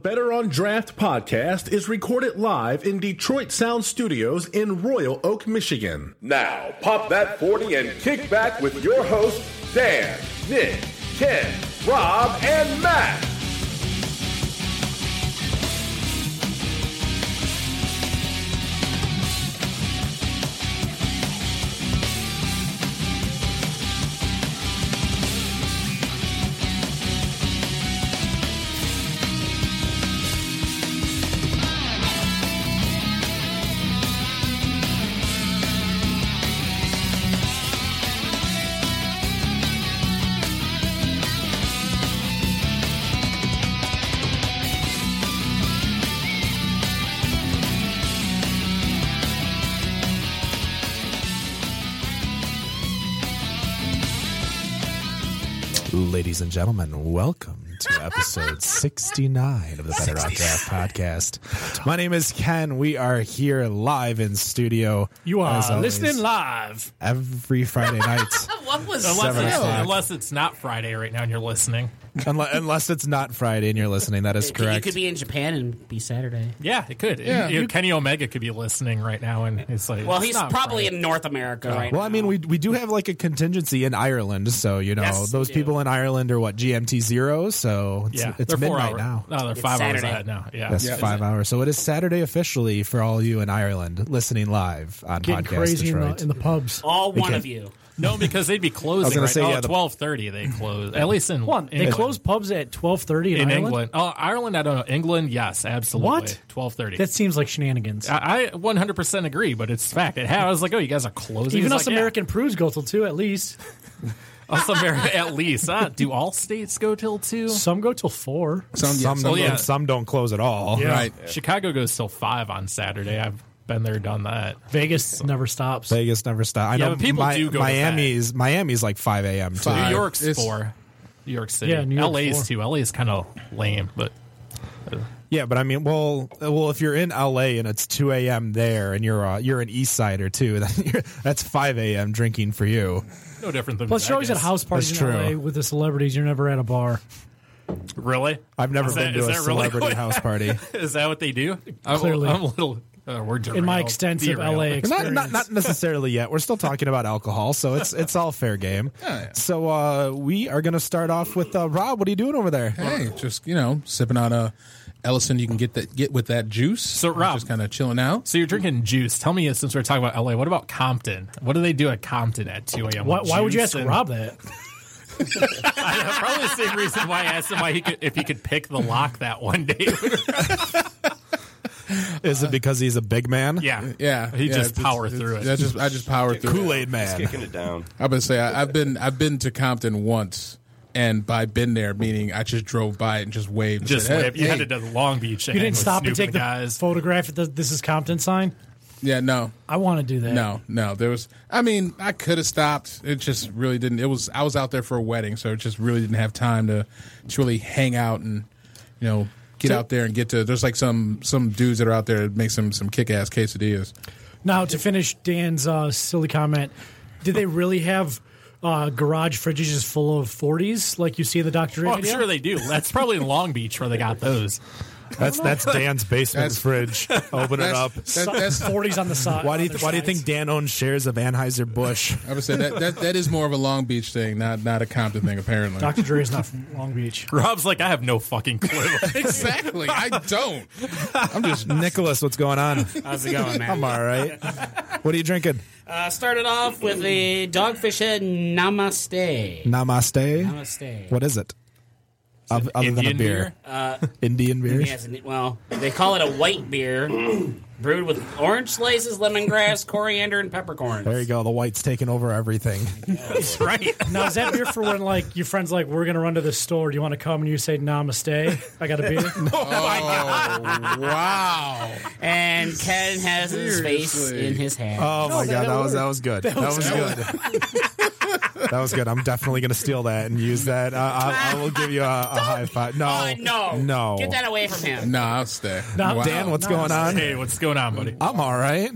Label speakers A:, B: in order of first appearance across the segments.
A: Better on Draft podcast is recorded live in Detroit Sound Studios in Royal Oak, Michigan.
B: Now, pop that 40 and kick back with your hosts, Dan, Nick, Ken, Rob, and Matt.
C: Ladies and gentlemen, welcome to episode 69 of the Better Rock Draft podcast. My name is Ken. We are here live in studio.
D: You are
C: as always,
D: listening live.
C: every Friday night,
E: What was
D: Unless
C: Seven
D: it's,
C: o'clock.
D: unless it's not Friday right now and you're listening.
C: unless, unless it's not Friday and you're listening. That is
E: You
C: correct.
E: could be in Japan and be Saturday.
D: Yeah, it could. Yeah, Kenny Omega could be listening right now and it's like
E: Well,
D: it's
E: he's
D: not
E: probably
D: Friday.
E: in North America right
C: well,
E: now.
C: I mean, we we do have like a contingency in Ireland, so you know
E: Yes,
C: those
E: we do.
C: people in Ireland are what GMT zero, so it's,
D: yeah,
C: it's
D: they're four
C: midnight
D: hours.
C: now.
D: No, they're five hours
E: Saturday.
D: ahead now. Yeah.
C: That's five hours. So it is Saturday officially for all you in Ireland listening live on
F: getting
C: podcast
F: crazy in
C: Detroit.
F: the, in the pubs.
E: All one
C: Okay.
E: of you.
D: No, because they'd be closing.
C: gonna
D: right?
C: say,
D: oh,
C: yeah, the-
D: twelve thirty they close. At least in
F: One, they
D: England.
F: close pubs at twelve thirty
D: in
F: Ireland?
D: England. Oh, Ireland. I don't know. England, yes, absolutely.
F: What?
D: Twelve thirty.
F: That seems like shenanigans.
D: I I 100% agree, but it's fact. It happened. I was like, oh, you guys are closing.
F: Even
D: It's
F: us
D: like, yeah.
F: American prudes go till two at least.
D: Us American, at least. Uh, do all states go till two?
F: Some go till four.
C: Some, some,
D: Well,
C: don't,
D: yeah.
C: some don't close at all.
G: Right.
D: Chicago goes till five on Saturday. I've been there, done that.
F: Vegas never stops.
C: Vegas never stops. I
D: Yeah,
C: know
D: but people
C: Mi-
D: do go to
C: Miami's Miami's like five a.m. too.
D: New
G: Five.
D: York's
G: It's-
D: four. New York City.
F: Yeah, New York's
D: LA's
F: four.
D: too. LA's kind of lame, but
C: Yeah, but I mean, well, well, if you're in L.A. and it's two a.m. there, and you're uh, you're an East Sider too, then you're, that's five a.m. drinking for you.
D: no different than
F: Plus, you're always at
D: Vegas.
F: house parties
C: That's
F: in
C: true.
F: LA with the celebrities. You're never at a bar.
D: Really?
C: I've never
D: Is
C: been
D: that- is
C: to a
D: that really
C: celebrity
D: what-
C: house party.
D: Is that what they do? I'm,
F: Clearly.
D: I'm a little. Uh, we're
F: In my
D: derailed.
F: extensive
D: Derailed.
F: LA
C: not,
F: experience,
C: not not necessarily yet. We're still talking about alcohol, so it's it's all fair game.
G: yeah.
C: So uh, we are going to start off with uh, Rob. What are you doing over there?
G: Hey, just you know, sipping on a Ellison. You can get that get with that juice. So
D: Rob-
G: just kind of chilling out.
D: So you're drinking juice. Tell me, since we're talking about LA, what about Compton? What do they do at Compton at 2 a.m.?
F: why, why would you
D: Juice
F: ask
D: and-
F: Rob that?
D: Probably the same reason why I asked him why he could, if he could pick the lock that one day.
C: Is it because he's a big man?
D: yeah,
G: Yeah,
D: He
G: yeah,
D: just
G: it's-
D: power
G: it's-
D: through it.
G: I just I just power through.
C: Kool
G: it.
C: Aid man.
H: Kicking it down.
G: I'm gonna say I, I've been I've been to Compton once, and by been there meaning I just drove by it and just waved. and
D: just
G: said, hey,
D: whip. You
G: hey.
D: headed to Long Beach.
F: You didn't stop
D: Snoop
F: and take the
D: guys.
F: photograph at the "This is Compton" sign.
G: Yeah, no,
F: I want to do that.
G: no, no. There was. I mean, I could have stopped. It just really didn't. It was. I was out there for a wedding, so it just really didn't have time to to really hang out and you know get out there and get to. There's like some some dudes that are out there that make some some kick ass quesadillas.
F: Now to finish Dan's uh, silly comment, did they really have uh, garage fridges just full of 40s like you see in the Dr. Dre
D: Oh, I'm
F: video?
D: sure they do. That's probably in Long Beach where they got those.
C: That's that's Dan's basement fridge. Open it up.
G: That, that's. I
F: 40s on the side.
C: Why do you
F: on
C: th-
F: their
C: Why do you
F: sides.
C: think Dan owns shares of Anheuser Busch?
G: would say that, that that is more of a Long Beach thing, not not a Compton thing. Apparently,
F: Dr. Dre is not from Long Beach?
D: Rob's like, I have no fucking clue.
G: exactly. I don't. I'm just
C: Nicholas, what's going on?
E: How's it going, man?
C: I'm all right. What are you drinking?
E: Uh, started off with a dogfish head namaste.
C: Namaste.
E: Namaste.
C: What is it? Of, other than
D: Indian
C: a beer, Indian beer.
E: Yes, and it- well, they call it a white beer brewed with orange slices, lemongrass, coriander, and peppercorns.
C: There you go. The white's taking over everything.
D: right?
F: Now is that beer for when like your friends like we're gonna run to the store? Do you want to come and you say Namaste? I got a beer.
G: wow.
E: And Ken has his face
G: Seriously.
E: in his hand.
C: Oh my god, that, was that was good. That was, good. that was good. I'm definitely gonna steal that and use that. Uh, I, I will give you a, a high five. No,
E: Uh, no.
C: Oh, no.
E: Get that away from him.
G: Nah, I'll stay.
F: Nah,
G: Wow.
C: Dan, what's going on?
D: Hey, what's going on, buddy?
C: I'm all right.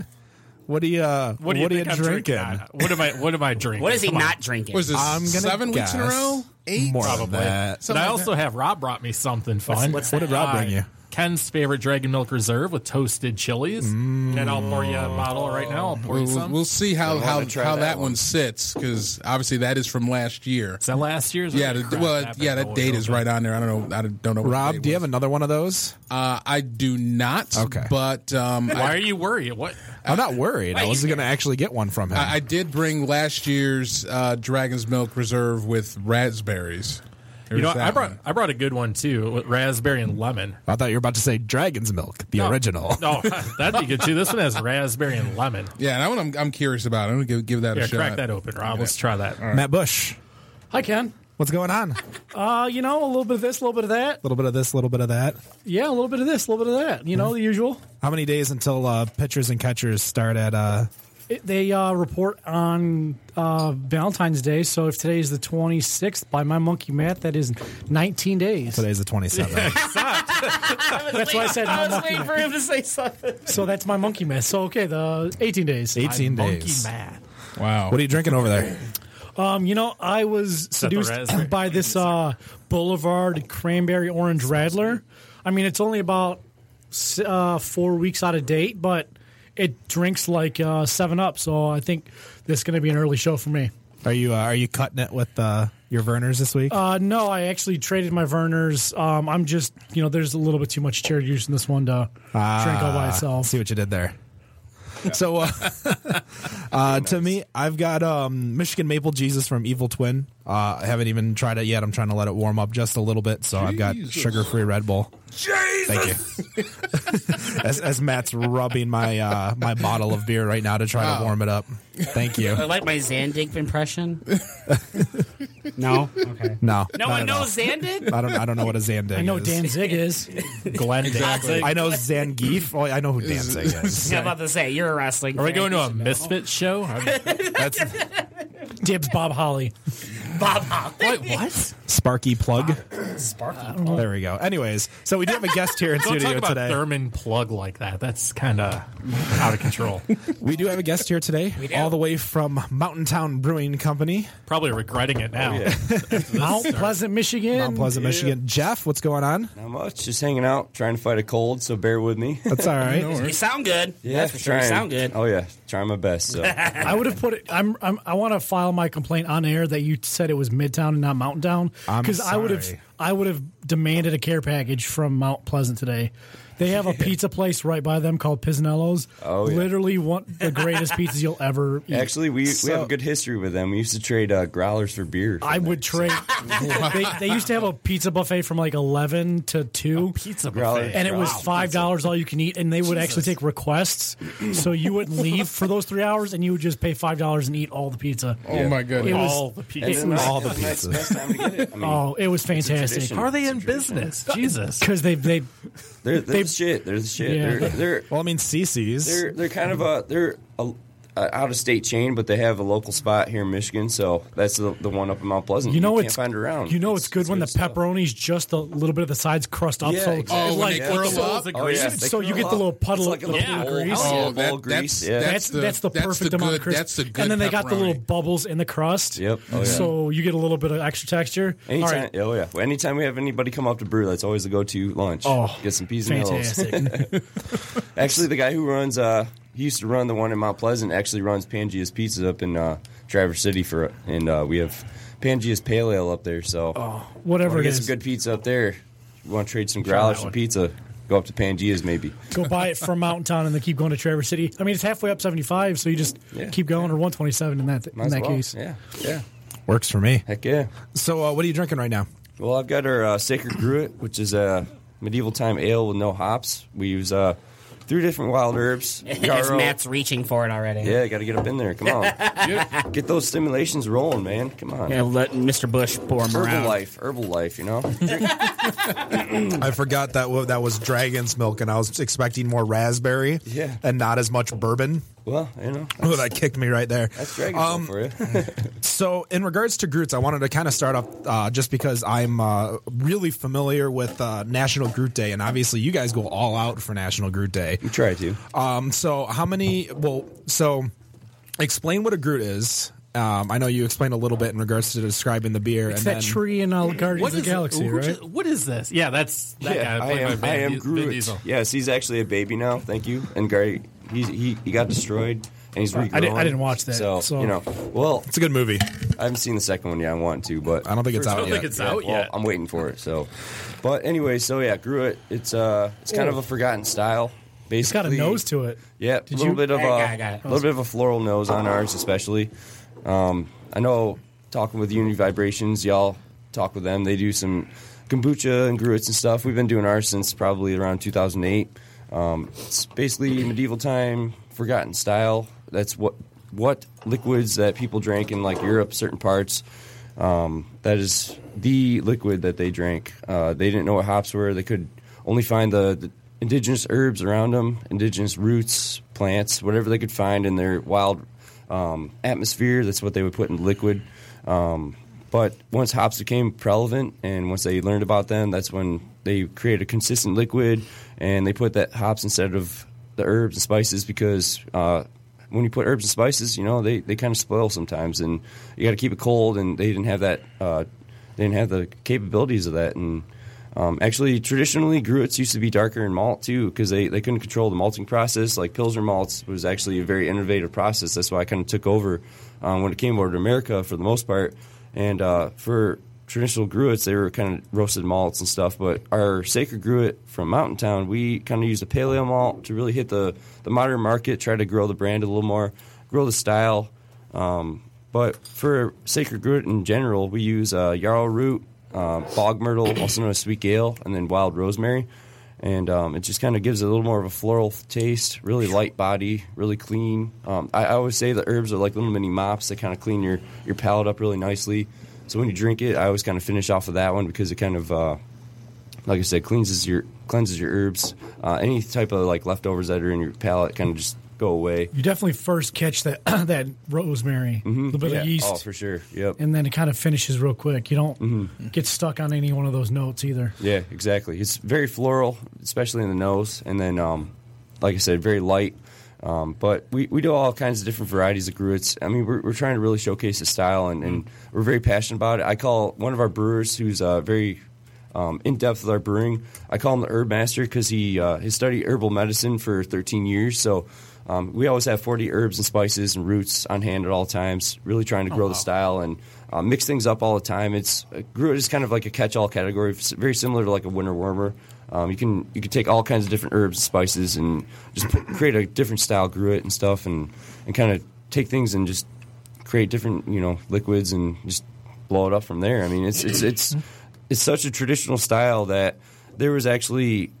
C: What do you? Uh, what,
D: What do you,
C: are you
D: think I'm
C: drinking?
D: on? What am I? What am I drinking?
E: What is he
D: Come on.
E: not drinking?
G: Was this
C: I'm gonna
G: seven weeks in a
C: guess
G: row? Eight?
C: More
G: Probably.
C: than that.
D: And I also have Rob brought me something fun. Uh,
C: what did Rob bring you?
D: Ken's favorite Dragon Milk Reserve with toasted chilies. And I'll pour you a bottle right now. I'll pour you
G: We'll,
D: some.
G: we'll see how how,
H: wanna try
G: how that,
H: that
G: one,
H: one.
G: sits because obviously that is from last year.
D: Is that last year's?
G: Yeah,
D: Holy
G: the,
D: crap,
G: well,
D: happened
G: yeah, that
D: over
G: date is
D: COVID.
G: right on there. I don't know. I don't know. What
C: Rob,
G: date
C: do you
G: was.
C: have another one of those?
G: Uh, I do not.
C: Okay.
G: but um,
D: Why are
G: I,
D: you worried? What?
C: I'm not worried. I was going to actually get one from him.
G: I I did bring last year's uh, Dragon's Milk Reserve with raspberries.
D: You know,
G: There's
D: I
G: that
D: brought
G: one.
D: I brought a good one too, with raspberry and lemon.
C: I thought you were about to say Dragon's Milk, the
D: No.
C: original.
D: No, that'd be good too. This one has raspberry and lemon.
G: Yeah, and I want. I'm, I'm curious about. it. I'm gonna give, give that
D: Yeah,
G: a shot.
D: crack that open, Rob. Let's try that.
C: Matt Bush,
F: Hi, Ken.
C: what's going on? A
F: Uh, you know, a little bit of this, a little bit of that.
C: little bit of this, a little bit of that.
F: Yeah, a little bit of this, a little bit of that. You know, the usual.
C: How many days until uh, pitchers and catchers start at? Uh,
F: It, they uh, report on uh, Valentine's Day, so if today is the 26th, by my monkey math, that is 19 days.
C: today's the 27th.
E: That's
F: why I said
E: I was
F: monkey
E: waiting for him to say something.
F: So that's my monkey math. So, okay, the 18 days.
C: 18 days.
D: Monkey math.
G: Wow.
C: What are you drinking over there?
F: Um, you know, I was
D: that the
F: seduced
D: raspberry?
F: by this uh, Boulevard Cranberry Orange Radler. I mean, it's only about s- uh, four weeks out of date, but it drinks like uh, Seven Up. So I think this is going to be an early show for me.
C: Are you uh, are you cutting it with uh, your Verners this week?
F: Uh, no, I actually traded my Verners. Um, I'm just, you know, there's a little bit too much cherry juice in this one to drink all by
C: Ah,
F: itself.
C: See what you did there. So, uh, uh, to me, I've got um, Michigan Maple Jesus from Evil Twin. Uh, I haven't even tried it yet. I'm trying to let it warm up just a little bit. So I've got sugar-free Red Bull. Thank you. as, as Matt's rubbing my uh, my bottle of beer right now to try to warm it up. Thank you.
E: I like my Zandig impression. no? Okay.
C: No,
E: No
C: not
E: one
C: at all.
E: knows Zandig?
C: I don't. I don't know what a Zandig.
F: I know
C: is.
F: Danzig is.
D: Glenn Danzig.
C: I know Zangief. Oh, I know who Danzig is.
E: Yeah, I'm about to say, you're a wrestling
D: Are we
E: fan.
D: going to a Misfit show? I'm-
C: That's
F: Dibs Bob Holly.
E: Bob Hope?
D: Wait, what?
C: Sparky Plug.
E: Sparky.
C: There we go. Anyways, so we do have a guest here in
D: Don't talk
C: studio
D: about
C: today.
D: Thurman plug like that. That's kind of out of control.
C: We do have a guest here today, all the way from Mountain Town Brewing Company,
D: Probably regretting it now.
F: Mount Pleasant, Michigan.
C: Mount Pleasant, Michigan. Jeff, what's going on?
H: Not much. Just hanging out, trying to fight a cold. So bear with me.
C: That's all right.
E: You sound good.
H: Yeah,
E: That's for sure. You
H: trying.
E: sound good.
H: Oh yeah, trying my best. So
F: I would have put it. I'm. I'm I want to file my complaint on air that you said it was Midtown and not Mountain Town
C: I'm
F: because I would have.
C: sorry.
F: I would have demanded a care package from Mount Pleasant today. They have a pizza place right by them called Pisanello's.
H: Oh, yeah.
F: literally one the greatest pizzas you'll ever eat.
H: actually, we we have
C: So-
H: a good history with them. We used to trade uh, growlers for beer.
F: I would trade. they, they used to have a pizza buffet from like eleven to two.
D: Pizza
H: Growler.
D: buffet.
F: and it was five dollars all you can eat, and they would actually take requests. So you would leave for those three hours, and you would just pay five dollars and eat all the pizza.
G: Oh my
F: It
G: goodness.
F: was-
D: all the
H: And
D: pizza.
H: then, like,
C: all the
H: it's nice-
C: pizzas.
H: best time to get it. I mean,
F: Oh, it was fantastic.
H: tradition.
D: How are they in business? Jesus.
F: Because they they
H: they're, they're the shit. They're the shit.
F: Yeah.
H: They're they're
C: Well, I mean, CC's.
H: they're they're kind of a they're a, a out of state chain, but they have a local spot here in Michigan. So that's the, the one up in Mount Pleasant.
F: You know
H: you
F: it's
H: can't find around.
F: You know it's, good when the
H: stuff.
F: pepperoni's just a little bit of the sides crust up,
H: Yeah,
F: so
H: exactly.
G: Oh,
F: it's
G: when
F: like
G: they curl
D: the
G: up.
D: soles of
H: Oh, yeah.
D: grease.
H: They
F: so you
H: curl
F: get the
H: up.
F: little
H: It's
F: puddle
H: like a
F: of the
H: little
F: little
H: bowl.
F: grease.
H: Oh,
G: that-
H: ball grease.
G: That's,
H: Yeah.
F: That's, that's the
G: that's
F: perfect
G: the
F: amount
G: good,
F: of crisp.
G: That's the good.
F: and then they got the little
G: pepperoni.
F: bubbles in the crust.
H: Yep. Oh, yeah.
F: So you get a little bit of extra texture. All
H: Anytime,
F: right.
H: oh yeah. Well, anytime we have anybody come up to brew, that's always a go-to lunch.
F: Oh,
H: get some peas and hills.
F: Fantastic.
H: Actually, the guy who runs, uh, he used to run the one in Mount Pleasant. Actually, runs Pangea's Pizza up in uh, Traverse City for, it. and uh, we have Pangea's Pale Ale up there. So
F: Whatever
H: we
F: it
H: get
F: is.
H: some good pizza up there. You want to trade some growlers for pizza? Go up to Pangea's maybe.
F: Go buy it from Mountain Town and then keep going to Traverse City. I mean, it's halfway up 75, so you just
H: Yeah.
F: keep going, or 127 in that
H: Might
F: in
H: as
F: that
H: well.
F: case.
H: yeah, yeah,
C: Works for me.
H: heck yeah.
C: So, uh, what are you drinking right now?
H: Well, I've got our uh, Sacred Gruet, which is a medieval time ale with no hops. We use uh, three different wild herbs.
E: As
H: yarrow,
E: Matt's reaching for it already.
H: Yeah, got to get up in there. Come on, get those stimulations rolling, man. Come on.
E: Yeah, let Mr. Bush pour him
H: Herbal
E: around.
H: life, herbal life, you know.
C: I forgot that wa- that was dragon's milk, and I was expecting more raspberry,
H: Yeah.
C: and not as much bourbon.
H: well, you know,
C: Oh, that kicked me right there.
H: that's dragon
C: Um,
H: for you.
C: So, in regards to Groots, I wanted to kind of start off uh, just because I'm uh, really familiar with uh, National Groot Day, and obviously you guys go all out for National Groot Day.
H: We try to.
C: Um, so, how many? Well, so explain what a Groot is, Um, I know you explained a little bit in regards to describing the beer.
F: It's
C: and
F: that
C: then,
F: tree in uh, Guardians
D: What
F: of the
D: is
F: Galaxy,
D: who
F: right?
D: ju- What is this? Yeah, that's that
H: Yeah,
D: guy.
H: I
D: played by
H: am.
D: Vin
H: I am
D: Di- Vin
H: Groot.
D: Diesel.
H: Yes, he's actually a baby now. Thank you. And Gary, he's, he he got destroyed and he's regrowing.
F: I didn't- I didn't watch that,
H: So,
F: so-
H: you know, well,
C: It's a good movie.
H: I haven't seen the second one yet. I want to, but
C: I don't think it's
D: I
C: out
D: don't
C: yet.
D: think it's out
H: well,
D: yet.
H: I'm waiting for it. So, but anyway, so yeah, Gruit. It's uh, it's kind of a forgotten style. Basically,
F: It's got a nose to it.
H: Yeah, a little
F: you-
H: bit of
E: I got it, I got
H: a
E: it.
H: little bit of a floral nose on ours, especially. Um, I know talking with Unity Vibrations, y'all talk with them. They do some kombucha and gruits and stuff. We've been doing ours since probably around 2008. Um, it's basically medieval time, forgotten style. That's what what liquids that people drank in like Europe, certain parts. Um, that is the liquid that they drank. Uh, they didn't know what hops were. They could only find the, the indigenous herbs around them, indigenous roots, plants, whatever they could find in their wild um, atmosphere. That's what they would put in liquid. Um, but once hops became prevalent, and once they learned about them, that's when they created a consistent liquid, and they put that hops instead of the herbs and spices because uh, when you put herbs and spices, you know they, they kind of spoil sometimes, and you got to keep it cold. And they didn't have that uh, they didn't have the capabilities of that. And um, actually, traditionally, gruits used to be darker in malt too because they, they couldn't control the malting process. Like pilsner malts was actually a very innovative process. That's why I kind of took over um, when it came over to America for the most part. And uh, for traditional gruits, they were kind of roasted malts and stuff. But our sacred gruit from Mountain Town, we kind of used a paleo malt to really hit the, the modern market, try to grow the brand a little more, grow the style. Um, but for sacred root in general, we use uh, yarrow root, uh, bog myrtle, also known as sweet gale, and then wild rosemary. And um, it just kind of gives it a little more of a floral taste, really light body, really clean. Um, I, I always say the herbs are like little mini mops that kind of clean your, your palate up really nicely. So when you drink it, I always kind of finish off with that one because it kind of uh, like I said, cleanses your cleanses your herbs. Uh, any type of like leftovers that are in your palate kind of just go away.
F: You definitely first catch that that rosemary, a little bit
H: Yeah.
F: of yeast,
H: Oh, for sure. Mm-hmm. Yep.
F: and then it kind of finishes real quick. You don't get stuck on any one of those notes either.
H: Yeah, exactly. It's very floral, especially in the nose, and then, um, like I said, very light. Um, but we, we do all kinds of different varieties of gruits. I mean, we're, we're trying to really showcase the style, and, and we're very passionate about it. I call one of our brewers who's uh, very um, in depth with our brewing. I call him the herb master because he uh, he studied herbal medicine for 13 years. So um, we always have 40 herbs and spices and roots on hand at all times. Really trying to grow the style and uh, mix things up all the time. It's uh, gruit is kind of like a catch-all category, s- very similar to like a winter warmer. Um, you can you can take all kinds of different herbs and spices and just put, create a different style gruit and stuff and and kind of take things and just create different you know liquids and just blow it up from there. I mean, it's it's it's it's such a traditional style that there was actually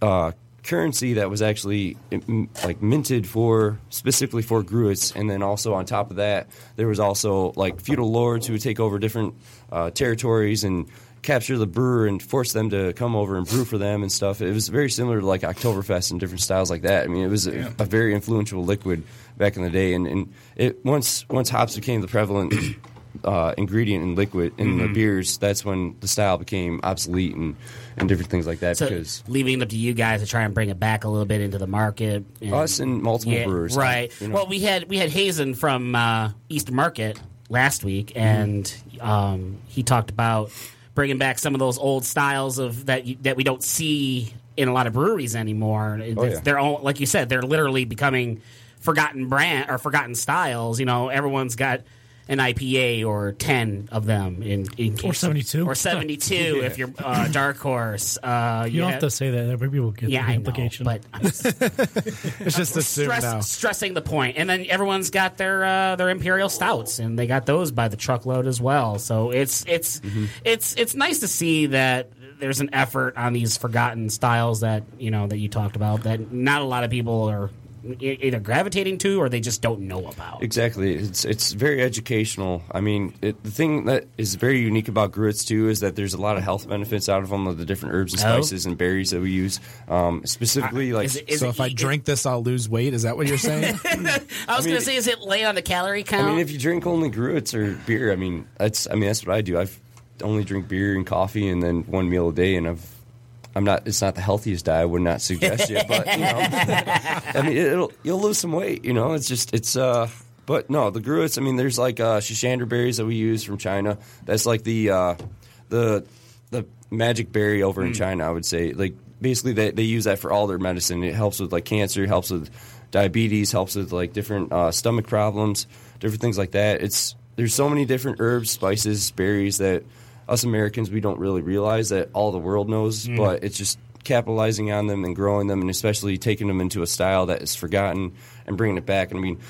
H: uh, currency that was actually mm, like minted for specifically for gruits, and then also on top of that, there was also like feudal lords who would take over different uh, territories and capture the brewer and force them to come over and brew for them and stuff. It was very similar to like Oktoberfest and different styles like that. I mean, it was a, a very influential liquid back in the day, and, and it once once hops became the prevalent. Uh, ingredient in liquid in the beers. That's when the style became obsolete and, and different things like that.
E: So
H: because
E: leaving it up to you guys to try and bring it back a little bit into the market. and-
H: Us and multiple brewers,
E: right?
H: you know.
E: Well, we had we had Hazen from uh, East Market last week,
H: Mm-hmm.
E: and um, he talked about bringing back some of those old styles of that you, that we don't see in a lot of breweries anymore.
H: Oh, yeah.
E: They're all like you said, they're literally becoming forgotten brand or forgotten styles. You know, everyone's got. An IPA or ten of them in, in
F: Or 72.
E: or seventy two if you're uh, dark horse. Uh,
F: You don't have to say that. Everybody people get
E: yeah, I
F: the
E: know,
F: implication.
E: but I'm just-
C: It's just assumed
E: stress,
C: now.
E: stressing the point. And then everyone's got their uh, their imperial stouts, and they got those by the truckload as well. So it's it's it's it's nice to see that there's an effort on these forgotten styles that you know that you talked about that not a lot of people are e- either gravitating to or they just don't know about.
H: Exactly. It's it's very educational. I mean, it, the thing that is very unique about gruits too is that there's a lot of health benefits out of them, of the different herbs and
E: Oh.
H: spices and berries that we use. Um, specifically, like
E: Is it- is
C: so
E: it
C: if I
E: eat-
C: drink this, I'll lose weight. Is that what you're saying?
E: I was
H: mean-
E: gonna say, is it lay on the calorie count?
H: I mean, if you drink only gruits or beer, I mean, that's I mean that's what I do. I only drink beer and coffee and then one meal a day, and I've I'm not. It's not the healthiest diet. I would not suggest it, but you know, I mean, it'll you'll lose some weight. You know, it's just it's uh But no, the gruits. I mean, there's like uh, shishander berries that we use from China. That's like the uh, the the magic berry over in China. I would say like basically they they use that for all their medicine. It helps with like cancer, helps with diabetes, helps with like different uh, stomach problems, different things like that. It's there's so many different herbs, spices, berries that us Americans we don't really realize that all the world knows, but it's just capitalizing on them and growing them, and especially taking them into a style that is forgotten and bringing it back. And I mean,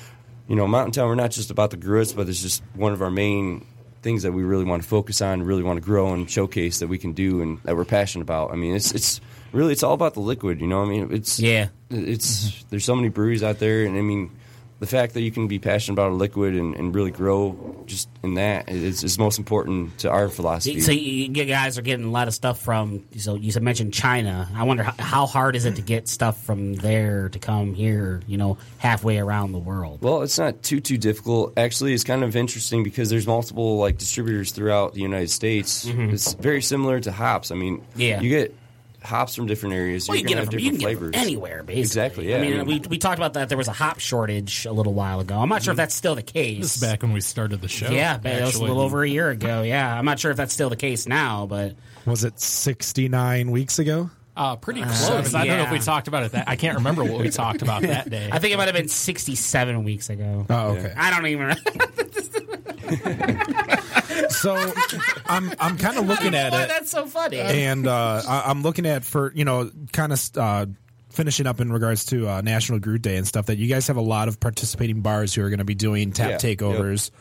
H: you know, Mountain Town, we're not just about the gruits, but it's just one of our main things that we really want to focus on, really want to grow and showcase that we can do and that we're passionate about. I mean, it's it's really it's all about the liquid. You know, I mean, it's
E: Yeah.
H: it's there's so many breweries out there, and I mean. The fact that you can be passionate about a liquid and, and really grow just in that is, is most important to our philosophy.
E: So you, you guys are getting a lot of stuff from. So you said mentioned China. I wonder how, how hard is it to get stuff from there to come here? You know, halfway around the world.
H: Well, it's not too too difficult. Actually, it's kind of interesting because there's multiple like distributors throughout the United States. It's very similar to hops. I mean,
E: Mm-hmm. Yeah.
H: you get hops from different areas.
E: Well, you
H: You're
E: get
H: gonna
E: it
H: have
E: from, you
H: different
E: can get it
H: flavors
E: from anywhere, basically.
H: Exactly, yeah,
E: I mean,
H: I mean- Mm-hmm.
E: we, we talked about that. There was a hop shortage a little while ago. I'm not sure if that's still the case.
D: This is back when we started the show.
E: Yeah, but it was a
D: actually.
E: little over a year ago. Yeah, I'm not sure if that's still the case now, but
C: Was it 69 weeks ago?
D: Uh, pretty close. I don't know if we
E: yeah.
D: talked about it. That I can't remember what we talked about that day.
E: I think it might have been 67 weeks ago.
C: Oh, okay.
E: I don't even.
C: So I'm I'm kind of looking at
E: Why
C: it.
E: that's so funny.
C: and uh, I, I'm looking at for you know kind of uh, finishing up in regards to uh, National Groot Day and stuff that you guys have a lot of participating bars who are going to be doing tap
H: Yeah,
C: takeovers.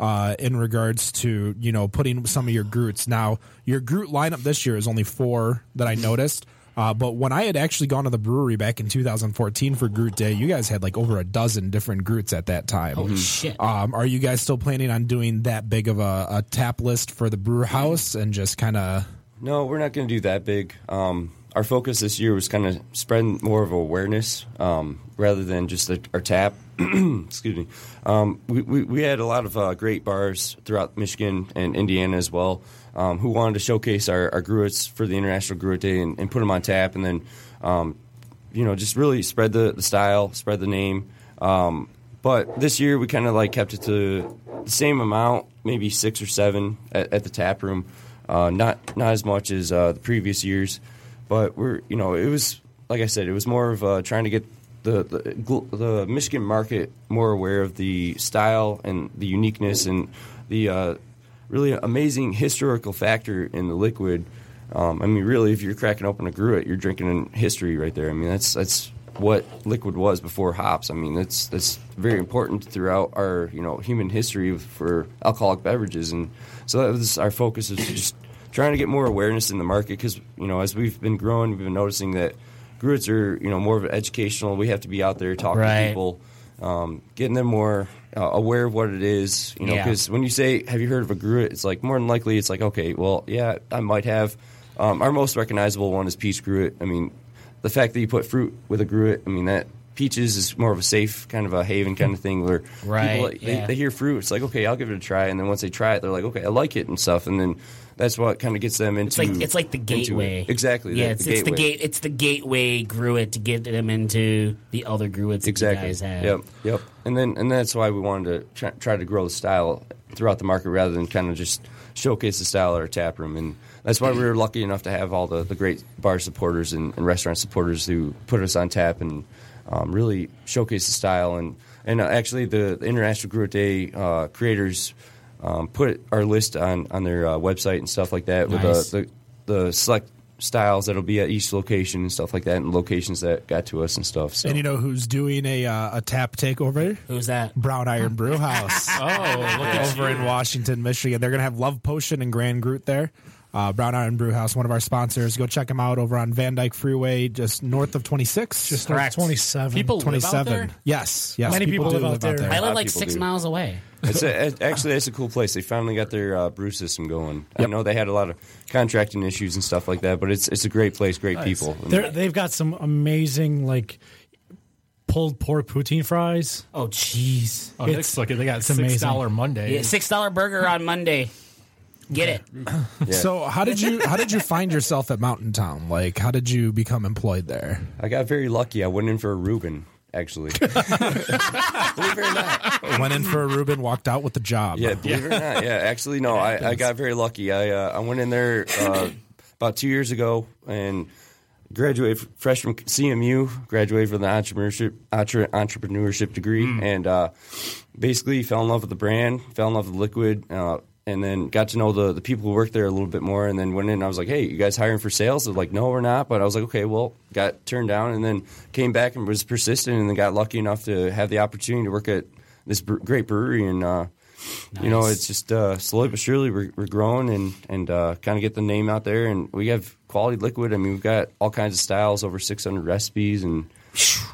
C: Uh, in regards to you know putting some of your Groots now, your Groot lineup this year is only four that I noticed. Uh, but when I had actually gone to the brewery back in 2014 for Groot Day, you guys had like over a dozen different Groots at that time. Holy
E: shit.
C: Um, are you guys still planning on doing that big of a, a tap list for the brew house and just kind of
H: No, we're not going to do that big. Um, our focus this year was kind of spreading more of awareness um, rather than just the, our tap. Excuse me. Um, we, we, we had a lot of uh, great bars throughout Michigan and Indiana as well um, who wanted to showcase our, our gruits for the International Gruit Day and, and put them on tap and then, um, you know, just really spread the, the style, spread the name. Um, but this year we kind of like kept it to the same amount, maybe six or seven at, at the tap room. Uh, not not as much as uh, the previous years, but we're you know it was like I said, it was more of uh, trying to get the, the gl- the Michigan market more aware of the style and the uniqueness and the uh, really amazing historical factor in the liquid. Um, I mean, really, if you're cracking open a gruit, you're drinking in history right there. I mean, that's that's what liquid was before hops. I mean, that's that's very important throughout our you know human history for alcoholic beverages, and so that was our focus is just trying to get more awareness in the market because you know as we've been growing, we've been noticing that gruits are you know more of an educational. We have to be out there talking
E: Right.
H: to people, um, getting them more uh, aware of what it is. You know,
E: Yeah.
H: because when you say have you heard of a gruit, it's like more than likely it's like okay, well yeah, I might have. Um, our most recognizable one is peach gruit. I mean, the fact that you put fruit with a gruit, I mean that peaches is more of a safe kind of a haven kind of thing where
E: Right,
H: people, they,
E: yeah.
H: they hear fruit, it's like okay, I'll give it a try, and then once they try it, they're like okay, I like it and stuff, and then that's what kind of gets them into
E: It's like it's like the
H: Mm. into it.
E: gateway.
H: exactly
E: Yeah,
H: the-
E: it's,
H: the
E: it's the
H: gateway.
E: gate. It's the gateway gruit to get them into the other gruits that
H: Exactly.
E: you guys have.
H: Yep. Yep. And then and that's why we wanted to try, try to grow the style throughout the market rather than kind of just showcase the style at our tap room. And that's why we were lucky enough to have all the, the great bar supporters and, and restaurant supporters who put us on tap and um, really showcase the style. And and uh, actually the, the International Gruit Day uh, creators um, put our list on on their uh, website and stuff like that with
E: Nice.
H: uh, the the select styles that'll be at each location and stuff like that and locations that got to us and stuff. So
C: And you know who's doing a uh, a tap takeover?
E: Who's that?
C: Brown Iron Brew House
D: Oh, look at
C: over in Washington, Michigan. They're gonna have Love Potion and Grand Groot there. Uh, Brown Iron Brew House, one of our sponsors. Go check them out over on Van Dyke Freeway, just north of 26.
F: Just
E: Correct.
F: twenty seven.
D: people live out
C: 27.
D: there?
C: Yes, yes.
F: Many people live out there.
E: I
H: lot
E: live
H: of
E: like
H: people
E: six
H: do.
E: miles away.
H: It's a, a- actually that's a cool place. They finally got their uh, brew system going. I know they had a lot of contracting issues and stuff like that, but it's it's a great place, great people. And
F: They're, they've got some amazing like pulled pork poutine fries.
E: Oh, jeez.
D: Oh, Nick's looking. They got
F: it's
D: six
F: amazing.
D: dollar Monday.
E: Yeah, six dollar burger on Monday. Get it?
H: yeah.
C: So how did you how did you find yourself at Mountain Town? Like how did you become employed there?
H: I got very lucky. I went in for a Reuben. actually. Believe it or not.
C: Went in for a Ruben, walked out with the job.
H: Yeah, believe it or not. Yeah, actually, no, I, I got very lucky. I uh, I went in there uh, about two years ago and graduated f- fresh from CMU, graduated with an entrepreneurship entre- entrepreneurship degree, and uh, basically fell in love with the brand, fell in love with Liquid, uh, and then got to know the the people who worked there a little bit more. And then went in, and I was like, "Hey, you guys hiring for sales?" They're like, "No, we're not." But I was like, "Okay, well," got turned down, and then came back and was persistent, and then got lucky enough to have the opportunity to work at this bre- great brewery and. Uh, you know, it's just uh, slowly but surely we're, we're growing and and uh, kind of get the name out there. And we have quality liquid. I mean, we've got all kinds of styles, over 600 recipes, and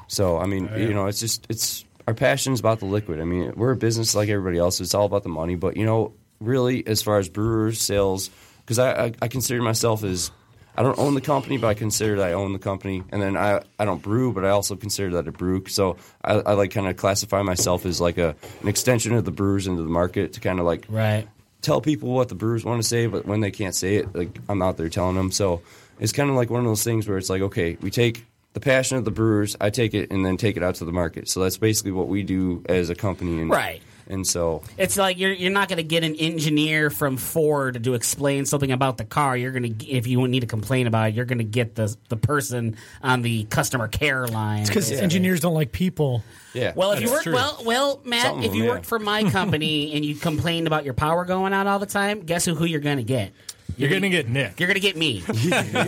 H: so I mean, you know, it's just it's our passion is about the liquid. I mean, we're a business like everybody else. It's all about the money, but you know, really, as far as brewers sales, because I, I I consider myself as I don't own the company, but I consider that I own the company. And then I, I don't brew, but I also consider that a brew. So I, I like kind of classify myself as like a an extension of the brewers into the market to kind of like
E: Right.
H: tell people what the brewers want to say, but when they can't say it, like I'm out there telling them. So it's kind of like one of those things where it's like, okay, we take the passion of the brewers, I take it, and then take it out to the market. So that's basically what we do as a company. And,
E: Right.
H: And so
E: It's like you're you're not going to get an engineer from Ford to explain something about the car. You're going to if you need to complain about it, you're going to get the the person on the customer care line.
F: Because engineers don't like people.
H: yeah.
E: Well, if you
D: That's
E: work
D: true.
E: well, well, Matt,
H: Some of
E: if
H: them,
E: you
H: yeah.
E: worked for my company and you complained about your power going out all the time, guess who, who you're going to get?
D: You're going to get Nick.
E: You're going to get me.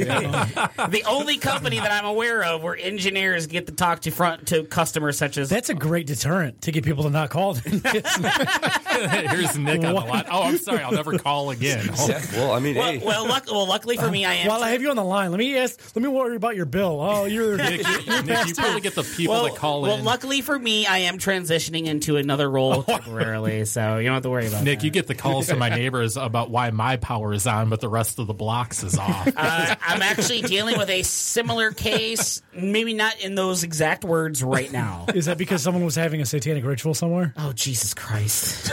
E: the only company that I'm aware of where engineers get to talk to front to customers such as
F: That's a great deterrent to get people to not call. them.
D: Here's Nick on the lot. Oh, I'm sorry. I'll never call again.
H: Yeah, well, I mean,
E: well,
H: hey,
E: well, luck, well, luckily for me, I am.
F: While I have you on the line, let me ask. Let me worry about your bill. Oh, you're
D: Nick, you, Nick, you probably get the people
E: well,
D: that call
E: well,
D: in.
E: luckily for me, I am transitioning into another role temporarily, so you don't have to worry about
D: Nick,
E: that.
D: you get the calls from my neighbors about why my power is on, but the rest of the blocks is off.
E: Uh, I'm actually dealing with a similar case, maybe not in those exact words right now.
F: Is that because someone was having a satanic ritual somewhere?
E: Oh Jesus Christ!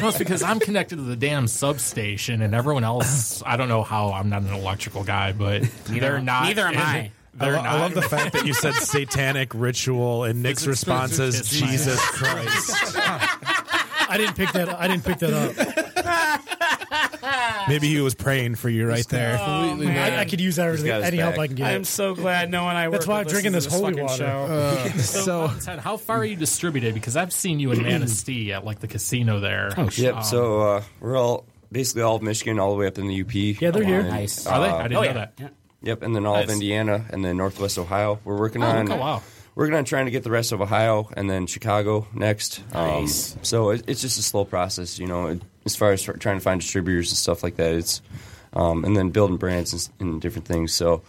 D: Well, it's because I'm connected to the damn substation, and everyone else, I don't know how. I'm not an electrical guy, but they're not.
E: neither am
D: and
E: I.
D: They're
C: I, lo-
D: not.
C: I love the fact that you said satanic ritual and Nick's
G: Physics,
C: response is
D: physics, physics.
C: Jesus Christ.
F: I didn't pick that. I didn't pick that up.
C: Maybe he was praying for you right there.
G: Completely
F: I, I could use that as
H: got his
F: any help
H: back.
F: I can get.
E: so glad no one I
F: That's work why with I'm drinking listens this to this holy fucking water. Uh,
D: so, Mountain Ted, how far are you distributed? Because I've seen you in Manistee at like the casino there. Oh
H: yep. so uh, we're all basically all of Michigan, all the way up in the UP.
F: Yeah, they're here.
H: And,
E: Nice.
D: Are they? I didn't
E: oh
D: know
E: yeah.
D: that.
E: yeah.
H: Yep, and then all of
D: Nice.
H: Indiana, and then Northwest Ohio. We're working on
D: okay, wow.
H: working on trying to get the rest of Ohio, and then Chicago next. Um,
E: Nice.
H: So it, it's just a slow process, you know, it- as far as trying to find distributors and stuff like that. It's um, and then building brands and, s- and different things. So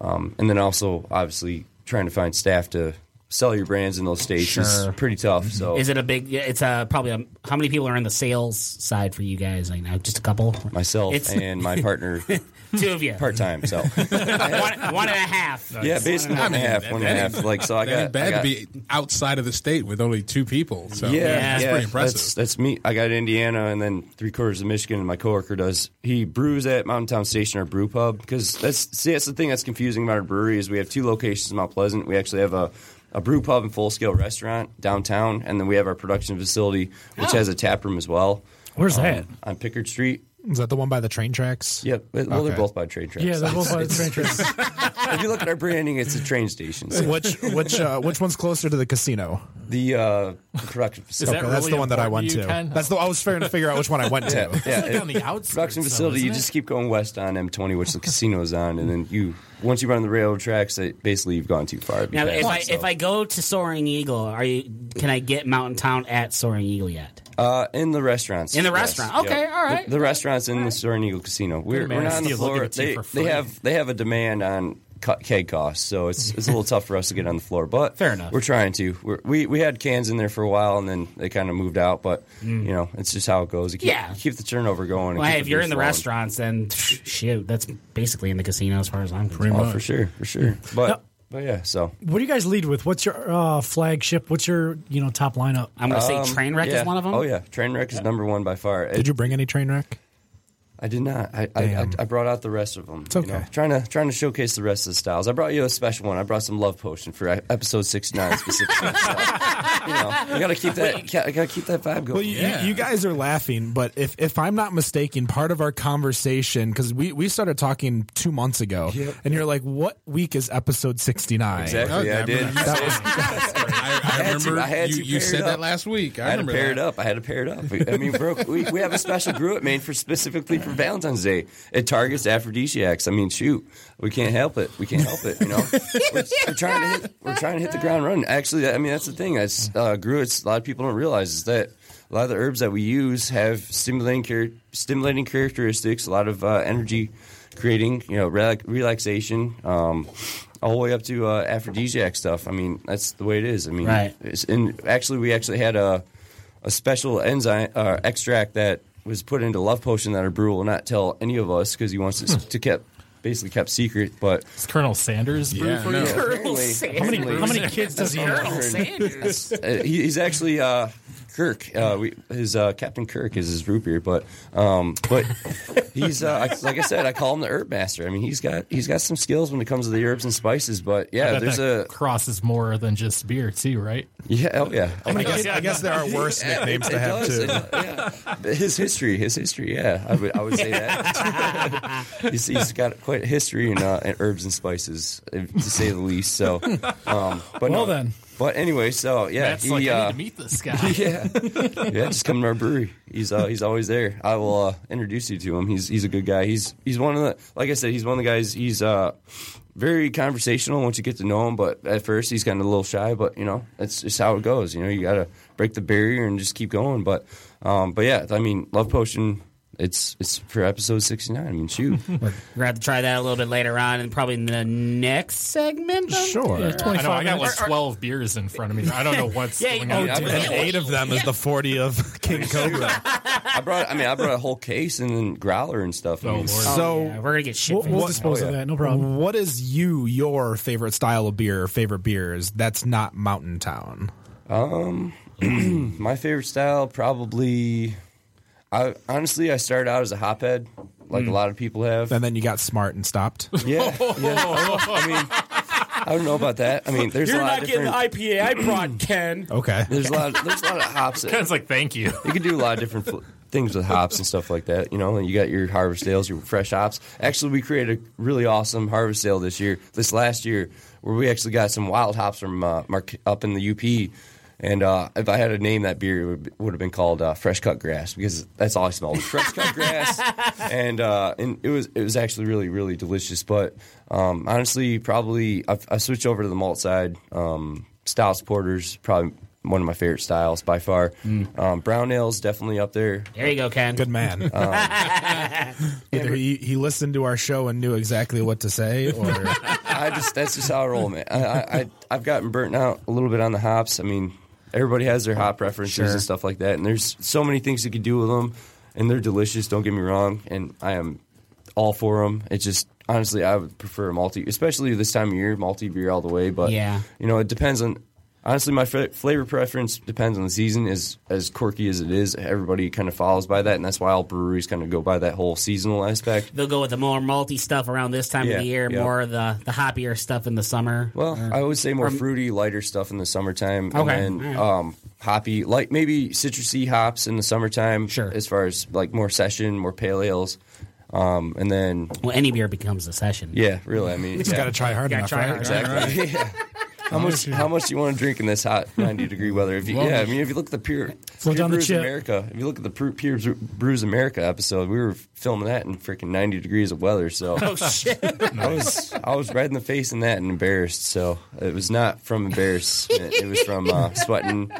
H: um, and then also obviously trying to find staff to sell your brands in those states is
E: Sure.
H: pretty tough. So
E: Is it a big? yeah, It's a probably. A, how many people are on the sales side for you guys right now? Just a couple.
H: myself
E: It's-
H: and my partner
E: two of you.
H: part time. So
E: one, one and a half.
H: yeah, basically one and a half, one and a half. Like so, I
G: That ain't
H: got I
G: bad to
H: got-
G: be outside of the state with only two people. So
H: Yeah,
E: that's
H: yeah.
G: pretty impressive.
H: That's, that's me. I got Indiana and then three quarters of Michigan. And my coworker does. He brews at Mountain Town Station or Brew Pub because that's see that's the thing that's confusing about our brewery is we have two locations in Mount Pleasant. We actually have a a brew pub and full scale restaurant downtown, and then we have our production facility which has a tap room as well
F: Where's that?
H: on Pickard Street.
C: Is that the one by the train tracks?
H: Yep. Well,
C: Okay.
H: they're both by train tracks.
F: Yeah, they're both by the train tracks.
H: if you look at our branding, it's a train station. So
C: Which which uh, which one's closer to the casino?
H: the uh, production
D: Is
H: facility.
D: that
C: Okay, that's
D: really
C: the one that I
D: important
C: went
D: you,
C: to.
D: Ken?
C: That's the I was trying to figure out which one I went to.
H: yeah,
D: Like
H: it-
D: on the outskirts,
H: production
D: though,
H: facility.
D: isn't
H: You
D: it?
H: just keep going west on M20, which the casino is on, and then you once you run the railroad tracks, it, basically you've gone too far.
E: Now, if I
H: past, so.
E: if I go to Soaring Eagle, are you? Can I get Mountain Town at Soaring Eagle yet?
H: uh, in the restaurants,
E: In the restaurant. Okay, all right.
H: The, the restaurants in the Soaring Eagle Casino. We're,
D: man,
H: we're not on the
D: Steve, they'll give
H: floor.
D: it to you
H: They,
D: for
H: they
D: free.
H: have they have a demand on cu- keg costs, so it's it's a little tough for us to get on the floor. But
E: Fair enough.
H: We're trying to. We're, we we had cans in there for a while, and then they kind of moved out. But you know, it's just how it goes. You keep,
E: Mm. Yeah.
H: you keep the turnover going. and
E: Well,
H: keep
E: hey, if you're in the
H: beer flowing.
E: restaurants, then psh, shoot, that's basically in the casino as far as I'm concerned.
H: oh, for sure, for sure. But but yeah, so
F: What do you guys lead with? What's your uh, flagship? What's your you know top lineup?
E: I'm going to
H: Um,
E: say Trainwreck
H: yeah.
E: is one of them.
H: Oh yeah, Trainwreck is number one by far.
C: Did you bring any train wreck?
H: I did not. I, I, I,
C: Damn.
H: I brought out the rest of them. It's
C: okay.
H: Trying to trying to showcase the rest of the styles. I brought you a special one. I brought some love potion for e- episode sixty nine specifically. so, you know, I gotta keep that. ca- I gotta keep that vibe going.
C: Well, you, you, you guys are laughing, but if, if I'm not mistaken, part of our conversation because we, we started talking two months ago, and you're like, "What week is episode 69?"
H: exactly.
G: yeah,
H: Oh, I did.
G: Oh, remember- I, I
H: had to-
G: remember
H: I had
G: you,
H: to
G: you
H: pair
G: said
H: it
G: that
H: up.
G: last week. I,
H: I had to
G: remember
H: pair
G: that.
H: it up. I had to pair it up. We- I mean, bro, we, we have a special Gruit made for specifically for Valentine's Day. It targets aphrodisiacs. I mean, shoot, we can't help it. We can't help it. You know, we're, we're trying to hit, we're trying to hit the ground running. Actually, I mean, that's the thing. That's uh, Gruits. A lot of people don't realize is that a lot of the herbs that we use have stimulating char- stimulating characteristics. A lot of uh, energy creating, you know, relax relaxation. Um, all the way up to uh, aphrodisiac stuff. I mean, that's the way it is. I mean,
E: Right.
H: it's- and actually, we actually had a a special enzyme uh, extract that was put into love potion that our brew will not tell any of us because he wants
D: Hmm.
H: it to kept basically kept secret. But
D: It's Colonel Sanders. brew
G: Yeah,
D: for
G: no.
D: you?
E: Colonel
H: Apparently-
E: Sanders.
D: How many, how many kids does he have?
E: Colonel Sanders.
H: uh, he, he's actually uh, Kirk. Uh, we, his uh, Captain Kirk is his root beer, but um, but he's uh, I, like I said, I call him the herb master. I mean, he's got he's got some skills when it comes to the herbs and spices. But
D: I
H: yeah,
D: bet
H: there's
D: that
H: a
D: crosses more than just beer, too, right?
H: yeah, oh yeah. I mean,
C: I guess, I guess there are worse nicknames to have
H: does,
C: too.
H: it- yeah. His history, his history. Yeah, I would, I would say that. he's, he's got quite a history in, uh, in herbs and spices, if- to say the least. So, um, but no.
F: Well then.
H: but anyway, so yeah,
D: That's like, I
H: uh,
D: need to meet this guy.
H: yeah, yeah. Just come to our brewery. He's uh, he's always there. I will uh, introduce you to him. He's he's a good guy. He's he's one of the like I said. He's one of the guys. He's uh, very conversational once you get to know him. But at first, he's kind of a little shy. But you know, that's just how it goes. You know, you gotta break the barrier and just keep going. But um, but yeah, I mean, love potion. It's it's for episode sixty nine. I mean, shoot,
E: We're going to try that a little bit later on and probably in the next segment. I'm
C: Sure.
F: Yeah,
D: I know I
F: 25
D: got like
F: minutes.
D: 12 beers in front of me. I don't know what's
E: Yeah,
D: going
E: oh,
D: on.
E: dude.
C: And eight of them is the 40 of King Cobra.
H: I brought I mean I brought a whole case and then growler and stuff. I
D: Oh,
H: mean,
D: Lord.
C: So,
E: Yeah, we're gonna get shit.
F: We'll,
E: for
F: we'll
E: this.
F: dispose of that. No problem.
C: what is you your favorite style of beer, or favorite beers that's not Mountain Town?
H: My favorite style, probably. I honestly, I started out as a hophead, like a lot of people have.
C: And then you got smart and stopped.
H: yeah, yeah. I mean, I don't know about that. I mean, there's a lot of different.
E: IPA I brought, Ken.
C: Okay.
H: There's a lot. There's a lot of hops. that-
D: Ken's like, thank you.
H: you can do a lot of different fl- things with hops and stuff like that. You know, and you got your harvest ales, your fresh hops. Actually, we created a really awesome harvest ale this year, this last year, where we actually got some wild hops from uh, Mark up in the UP. And uh, if I had to name that beer, it would, would have been called uh, Fresh Cut Grass because that's all I smelled was fresh cut grass. And uh, and it was it was actually really really delicious. But um, honestly, probably I, I switched over to the malt side. Um, Stouts porters probably one of my favorite styles by far. Um, brown ale's definitely up there.
E: There you go, Ken.
C: Good man. Either he, he listened to our show and knew exactly what to say, or
H: I just that's just how I roll, man. I, I, I I've gotten burnt out a little bit on the hops. I mean, everybody has their hop preferences and stuff like that, and there's so many things you could do with them, and they're delicious. Don't get me wrong, and I am all for them. It's just honestly, I would prefer a malty, especially this time of year, malty beer all the way. But
E: Yeah.
H: you know, it depends on. Honestly, my f- flavor preference depends on the season. As as quirky as it is, everybody kind of follows by that, and that's why all breweries kind of go by that whole seasonal aspect.
E: They'll go with the more malty stuff around this time
H: Yeah,
E: of the year,
H: yeah.
E: more of the the hoppier stuff in the summer.
H: Well, I would say more fruity, lighter stuff in the summertime.
E: Okay.
H: And then,
E: All right.
H: um, hoppy, like maybe citrusy hops in the summertime.
E: Sure.
H: As far as like more session, more pale ales. Um, and then,
E: Well, any beer becomes a session.
H: yeah, really, I mean,
C: just got to try hard
E: Gotta
C: enough.
E: try
C: right?
E: hard.
H: exactly. Yeah. How much? How much do you want to drink in this hot ninety degree weather? If you,
G: Well,
H: yeah, I mean, if you look at the pure,
F: Slow
H: pure
F: down the
H: Brews
F: chip.
H: America, if you look at the Pure- pure Bre- brews America episode, we were filming that in freaking ninety degrees of weather. So
E: Oh shit!
H: I was I was red in the face in that and embarrassed. So it was not from embarrassment. It was from uh, sweating.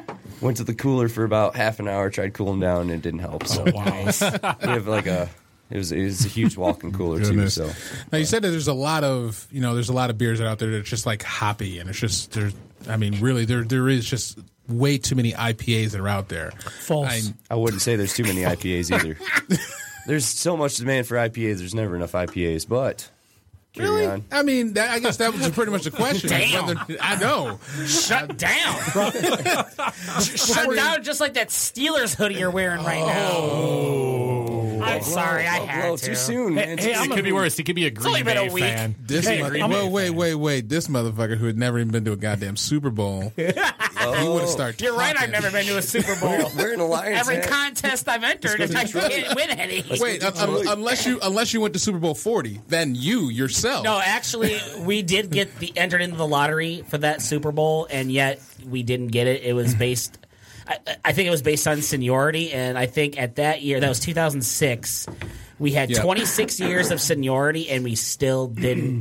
H: Went to the cooler for about half an hour. Tried cooling down and it didn't help. So
G: Oh,
H: we have like a it was it was a huge walk-in cooler too.
G: Goodness.
H: So
G: Now you said that there's a lot of you know there's a lot of beers out there that's just like hoppy and it's just there's I mean really there there is just way too many IPAs that are out there.
F: False.
G: I-
H: I wouldn't say there's too many IPAs either. There's so much demand for IPAs. There's never enough IPAs. But carry
G: really?
H: on.
G: I mean, that, I guess that was pretty much the question. is
E: Damn.
G: whether- I know.
E: Shut down. Oh. Shut down, just like that Steelers hoodie you're wearing right now. I'm sorry, I had
H: Well,
E: to.
H: too soon, man.
D: Hey,
H: Too
D: it
H: soon.
D: could be worse. He could be a Green
E: only been a
D: Bay
E: week.
D: fan.
G: This
D: Hey,
G: mo-
D: Green Bay
G: wait, wait, wait, wait. This motherfucker who had never even been to a goddamn Super Bowl. he would have started.
E: You're right. I've
G: talking.
E: never been to a Super Bowl.
H: We're in alliance.
E: Every
H: man.
E: contest I've entered, I can't win any.
G: Wait, un- un- unless you unless you went to Super Bowl forty, then you yourself.
E: No, actually, we did get the entered into the lottery for that Super Bowl, and yet we didn't get it. It was based, I, I think it was based on seniority, and I think at that year, that was 2006. We had
G: Yeah.
E: 26 years of seniority, and we still didn't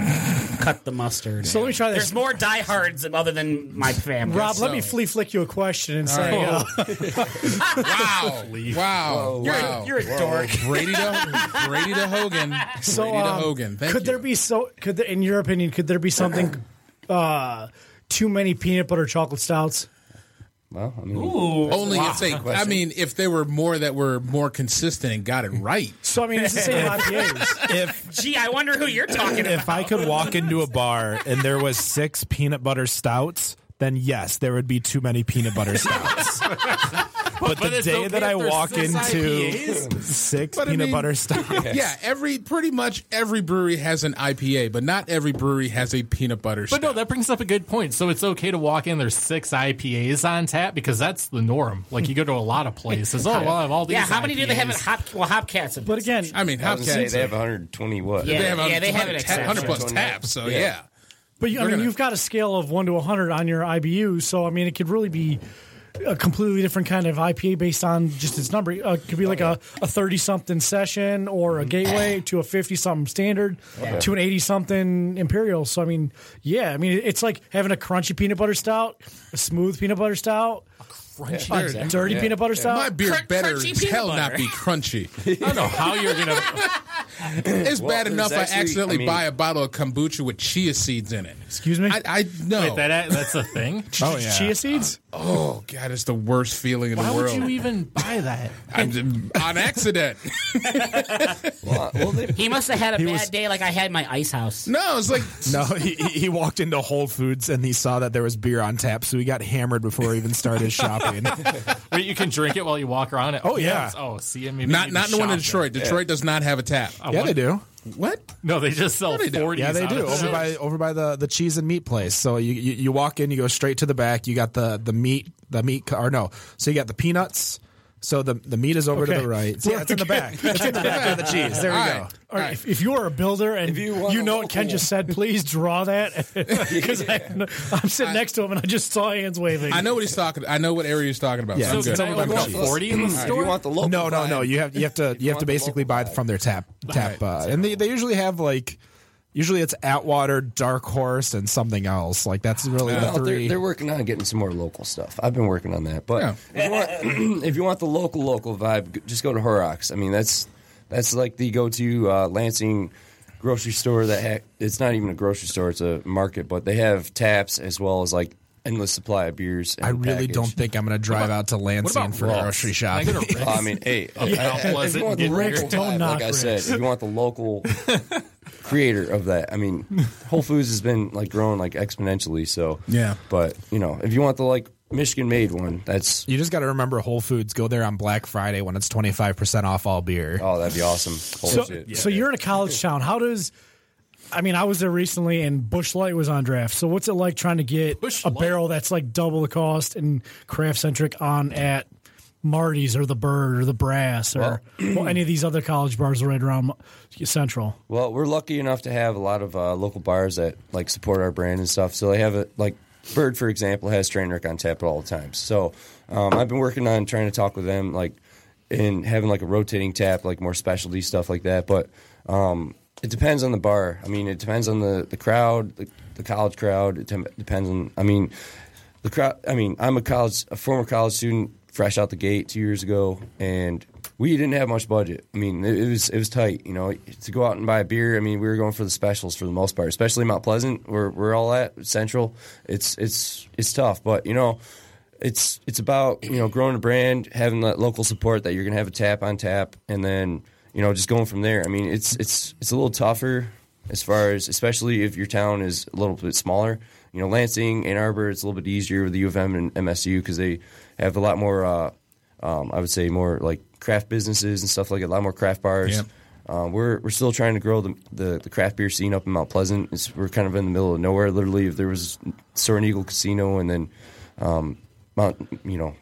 E: cut the mustard.
F: So let me try this.
E: There's more diehards other than my family.
F: Rob, let me flea flick you a question and say, uh,
G: wow, wow,
E: you're,
G: wow.
E: a, you're a dork.
G: Brady to Brady to Hogan.
F: so,
G: Brady to
F: um,
G: Hogan. Thank
F: could
G: you.
F: there be so? Could there, in your opinion, could there be something uh, too many peanut butter chocolate stouts?
H: Well, I mean,
G: only if they? I mean, if there were more that were more consistent and got it right.
F: So I mean, it's the same IPAs.
C: If
E: Gee, I wonder who you're talking about.
C: if I could walk into a bar and there was six peanut butter stouts, then yes, there would be too many peanut butter stouts. But, the
D: it's
C: day
D: okay
C: that
D: if
C: I
D: there's
C: walk
D: six
C: into six
G: But I
C: peanut
G: mean-
C: butter stouts,
G: Yeah, every pretty much every brewery has an IPA, but not every brewery has a peanut butter.
D: But no,
G: stout.
D: that brings up a good point. So it's okay to walk in. There's six IPAs on tap because that's the norm. Like you go to a lot of places. Oh, well, I have all these.
E: yeah, how many do they have in
D: IPAs.
E: Hop? Well, Hopcats. have-
F: But again,
G: I mean,
H: I was gonna say
G: Hopkins.
H: they have 120 what?
E: Yeah.
G: they have a
E: they have an
G: 100
E: exception.
G: hundred plus taps. So yeah.
F: but you, I
G: we're
F: mean,
G: gonna-
F: you've got a scale of one to hundred on your IBU. So I mean, it could really be a completely different kind of IPA based on just its number. Uh, it could be like a a thirty something session or a gateway to a fifty something standard to an eighty something imperial. So I mean, yeah, I mean, it's like having a crunchy peanut butter stout, a smooth peanut butter stout, a dirty peanut butter stout.
G: My beer
E: Cr-
G: better
E: crunchy
G: as
E: peanut
G: hell
E: butter.
G: not be crunchy.
D: I don't know how you're gonna.
G: It's
H: Well,
G: bad
H: there's
G: enough
H: actually-
G: I accidentally
H: I mean-
G: buy a bottle of kombucha with chia seeds in it.
F: Excuse me?
G: I, I no.
D: Wait, that that's a thing.
C: oh yeah,
F: Chia seeds.
G: oh god, it's the worst feeling in
D: Why
G: the
D: would
G: world.
D: you even buy that?
G: I'm, on accident.
H: Well, well, they,
E: He must have had a bad
C: was-
E: day, like I had my ice house.
G: no, it's like
C: No, he, he he walked into Whole Foods and he saw that there was beer on tap, so he got hammered before he even started shopping.
D: Wait, you can drink it while you walk around it.
C: Oh, yeah.
D: it's- Oh, see, I mean,
G: not not the one in Detroit. Detroit does not have a tap.
C: yeah, they do.
G: What?
D: No, they just sell
G: they do.
D: forty.
C: Yeah, they do. Over by over by the, the cheese and meat place. So you, you you walk in, you go straight to the back. You got the the meat the meat co- or no. So you got the peanuts. So the the meat is over to
F: Okay.
C: the right. Yeah, it's in the back. It's in the back of the cheese. There we
G: All
C: go.
G: right.
F: All right, if, if you are a builder and
H: you
F: you,
H: want a
F: know what Ken
H: local-
F: just said, please draw that because I'm sitting next to him and I just saw hands waving.
G: I know what he's talking. I know what area he's talking about.
C: Yeah.
G: I'm
D: So
G: good.
D: can I
C: over by
D: order
C: Bucky's.
D: forty in the
H: if you
D: store?
H: want the local,
C: No, no,
H: vibe,
C: no. You have you have to you have
H: want
C: to
H: the
C: basically
H: local
C: buy it
H: vibe.
C: from their tap tap. Uh, and they they usually have like. Usually it's Atwater, Dark Horse, and something else. Like that's really
H: Well,
C: the 3
H: Oh, they're, they're working on getting some more local stuff. I've been working on that, but if, you want, if you want the local local vibe, g- just go to Horrocks. I mean, that's that's like the go-to uh, Lansing grocery store. That ha- it's not even a grocery store; it's a market, but they have taps as well as like endless supply of beers. And
C: I really
H: package.
C: don't think I'm going to drive out to Lansing
D: about
C: for
D: Ross?
C: grocery
D: Can I
C: shopping.
D: go to
H: Well, I mean, hey, I- I-
D: how
H: if
D: pleasant
H: you want the
D: and
H: local
D: getting
F: there.
H: vibe,
F: Don't
H: like I
F: knock
H: said, if you want the local creator of that, I mean, Whole Foods has been like growing like exponentially. So
G: Yeah.
H: but you know, if you want the like Michigan made one, that's
C: You just got to remember Whole Foods. Go there on Black Friday when it's 25% off all beer.
H: Oh, that'd be awesome. Holy
F: So,
H: shit.
F: so you're in a college town. How does? I mean, I was there recently, and Bush Light was on draft. So, what's it like trying to get
D: Busch
F: a
D: Light?
F: barrel that's like double the cost and craft centric on at Marty's or the Bird or the Brass or well, any of these other college bars right around Central?
H: Well, we're lucky enough to have a lot of uh, local bars that like support our brand and stuff. So they have it like Bird, for example, has Trainwreck on tap at all times. So um, I've been working on trying to talk with them, like and having like a rotating tap, like more specialty stuff like that. But um, it depends on the bar. I mean, it depends on the the crowd, the, the college crowd. It tem- depends on. I mean, the crowd. I mean, I'm a college, a former college student, fresh out the gate two years ago, and we didn't have much budget. I mean, it, it was it was tight. You know, to go out and buy a beer. I mean, we were going for the specials for the most part, especially Mount Pleasant, where we're all at Central. It's it's it's tough, but you know. It's it's about you know growing a brand, having that local support that you're gonna have a tap on tap, and then you know just going from there. I mean, it's it's it's a little tougher as far as especially if your town is a little bit smaller. You know, Lansing, Ann Arbor, it's a little bit easier with the U of M and MSU because they have a lot more. Uh, um, I would say more like craft businesses and stuff like that. A lot more craft bars.
G: Yep.
H: Uh, we're we're still trying to grow the, the the craft beer scene up in Mount Pleasant. It's, we're kind of in the middle of nowhere. Literally, there was Soren Eagle Casino, and then um, Mount, you know,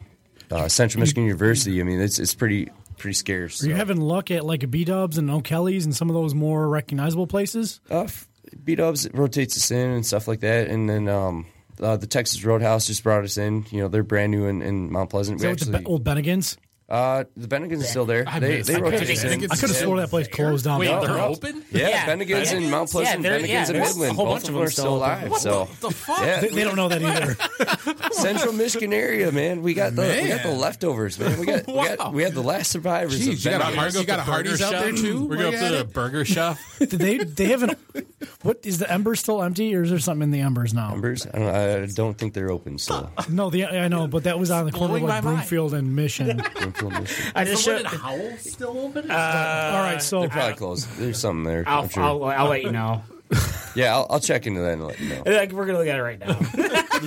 H: uh, Central Michigan University. I mean, it's it's pretty pretty scarce.
F: Are you
H: so.
F: having luck at like a B Dubs and O'Kelly's and some of those more recognizable places?
H: Uh, f- B Dubs rotates us in and stuff like that, and then um, uh, the Texas Roadhouse just brought us in. You know, they're brand new in, in Mount Pleasant.
F: Is that
H: We
F: with the
H: actually,
F: Be- old Bennigan's?
H: uh, the Bennigan's is still there.
D: I
H: they
D: miss-
H: they
D: I could've-
H: rotate us
D: I
H: in.
D: think
F: I could have swore that place closed down.
D: Wait,
H: No,
D: they're
H: they're all-
D: open?
H: Yeah,
E: Yeah,
H: Bennigan's in
E: Bennigan's,
H: Mount Pleasant,
E: yeah, there-
H: Bennigan's
E: yeah,
H: in
E: there's a
H: Midland.
E: whole
H: Both
E: bunch
H: of them
E: of them
H: are still
E: still open.
H: alive. So
D: The fuck?
H: yeah,
F: They, they don't know that either.
H: Central Michigan area, man. We got the we got the
G: Man.
H: leftovers, man. We got, we, got
D: Wow.
H: we had the last survivors.
G: Jeez,
H: of
G: you got a
H: Bennigan's.
G: Har- you got a Hardee's out there too.
D: We're going
G: Look
D: up to
G: at
D: the
G: it.
D: burger chef.
F: Did they they haven't. What is the ember still empty, or is there something in the embers now?
H: Numbers? I don't, I don't think they're open still.
F: No, the I know, but that was on the corner of
D: blowing
F: like
D: my mind. Uh,
F: Broomfield and Mission.
H: Central Michigan.
E: I just
D: Someone
E: showed.
D: in Howell still open?
F: All right, so
H: They're probably closed. There's something there. i
E: I'll, I'll, I'll let you know.
H: yeah, I'll, I'll check into that and let you know.
E: Like, We're gonna look at it right now.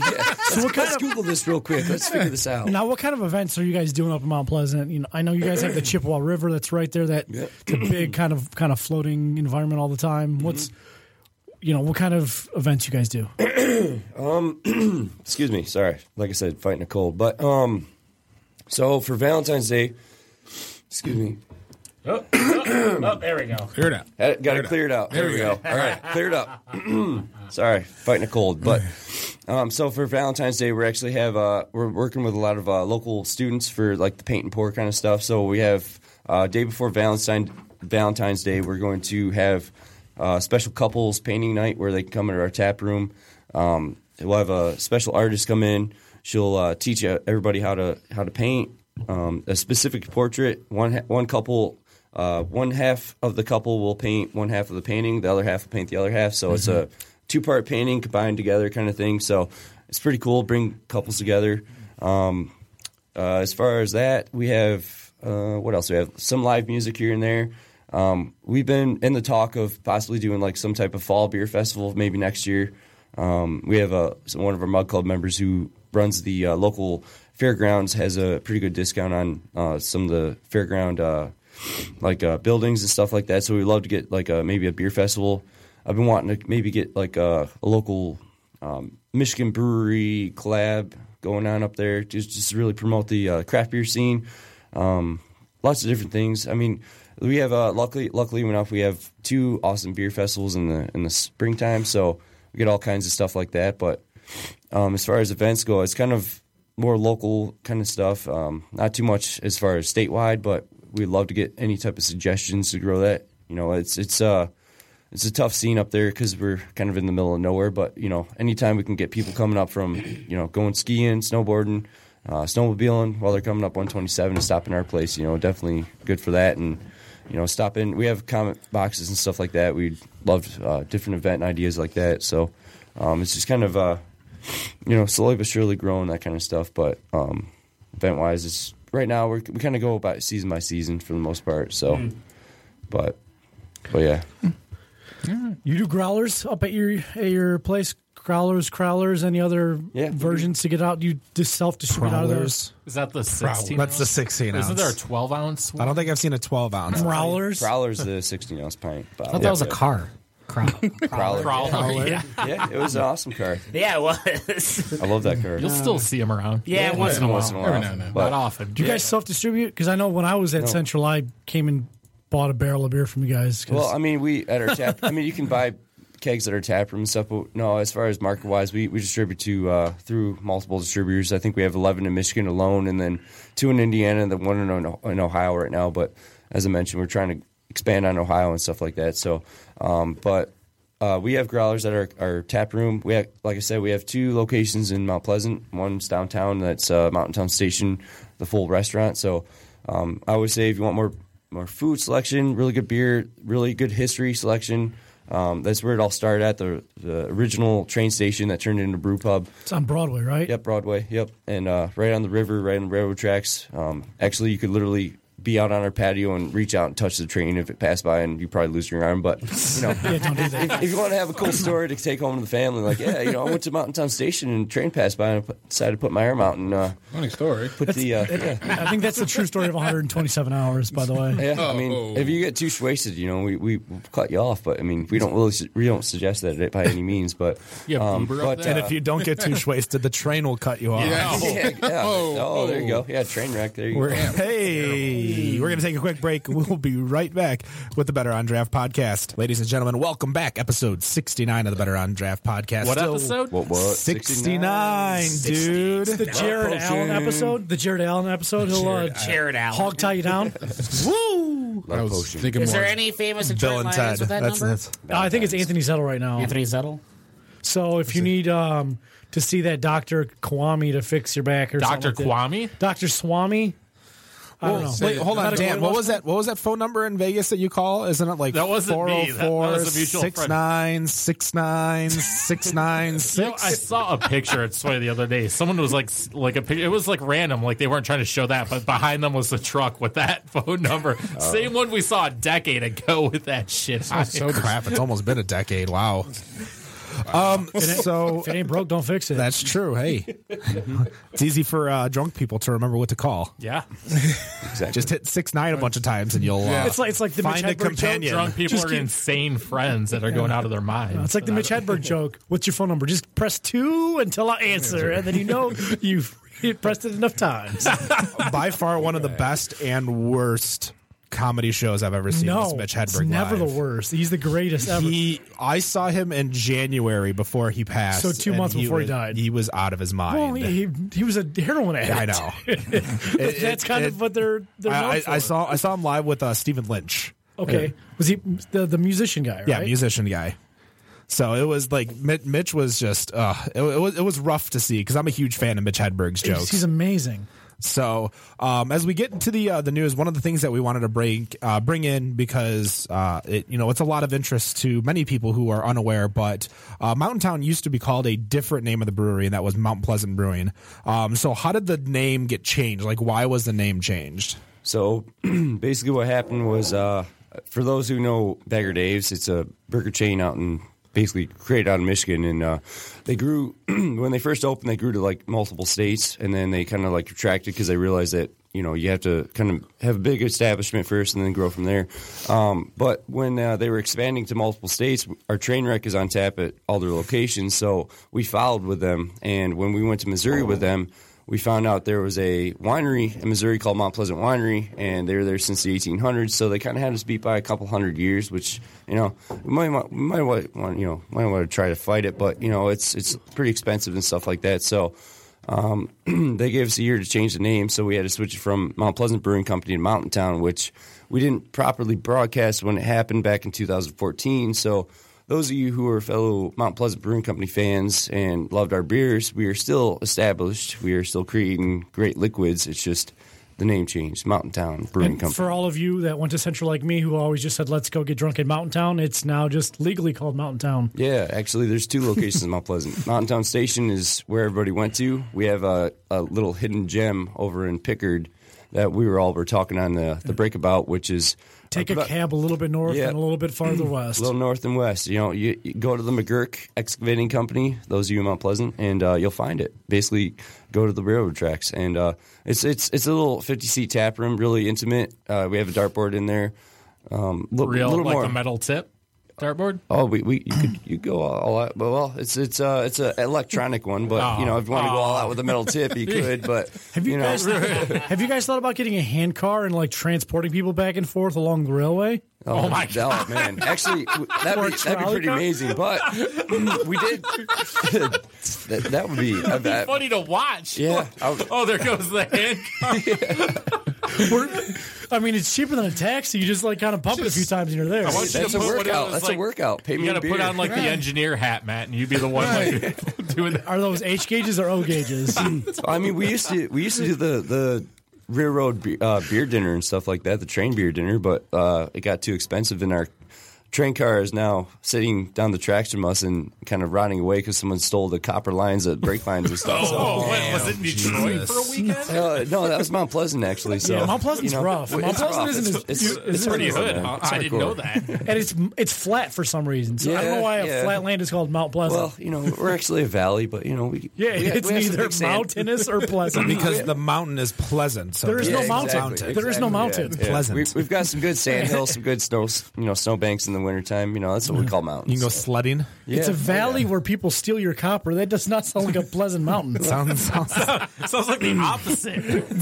H: So Let's Google this real quick. Let's figure this out.
F: now, what kind of events are you guys doing up in Mount Pleasant? You know, I know you guys have the Chippewa River that's right there. That it's a big kind of kind of floating environment all the time.
D: Mm-hmm.
F: What's you know what kind of events you guys do?
H: excuse me sorry like i said fighting a cold but um so for valentine's day excuse me
E: oh, there we go.
G: Clear it out.
H: had- got it cleared out there we go all right cleared up sorry fighting a cold but um, so for valentine's day we actually have uh, we're working with a lot of uh, local students for like the paint and pour kind of stuff so we have uh, day before valentine valentine's day we're going to have uh, special couples painting night where they can come into our tap room um, we'll have a special artist come in she'll uh, teach uh, everybody how to how to paint um, a specific portrait one ha- one couple uh, one half of the couple will paint one half of the painting, the other half will paint the other half. So it's a two part painting combined together kind of thing. So it's pretty cool. Bring couples together. Um, uh, as far as that, we have uh, what else? We have some live music here and there. Um, we've been in the talk of possibly doing like some type of fall beer festival maybe next year. Um, we have a so one of our mug club members who runs the uh, local fairgrounds has a pretty good discount on uh, some of the fairground uh, like uh, buildings and stuff like that. So we would love to get like a, maybe a beer festival. I've been wanting to maybe get like uh, a, a local um, Michigan brewery collab going on up there, just just to really promote the uh, craft beer scene. Um, lots of different things. I mean, we have uh, luckily luckily enough we have two awesome beer festivals in the in the springtime, so we get all kinds of stuff like that. But um, as far as events go, it's kind of more local kind of stuff. Um, not too much as far as statewide, but we love to get any type of suggestions to grow that. You know, it's it's uh it's a tough scene up there because we're kind of in the middle of nowhere. But you know, anytime we can get people coming up from you know going skiing, snowboarding, uh, snowmobiling while they're coming up 127 and stopping our place, you know, definitely good for that. And you know, stop in. We have comment boxes and stuff like that. We love uh, different event ideas like that. So um, it's just kind of uh, you know, slowly but surely growing that kind of stuff. But um, event wise, it's right now we're, we kind of go about season by season for the most part. So, but but yeah,
F: You do growlers up at your at your place. Growlers, crowlers, any other
H: Yeah.
F: versions to get out? You just self distribute out of those.
D: Is that the 16
C: that's the
D: ounce?
C: 16 ounce.
D: Isn't there a 12 ounce
C: I
D: one?
C: don't think I've seen a 12
G: Uh,
C: ounce.
F: Growlers.
H: Prowler's the 16 ounce pint.
E: I thought that was a car. Crowd.
H: Prowler.
D: Prowler, Yeah.
H: Yeah, it was an awesome car.
E: Yeah, it was.
H: I love that car.
D: You'll still see them around.
E: Yeah, once in a while.
H: Once in a while,
G: Every now and then.
H: but
D: Not often.
F: Do you guys self distribute? Because I know when I was at Central, I came and bought a barrel of beer from you guys. 'cause-
H: Well, I mean, we at our tap. I mean, you can buy kegs at our tap room and stuff. But no, as far as market wise, we, we distribute to uh, through multiple distributors. I think we have eleven in Michigan alone, and then two in Indiana, and then one in, O- in Ohio right now. But as I mentioned, we're trying to expand on Ohio and stuff like that. So, um, but. Uh, we have growlers at our, our tap room. We have, like I said, we have two locations in Mount Pleasant. One's downtown, that's uh, Mountain Town Station, the full restaurant. So um, I always say if you want more more food selection, really good beer, really good history selection. Um, that's where it all started at the the original train station that turned into brew pub.
F: it's on Broadway, right?
H: Yep, Broadway. Yep, and uh, right on the river, right on the railroad tracks. Um, actually, you could literally be out on our patio and reach out and touch the train if it passed by, and you probably lose your arm. But you know, if, if you want to have a cool story to take home to the family, like yeah, you know, I went to Mountain Town Station and train passed by, and I put, decided to put my arm out and uh,
G: Funny story.
H: put the uh, yeah.
F: I think that's the true story of 127 hours, by the way.
H: Yeah, I mean,
D: Oh.
H: if you get too wasted, you know, we we we'll cut you off. But I mean, we don't really su- we don't suggest that by any means. But um,
D: You have Uber up
H: but uh,
D: there?
C: And if you don't get too wasted, the train will cut you off.
H: yeah, yeah. Oh, there you go. Yeah, train wreck. There you
C: We're,
H: go.
C: hey, we're going to take a quick break. We'll be right back with the Better on Draft podcast. Ladies and gentlemen, welcome back. Episode 69 of the Better on Draft podcast.
D: What
C: Still
D: episode?
H: What what?
C: 69, dude.
F: The Jared
H: Approaching.
F: Allen episode. The Jared Allen episode. He'll uh,
E: Jared Allen.
F: hog tie you down. Woo!
H: Love
G: I was
H: potion.
G: thinking
E: Is
G: more.
E: there any famous
C: Bill
E: Detroit
C: and
E: Lions
C: Ted.
E: with that
C: That's
E: number?
C: it.
F: I think it's Anthony Zettel right now.
E: Anthony Zettel.
F: So if you need um, to see that Doctor Kwame to fix your back or
D: Dr.
F: something like
D: Kwame?
F: that. Doctor Swami. I don't know.
C: Wait, hold on,
F: Medical
C: Dan. What was that? What was that phone number in Vegas that you call? Isn't it like
D: That wasn't me. That- that
C: 404
D: was a mutual friend.
C: 69 69 69
D: You know, I saw a picture at Sway the other day. Someone was like, s- like a pic- it was like random, like they weren't trying to show that, but behind them was the truck with that phone number,
G: Oh.
D: same one we saw a decade ago with that shit. on it.
G: so
C: Crap, it's almost been a decade. Wow. Um, so
F: If it ain't broke, don't fix it.
C: that's true. Hey, it's easy for uh, drunk people to remember what to call.
D: yeah,
C: Just hit six nine a bunch of times, and you'll. Uh,
F: it's like it's like the
C: Find
F: Mitch
C: a
F: Hedberg
C: companion. Yeah.
D: drunk people
F: Just
D: are
F: keep-
D: insane friends that are going out of their minds.
F: joke. It's like the Mitch Hedberg joke. What's your phone number? Just press two until I answer, and then you know you've pressed it enough times.
C: by far one of the best and worst comedy shows I've ever seen.
F: no,
C: was Mitch Hedberg.
F: it's never
C: Live.
F: the worst. He's the greatest ever.
C: He, I saw him in January before he passed.
F: So two
C: and
F: months before he
C: was-
F: died.
C: he was out of his mind.
F: well, he, he was a heroin addict.
C: I know. It-
F: That's
C: it-
F: kind
C: it-
F: of what they're they're known
C: I, I,
F: for.
C: I saw. I saw him live with uh, Stephen Lynch.
F: Okay, was he the the musician guy? Right?
C: Yeah, musician guy. So it was like Mi- Mitch was just. Uh, it, it was. It was rough to see because I'm a huge fan of Mitch Hedberg's jokes.
F: He's amazing.
C: So, um, as we get into the uh, the news, one of the things that we wanted to bring uh, bring in because uh, it you know it's a lot of interest to many people who are unaware, but uh, Mountain Town used to be called a different name of the brewery, and that was Mount Pleasant Brewing. Um, so, how did the name get changed? Like, why was the name changed?
H: So basically, what happened was, uh, for those who know Bagger Dave's, it's a burger chain out in basically created out in Michigan, and uh, they grew when they first opened. They grew to like multiple states, and then they kind of like retracted because they realized that you know you have to kind of have a big establishment first and then grow from there. Um, but when uh, they were expanding to multiple states, our train wreck is on tap at all their locations, so we followed with them. And when we went to Missouri with them we found out there was a winery in Missouri called Mount Pleasant Winery, and they were there since the 1800s. So they kind of had us beat by a couple hundred years, which you know we might want, we might want you know might want to try to fight it, but you know it's it's pretty expensive and stuff like that. So um, they gave us a year to change the name, so we had to switch it from Mount Pleasant Brewing Company to Mountain Town, which we didn't properly broadcast when it happened back in 2014. So those of you who are fellow Mount Pleasant Brewing Company fans and loved our beers, we are still established. We are still creating great liquids. It's just the name changed, Mountain Town Brewing
F: And
H: Company.
F: for all of you that went to Central like me, who always just said, "Let's go get drunk in Mountain Town," it's now just legally called Mountain Town.
H: Yeah, actually, there's two locations in Mount Pleasant. Mountain Town Station is where everybody went to. We have a, a little hidden gem over in Pickard that we were all were talking on the the breakabout, which is
F: Take a
H: about-
F: cab a little bit north
H: Yeah.
F: and a little bit farther west.
H: a little north and west. You know, you, you go to the McGurk Excavating Company, those of you in Mount Pleasant, and uh, you'll find it. Basically, go to the railroad tracks, and uh, it's it's it's a little 50 seat tap room, really intimate. Uh, we have a dartboard in there. Um, li-
D: real
H: little
D: like
H: more.
D: the metal tip dartboard.
H: Oh, we, we you could you go all, all out. but, Well, it's it's uh it's an electronic one, but you know if you want to go all out with a metal tip, you could. But
F: have you,
H: know,
F: guys have you guys thought about getting a hand car and like transporting people back and forth along the railway?
H: Oh,
D: my
H: God, man! Actually, w- that'd be, that'd be
F: trolley
H: pretty
F: car?
H: amazing. But we did. that, that would be. I bet.
D: Funny to watch.
H: Yeah, I would-
D: Oh, there goes the hand.
F: We're- I mean, it's cheaper than a taxi. You just like kind of pump it a few times and you're there.
D: I want you
H: That's
D: to
H: a
D: put one of
H: workout.
D: those,
H: That's a
D: like-
H: workout. Pay me
D: You got
H: a
D: to put
H: beer.
D: on like the engineer hat, Matt, and you'd be the one like doing that.
F: Are those H gauges or O gauges?
H: I mean, we used to we used to do the the railroad be, uh, beer dinner and stuff like that, the train beer dinner, but uh, it got too expensive, and our train car is now sitting down the traction bus and kind of rotting away because someone stole the copper lines, the brake lines, and stuff. so-
D: Oh, what, was it in Detroit for a weekend?
H: Uh, no, that was Mount Pleasant actually. So
F: Yeah, Mount Pleasant's rough.
H: it's
F: Mount Pleasant isn't
H: It's-
F: as-
H: it's,
F: you-
H: it's
D: It's pretty
H: hardcore,
D: hood.
H: man.
D: huh?
H: It's
D: I didn't
H: hardcore.
D: know that.
F: and it's it's flat for some reason. So I don't know
H: Yeah,
F: why a
H: yeah.
F: flat land is called Mount Pleasant.
H: Well, you know, we're actually a valley, but you know, we
F: yeah,
H: we-
F: it's
H: we have some
F: neither
H: big sand-
F: mountainous or pleasant
C: because the mountain is pleasant. So
F: There is
H: Yeah,
F: no mountain. There is no mountain.
H: Yeah.
C: Pleasant.
H: We, we've got some good sand hills, some good snow, you know, snowbanks in the wintertime. You know, that's what we call mountains.
C: You can go sledding.
F: It's a valley where people steal your copper. That does not sound like a pleasant mountain.
C: Sounds sounds,
D: Sounds like the opposite.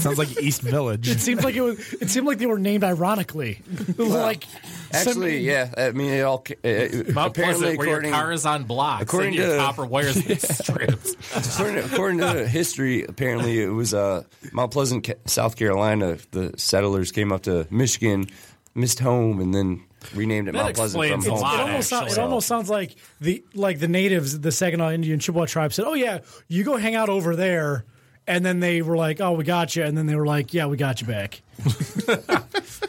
C: sounds like East
F: It
C: Village.
F: seems like it was. It seemed like they were named ironically. like
H: Actually, yeah. I mean, it all. ca- Uh,
D: Mount
H: apparently,
D: Pleasant, where your
H: according,
D: car is on blocks
H: according
D: and your
H: to-
D: copper wires yeah. stripped.
H: according, to, according to history, apparently it was uh, Mount Pleasant, Ca- South Carolina. The settlers came up to Michigan, missed home, and then renamed it
D: That
H: Mount Pleasant from
D: explains a
H: home.
F: it's,
D: lot,
F: it almost sound, it
D: actually.
F: almost sounds like the like the natives, the Saginaw Indian Chippewa tribe said, "Oh yeah, you go hang out over there," and then they were like, "Oh, we got you," and then they were like, "Yeah, we got you back."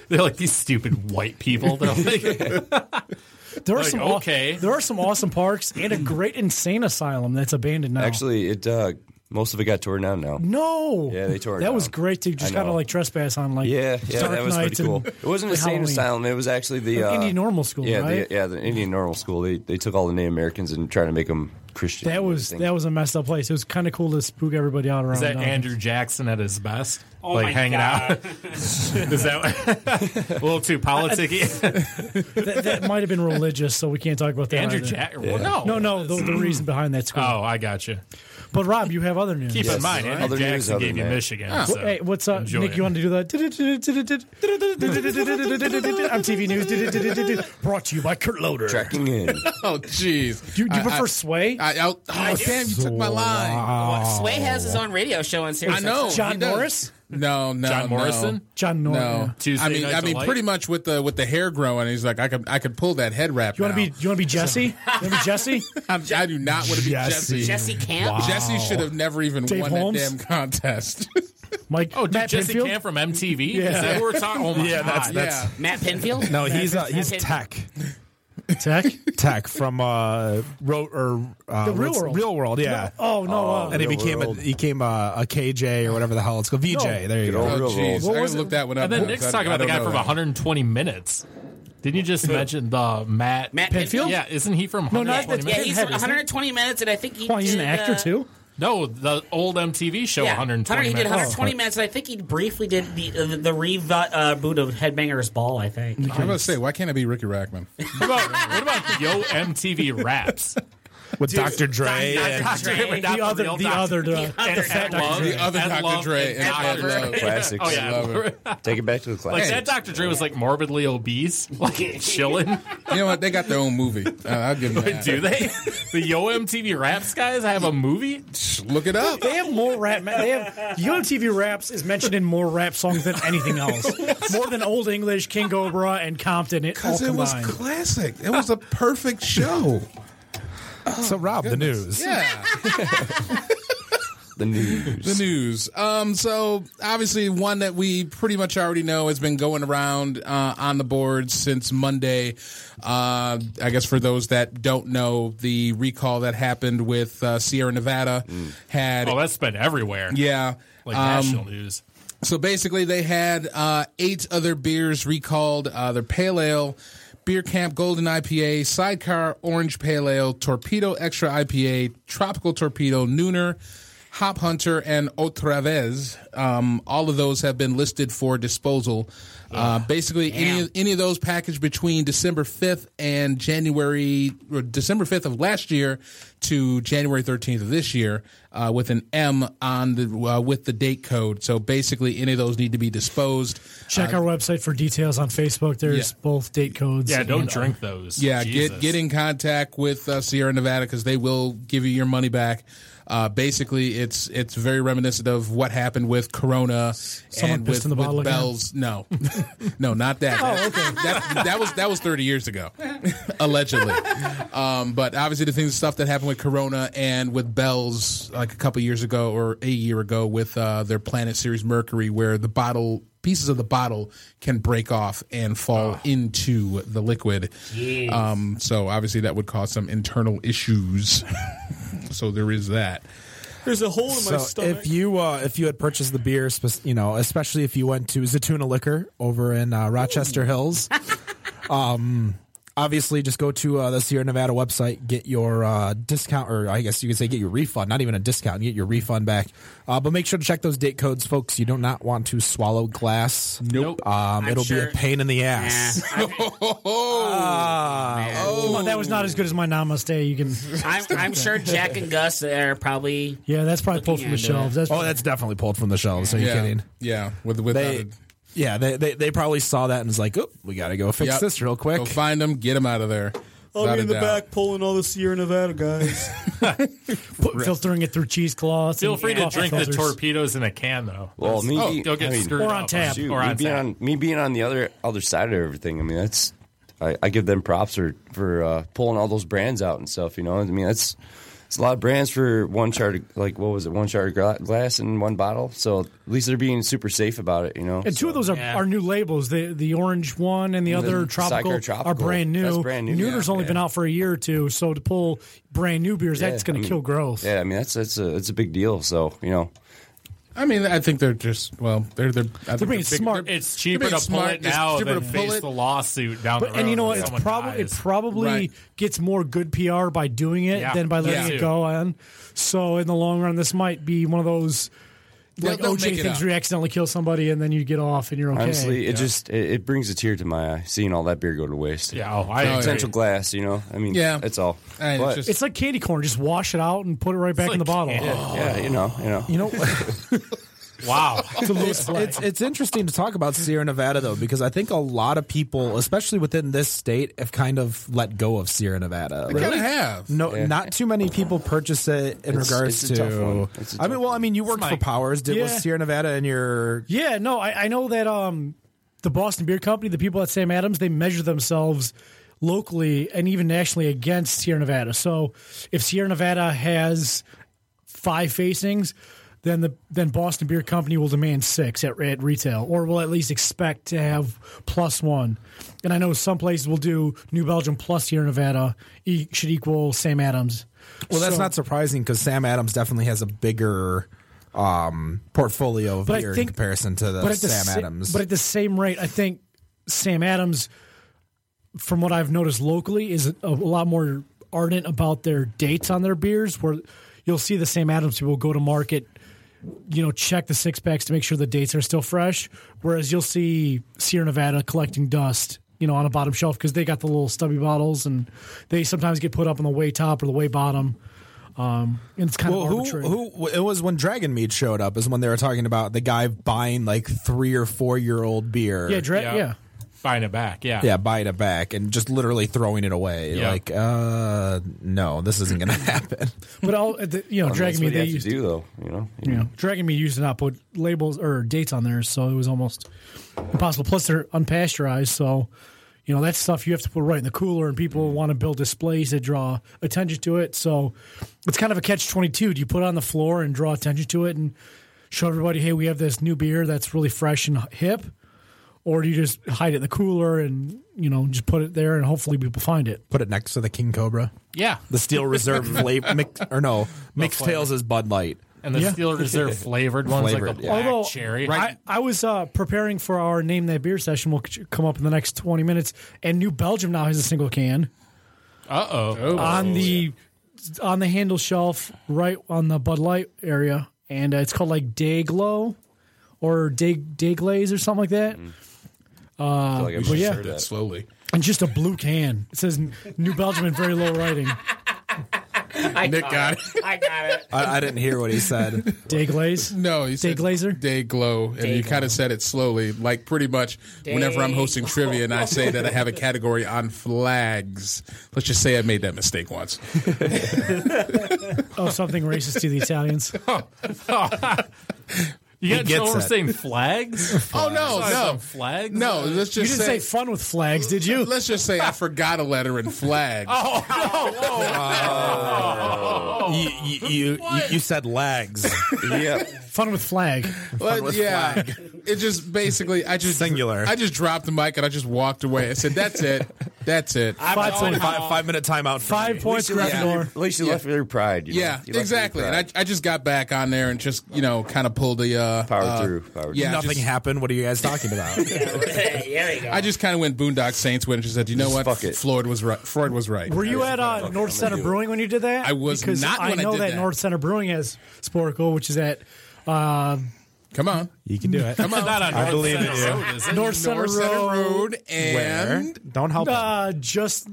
D: They're like these stupid white people. They're like,
F: There are
D: Like,
F: some aw-
D: okay.
F: There are some awesome parks and a great insane asylum that's abandoned now.
H: Actually, it uh, most of it got torn down now.
F: no.
H: Yeah, they tore it
F: That was
H: down.
F: great to
H: I
F: just kind
H: know.
F: of like trespass on like
H: Yeah, yeah,
F: Dark
H: that was
F: Knights
H: pretty cool.
F: and-
H: It wasn't a
F: like
H: sane
F: Halloween.
H: asylum. It was actually the uh,
F: Indian Normal School,
H: Yeah,
F: right?
H: the, yeah, the Indian Normal School. They they took all the Native Americans and tried to make them Christian.
F: That
H: and
F: was
H: everything.
F: that was a messed up place. It was kind of cool to spook everybody out around.
D: is that
F: uh,
D: Andrew Jackson at his best?
E: Oh
D: like
E: my
D: hanging
E: God.
D: out? is that a little too politicky?
F: That, that might have been religious, so we can't talk about that.
D: Andrew
F: either.
D: Jackson? Well, no.
F: No, no, the, the reason behind that school.
D: Oh, I got you.
F: But Rob, you have other news.
D: Keep in mind, Andrew
H: Other news
D: Jackson
H: other
D: gave
H: than
D: you
H: that.
D: Michigan.
F: Wh-
D: So.
F: Oh. hey, what's up,
D: enjoy
F: Nick?
D: it.
F: You want to do that? I'm TV News. Brought to you by Kurt Loder. Do
H: tracking in.
G: Oh, jeez.
F: you, do you
G: I-
F: prefer
G: I-
F: Sway?
G: I, I, oh, damn, you took my line.
E: Well, Sway has his own radio show on Sirius.
G: I know.
F: John
G: he does.
F: Morris?
G: No, no.
D: John
G: no.
D: Morrison?
F: John
G: No.
F: Norton. yeah.
D: Tuesday
G: I mean,
D: Night
G: I mean,
D: Delight?
G: pretty much with the with the hair growing, he's like, I could I could pull that head wrap.
F: You want to
G: now.
F: be? You want to be Jesse? You want to be Jesse?
G: I'm, I do not want to be Jesse. Jesse,
E: Jesse Camp.
G: should have never even
F: Dave
G: won
F: Holmes?
G: that damn contest.
F: Mike?
D: Oh, dude,
F: Matt
D: Jesse
F: Pinfield?
D: Camp from MTV? Is that who we're talking? Oh my yeah, that's, God.
G: yeah.
E: Matt Pinfield.
C: No, he's uh, he's
E: Matt Pinfield.
C: tech
F: Tech.
C: tech from uh ro- or uh,
F: The Real
C: what's-
F: World.
C: real world, yeah.
F: Oh no. uh,
C: and he became a, he became a, a KJ or whatever the hell it's called VJ.
F: No.
C: There
H: Good
C: you go.
H: old
G: Oh,
H: real
G: jeez.
H: roll.
G: I gotta look that one up.
D: And then
G: because
D: Nick's
G: I-
D: talking
G: I
D: about the guy
G: don't know
D: from
G: that.
D: 120 Minutes. Didn't you just mention the Matt
E: Matt Pinfield?
D: Yeah, isn't he from
F: No, not
D: 120
F: that-
E: Yeah,
D: Minutes?
E: he's
F: Pinhead, isn't he?
E: 120 minutes, and I think he.
F: Come on, he's an
E: did,
F: actor
E: uh,
F: too.
D: No, the old MTV show
E: Yeah,
D: 120
E: Hunter, he did
D: Minutes. Oh,
E: 120 minutes, and I think he briefly did the uh, the reboot uh, boot of Headbangers Ball. I think.
G: I'm gonna say, why can't it be Ricky Rackman?
D: What about, what about Yo MTV Raps?
C: With Dr. Dre
E: Dr.
C: and
E: Dre.
D: Dre, not
F: The other,
D: real
F: the
D: Dr.
F: other,
E: The
F: uh,
E: other
F: the
E: Ed
F: fat
E: Love.
F: Dr. Dre.
G: The other
D: Ed
G: Dr.
D: Love
G: Dre
D: and
G: and
D: Ed
G: Ed Love.
H: Classics.
D: Oh, yeah.
G: Love it.
H: Take it back to the
D: Like
H: classics.
D: that Dr. Dre was like morbidly obese, like chilling.
G: You know what? They got their own movie. Uh, I'll give them that.
D: Do they? The Yo MTV Raps guys have a movie?
G: Look it up.
F: They have more rap. They have UMTV raps is mentioned in more rap songs than anything else. more than Old English, King Cobra, and Compton. It all
G: Because it was
F: combined.
G: classic. It was a perfect show.
F: Oh,
C: so Rob the news.
G: Yeah.
H: The news.
G: the news. Um, so obviously one that we pretty much already know has been going around uh, on the board since Monday. Uh, I guess for those that don't know, the recall that happened with uh, Sierra Nevada had
D: Oh, that's been everywhere.
G: yeah.
D: Like
G: Um,
D: national news.
G: so basically, they had uh, eight other beers recalled: uh, their pale ale, beer camp golden IPA, sidecar orange pale ale, torpedo extra IPA, tropical torpedo, nooner, hop hunter, and otra vez. Um, all of those have been listed for disposal. Uh, basically, any any of those packaged between December fifth and January, or December fifth of last year to January thirteenth of this year, uh, with an M on the uh, with the date code. So basically, any of those need to be disposed.
H: Uh,
F: Check our website for details on Facebook. There's
G: Yeah.
F: both date codes.
D: Yeah, don't
F: and- uh,
D: drink those.
G: Yeah,
D: Jesus.
G: get get in contact with uh, Sierra Nevada because they will give you your money back. Uh, basically, it's it's very reminiscent of what happened with Corona
F: Someone
G: and
F: pissed
G: with,
F: in the
G: with
F: bottle again?
G: Bell's. No, no, not that. Oh, okay. That, that was that was thirty years ago, allegedly. Um, but obviously, the things stuff that happened with Corona and with Bell's like a couple years ago or a year ago with uh, their Planet Series Mercury, where the bottle pieces of the bottle can break off and fall into the liquid. Um, so obviously, that would cause some internal issues. so there is that.
I: There's a hole in my
C: So
I: stomach.
C: if you uh, if you had purchased the beer, spec- you know, especially if you went to Zatuna Liquor over in uh, Rochester Hills, um, obviously just go to uh, the Sierra Nevada website, get your uh, discount, or I guess you could say get your refund, not even a discount, get your refund back. Uh, but make sure to check those date codes, folks. You do not want to swallow glass.
D: Nope.
C: Um, it'll
E: sure-
C: be a pain in the ass.
F: Come on, Oh, that was not as good as my namaste. You can,
E: I'm, I'm sure Jack and Gus are probably
F: yeah, that's probably pulled from the
E: into
F: shelves. That's
C: Oh, that's definitely pulled from the shelves. Are you
G: yeah,
C: kidding?
G: yeah. With without
C: They,
G: a-
C: yeah, they, they they probably saw that and was like, "Oop, we got to go fix
G: Yep.
C: this real quick."
G: Go find them, get them out of there.
I: I'll
G: Without
I: be
G: a
I: in the
G: doubt.
I: back pulling all the Sierra Nevada guys.
F: put, filtering it through cheesecloths.
D: Feel
F: and
D: free to
F: coffee
D: drink the
F: filters.
D: torpedoes in a can, though.
H: Well, me,
G: Oh,
D: Don't get
H: I mean,
D: screwed
F: Or on
D: up.
F: tap.
H: shoot,
D: Or
H: me
D: on
H: being
D: tap.
H: on me being on the other other side of everything. I mean, that's I, I give them props for for uh, pulling all those brands out and stuff. You know, I mean, that's it's a lot of brands for one shard, of- like what was it, one shard of gla- glass and one bottle. So at least they're being super safe about it. You know,
F: And two of those are,
E: Yeah.
F: are new labels. The the orange one and the other tropical,
H: Psycho Tropical.
F: are brand new.
H: That's brand new,
F: Neuter's
H: yeah,
F: only
H: yeah.
F: been out for a year or two, so to pull brand new beers, that's going to kill growth.
H: yeah, I mean that's that's a it's a big deal. So you know,
G: I mean, I think they're just well, they're they're I think
F: They're being smart.
D: It's
G: You're
D: cheaper
G: being
D: to pull
G: smart.
D: it
G: It's
D: now
G: cheaper
D: than
G: to pull
D: face
G: it.
D: the lawsuit down the
F: But
D: road.
F: and you know what?
D: if
F: It's
D: someone
F: probably it
D: dies.
F: probably
G: Right.
F: gets more good PR by doing it
D: Yeah.
F: than by letting
D: Yeah.
F: it go on. So in the long run, this might be one of those
G: They'll-
F: like
G: they'll make
F: OJ
G: it
F: things
G: up.
F: where you accidentally kill somebody and then you get off and you're okay.
H: honestly, it just it, it brings a tear to my eye seeing all that beer go to waste.
D: Yeah, oh, I
G: yeah.
D: agree.
H: potential glass. You know, I mean,
G: Yeah.
H: that's all.
G: Hey, it's
H: But,
G: just-
F: it's like candy corn. Just wash it out and put it right back in the
D: like
F: bottle.
D: candy.
H: yeah, you know, you know,
C: you know.
D: Wow.
F: It's a loose flag.
C: it's it's interesting to talk about Sierra Nevada though because I think a lot of people, especially within this state, have kind of let go of Sierra Nevada.
G: They kinda have.
C: No, not too many people purchase it in
H: It's-
C: regards
H: it's a
C: to.
H: tough one. It's a
C: I mean, well, I mean, you worked
D: It's
C: for
D: my-
C: Powers, did with
F: Yeah.
C: Sierra Nevada, and your
F: Yeah, no, I, I know that um, the Boston Beer Company, the people at Sam Adams, they measure themselves locally and even nationally against Sierra Nevada. So if Sierra Nevada has five facings, then the then Boston Beer Company will demand six at, at retail, or will at least expect to have plus one. And I know some places will do New Belgium plus Sierra Nevada e- should equal Sam Adams.
C: well, that's
F: So-
C: not surprising because Sam Adams definitely has a bigger um, portfolio of
F: But I
C: beer
F: think-
C: in comparison to the Sam
F: sa-
C: Adams.
F: But at the same rate, I think Sam Adams, from what I've noticed locally, is a, a lot more ardent about their dates on their beers. Where you'll see the Sam Adams people go to market, you know, check the six packs to make sure the dates are still fresh. Whereas you'll see Sierra Nevada collecting dust. You know, on a bottom shelf because they got the little stubby bottles, and they sometimes get put up on the way top or the way bottom, um, and it's kind
C: Well,
F: of
C: who,
F: arbitrary.
C: who? It was when Dragon Mead showed up. Is when they were talking about the guy buying like three or four year old beer.
F: yeah, dra-
D: Yeah.
F: yeah.
D: Buying it back. Yeah.
C: yeah, buying it back and just literally throwing it away.
D: Yeah.
C: Like, uh, no, this isn't going to happen.
F: But all the, you know,
H: that's
F: Dragon
H: what
F: Mead
H: you
F: they
H: have to
F: used
H: do though. You know,
F: you know, Dragon Meat used to not put labels or dates on theirs, so it was almost impossible. Plus, they're unpasteurized, so you know that stuff you have to put right in the cooler, and people want to build displays that draw attention to it. So it's kind of a catch twenty two. Do you put it on the floor and draw attention to it and show everybody, hey, we have this new beer that's really fresh and hip, or do you just hide it in the cooler and you know just put it there and hopefully people find it?
C: Put it next to the King Cobra,
D: Yeah.
C: the Steel Reserve flavor, mix, or no, Mixed Tails is Bud Light.
D: And the Steel Reserve flavored ones like
C: Flavored,
D: the
C: yeah.
D: black
F: Although
D: cherry.
F: I, I was uh, preparing for our name that beer session. Will c- come up in the next twenty minutes. And New Belgium now has a single can
D: Uh oh.
F: on the on the handle shelf, right on the Bud Light area, and uh, it's called like Day Glow or Day Day Glaze or something like that.
D: Mm.
H: I feel like I've
F: but yeah.
H: heard that.
G: slowly.
F: And just a blue can. It says New Belgium in very low writing.
E: I
G: Nick got it.
E: I got it.
C: I, I didn't hear what he said.
F: Day Glaze.
G: No, you said
F: Glazer?
G: Day Glow, and you kind of said it slowly, like pretty much whenever I'm hosting trivia and I say that I have a category on flags. Let's just say I made that mistake once.
F: of Oh, something racist to the Italians.
D: You
C: He
D: got
C: gets
D: no we're
C: it.
D: saying flags?
G: Oh no,
D: Flags on
G: no
D: flags?
G: No, let's
F: You
G: just
F: didn't say
G: say.
F: fun with flags, did you?
G: let's just say I forgot a letter in flags.
D: Oh no!
C: You, you, you, you, you said lags.
H: yeah.
F: Fun with flag.
G: But, yeah, it just basically I just
C: Singular.
G: I just dropped the mic and I just walked away. I said, "That's it, that's it."
F: Five,
C: That's only five, five minute timeout. for
F: five
C: me.
F: points, Gryffindor.
H: At least you left with your pride. You know? You
G: yeah,
H: left with your
G: exactly. And I,
H: pride.
G: I just got back on there and just you know kind of pulled the uh,
H: Power
G: uh,
H: through, power
G: yeah,
C: Nothing
G: just-
C: happened. What are you guys talking about?
E: there you go.
G: I just kind of went Boondock Saints with and just said, "You know
H: Just
G: what?
H: fuck it.
G: Floyd was right. Freud was right."
F: Were you at uh, North Center Brewing when you did that?
G: I was
F: because
G: not
F: I
G: when I
F: know
G: did
F: that
G: that.
F: North Center Brewing has Sporkle, which is at uh,
G: Come on,
C: You can do it.
G: come on.
D: Not on
C: I believe in
D: North
C: you.
D: Center Road, is it?
F: North Center
G: North Center Road and
C: Don't help. him.
F: uh, just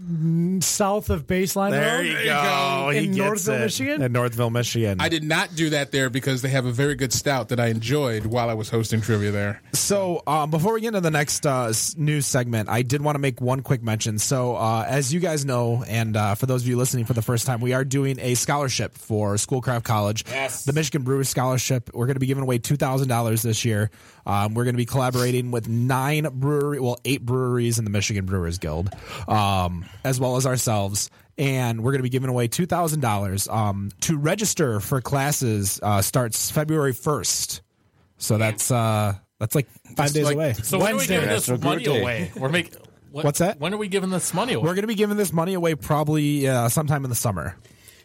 F: south of Baseline
C: There
F: Road.
C: you
G: you
C: go.
G: go.
C: He
F: In
C: gets
F: Northville,
C: it.
F: Michigan?
C: In Northville, Michigan.
G: I did not do that there because they have a very good stout that I enjoyed while I was hosting trivia there.
C: So, um, before we get into the next uh, s- news segment, I did want to make one quick mention. So, uh, as you guys know, and uh, for those of you listening for the first time, we are doing a scholarship for Schoolcraft College, yes. the Michigan Brewers Scholarship. We're going to be giving away two thousand dollars this year. Um, we're going to be collaborating with nine brewery, well, eight breweries in the Michigan Brewers Guild, um, as well as ourselves and we're going to be giving away two thousand dollars um, to register for classes. Uh, starts February first, so that's uh, that's like five days
G: like-
C: away.
D: So when are we
G: Wednesday.
D: giving this
H: National Brewer
D: money
H: Day.
D: away? We're making. What,
C: What's that?
D: When are we giving this money away?
C: We're going to be giving this money away probably uh, sometime in the summer.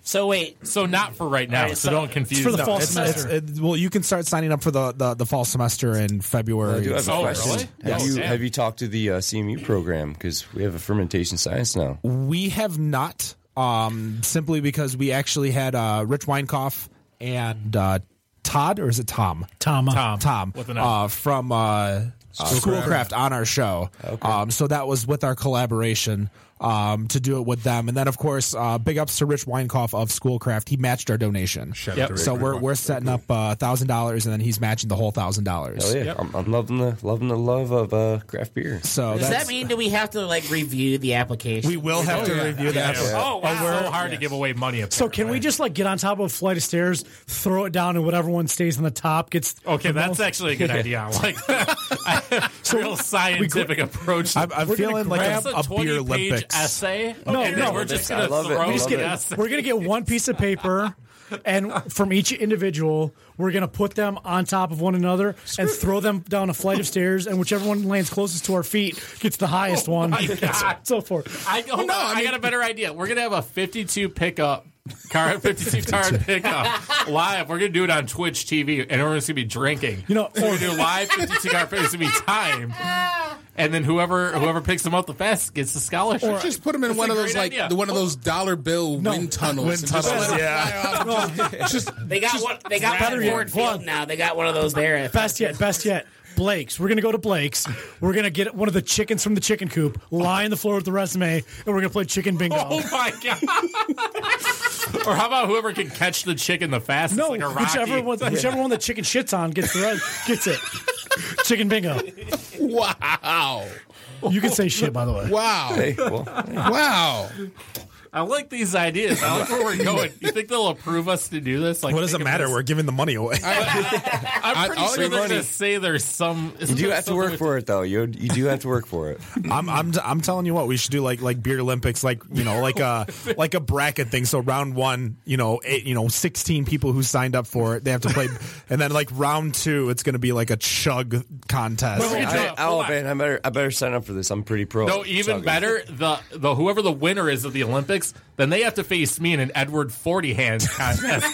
E: so wait,
D: so not for right now.
E: Alright,
D: so,
E: so-
D: don't confuse.
F: for the
D: me.
F: fall
C: It's-
F: semester.
C: it's- it- well, you can start signing up for the, the, the fall semester in February.
H: I do have a
D: Oh,
H: question.
D: really?
H: Have
D: Yes.
H: you
D: Yeah.
H: have you talked to the uh, CMU program because we have a fermentation science now?
C: We have not, um, simply because we actually had uh, Rich Weinkoff and uh, Todd, or is it Tom?
F: Tom, uh,
D: Tom.
C: Tom
D: With an F.
C: uh, from uh, Schoolcraft on our show. Um, so that was with our collaboration um, to do it with them, and then of course, uh, big ups to Rich Weinkoff of Schoolcraft. He matched our donation.
G: Shout
D: Yep.
G: out to
C: So
G: Rick
C: we're
G: Rick.
C: we're setting up uh, a thousand dollars, and then he's matching the whole thousand
H: Hell
C: dollars.
H: Oh, yeah, I'm, I'm loving the loving the love of uh, craft beer.
C: So
E: does
C: that's,
E: that mean do we have to like review the application?
C: we will have to review that.
D: Oh, wow. It's so hard to give away money.
F: So can we just like get on top of a flight of stairs, throw it down, and whatever one stays on the top gets?
D: Okay,
F: the
D: that's
F: most-
D: actually a good idea. I Like that. real scientific approach.
C: I'm, I'm
F: We're gonna
C: feeling like
D: That's
C: a, a beer
D: 20 page
C: Olympics.
D: essay.
F: No,
D: and
F: no.
D: then we're just
H: I
D: gonna
H: love it.
D: throw
H: We
F: Just
H: Love
F: get-
H: it.
D: the essay.
F: we're gonna get one piece of paper, and from each individual, we're gonna put them on top of one another and throw them down a flight of stairs, and whichever one lands closest to our feet gets the highest one.
D: Oh my God.
F: so forth.
D: I, hold on,
G: No, I
D: I,
G: mean-
D: got a better idea. We're gonna have a 52 pickup car, 52 car pickup live. We're gonna do it on Twitch TV, and everyone's gonna be drinking.
F: You know,
D: we're gonna do live 52 car. It's gonna be timed, and then whoever whoever picks them up the fastest gets the scholarship.
G: Just put them in
D: That's
G: one
D: a
G: of those
D: great
G: like
D: idea.
G: the one of those dollar bill wind tunnels.
C: Wind
G: and just
C: tunnels,
G: let 'em
C: yeah.
G: fly off. Just- just-
E: They got one. They got
F: Better
E: one at
F: yet,
E: Ford
F: hold
E: Field
F: on.
E: now. They got one of those there.
F: Best yet, best yet. Blake's. We're gonna go to Blake's. We're gonna get one of the chickens from the chicken coop, lie on the floor with the resume, and we're gonna play chicken bingo.
D: Oh my god! or how about whoever can catch the chicken the fastest?
F: No,
D: like a Rocky.
F: whichever one, whichever one the chicken shits on gets the red, gets it. Chicken bingo.
G: wow,
F: You can say shit, by the way.
G: wow,
H: Hey, well,
G: wow.
D: I like these ideas. I like where we're going. You think they'll approve us to do this? Like,
C: What does it
D: think of
C: matter?
D: this-
C: We're giving the money away.
D: I'm pretty
G: all
D: sure
G: your
D: they're going
G: money.
D: to say there's some.
H: you do have to work for it though. You you do have to work for it.
C: I'm, I'm, I'm telling you what, we should do like like beer Olympics, like you know, like a like a bracket thing. So round one, you know, eight, you know, sixteen people who signed up for it, they have to play, and then like round two, it's going to be like a chug contest.
D: Wait, wait,
H: I,
D: Hold
H: oh
D: on.
H: man, I better I better sign up for this. I'm pretty pro.
D: No,
H: Chugging.
D: even better, the the whoever the winner is of the Olympics, then they have to face me in an Edward Forty Hands contest.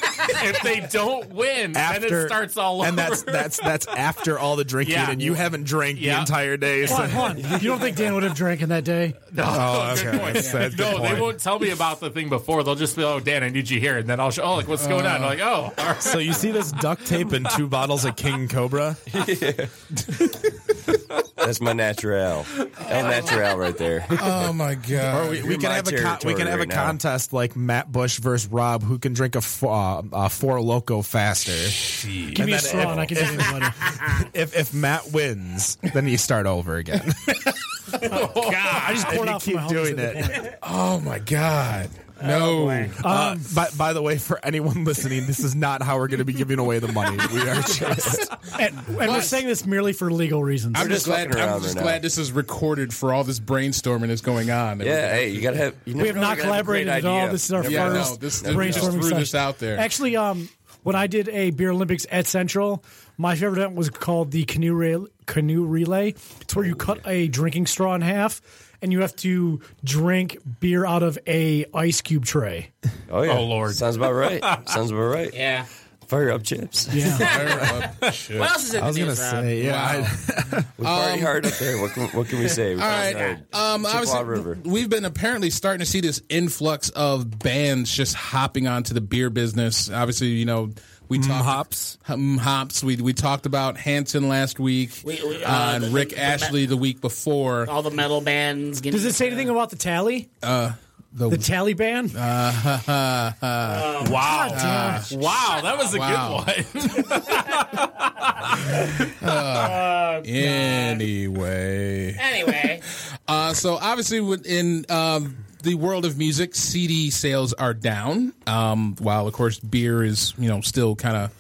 D: if they don't win, then it starts all
C: and
D: over.
C: that's that's that's after all the drinking,
D: Yeah.
C: and you haven't drank
D: Yeah.
C: the entire day.
F: Hold on,
C: So.
F: hold on. You don't think Dan would have drank in that day?
D: no,
C: Oh,
D: good
C: okay.
D: point.
C: That's- that's a good
D: no,
C: point.
D: they won't tell me about the thing before. They'll just be, "Oh, Dan, I need you here," and then I'll show, "Oh, like what's going on?" like, "Oh, all right."
C: So you see this duct tape and two bottles of King Cobra.
H: That's my natural. El natural right there.
G: Oh my god.
C: Or we,
H: You're
C: we can
H: my
C: have a con- we
H: territory
C: can have
H: right
C: a
H: now.
C: contest like Matt Bush versus Rob, who can drink a f- uh, uh, four loco faster.
F: Give me a straw and I can give anybody.
C: If if Matt wins, then you start over again.
F: I just poured
C: you
F: out for my
C: keep
F: homies
C: doing
F: at the Um,
C: it.
F: point.
G: oh my god. No.
C: Uh, by, by the way, for anyone listening, this is not how we're going to be giving away the money. We are just
F: And, and we're saying this merely for legal reasons.
G: I'm just
H: just fucking
G: glad. I'm
H: around
G: just
H: right
G: glad
H: now.
G: this is recorded for all this brainstorming that's going on.
H: Yeah, hey, you gotta have. You
F: we have not collaborated at all. This is our
G: Yeah,
F: first
G: no, this- we just
F: brainstorming
G: threw
F: session.
G: this out there.
F: Actually, um, when I did a beer Olympics at Central, my favorite event was called the canoe re- canoe relay. It's where you
G: Oh,
F: cut a drinking straw in half, and you have to drink beer out of a ice cube tray.
H: Oh, yeah.
D: Oh, Lord.
H: Sounds about right. Sounds about right.
E: Yeah.
H: Fire up chips.
G: Fire up. Shit.
E: What else is in
C: I was
E: the
C: going to
E: news, Rob?
C: say, yeah. I-
H: We party hard up there. What can, what can we say? We
G: Um, All
H: party
G: right.
H: hard.
G: Um,
H: Chippewa
G: obviously,
H: River.
G: we've been apparently starting to see this influx of bands just hopping onto the beer business. Obviously, you know, we talked
C: hops.
G: Mm, hops. We we talked about Hanson last week,
E: We- we- uh,
G: uh, and
E: the-
G: Rick
E: the- Oh. the-
G: Ashley the week before.
E: All the metal bands. Getting
F: Does it say anything about the tally? Uh, the, tally Taliban?
G: Uh,
D: Wow. wow, that was a
G: Wow.
D: good one.
G: Anyway,
E: Anyway,
G: Uh, so obviously, within um, the world of music, CD sales are down. Um, while of course, beer is you know still kind of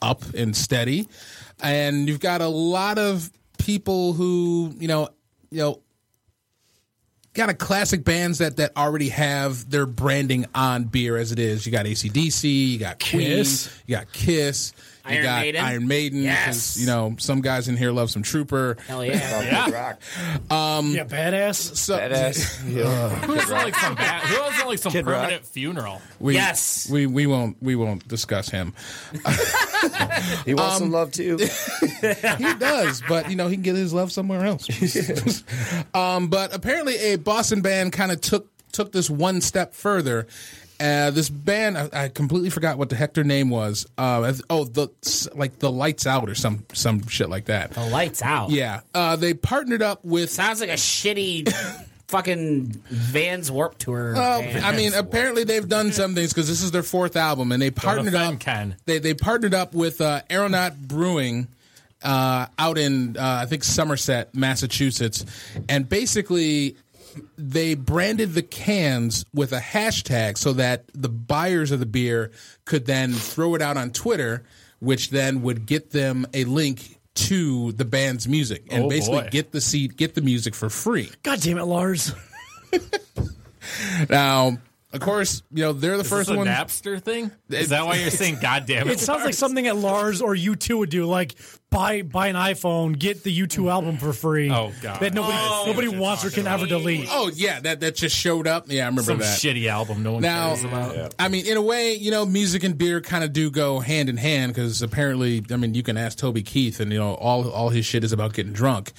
G: up and steady, and you've got a lot of people who you know you know kind of classic bands that that already have their branding on beer as it is. You got ACDC, you got Queen,
F: Kiss.
G: you got Kiss, you
E: Iron
G: got
E: Maiden.
G: Iron Maiden. 'cause,
E: Yes.
G: You know, some guys in here love some Trooper.
E: hell yeah.
H: Rock.
F: yeah, badass.
G: So,
H: Badass.
D: Who doesn't like some, bad, who doesn't like some
H: Kid Rock.
D: permanent funeral?
G: We,
E: Yes.
G: we we won't we won't discuss him.
H: He wants
G: Um,
H: some love too.
G: He does, but you know he can get his love somewhere else. um, but apparently, a Boston band kind of took took this one step further. Uh, this band, I, I completely forgot what the heck their name was. Uh, oh, the like the lights out or some some shit like that.
E: The lights out.
G: Yeah, uh, they partnered up with
E: Sounds like a shitty fucking Vans Warp Tour.
G: Well,
E: band.
G: I mean, apparently they've done some things because this is their fourth album, and they partnered
D: offend
G: up.
D: Ken.
G: They they partnered up with uh, Aeronaut Brewing uh, out in uh, I think Somerset, Massachusetts, and basically they branded the cans with a hashtag so that the buyers of the beer could then throw it out on Twitter, which then would get them a link to the band's music and
D: Oh,
G: basically
D: boy.
G: get the seed, get the music for free.
F: God damn it, Lars.
G: Now, of course, you know they're the
D: Is
G: first
D: this a
G: one.
D: Napster thing? Is that why you're saying, God damn it?
F: It sounds like something that Lars or you two would do, like buy buy an iPhone, get the U two album for free.
D: Oh, God.
F: that nobody
D: Oh,
F: nobody
D: what you're
F: wants or can ever
D: talking
F: delete.
G: Oh yeah, that that just showed up. Yeah, I remember
D: some
G: that.
D: shitty album no one
G: Now,
D: cares about.
G: I mean, in a way, you know, music and beer kind of do go hand in hand because apparently, I mean, you can ask Toby Keith, and you know, all all his shit is about getting drunk.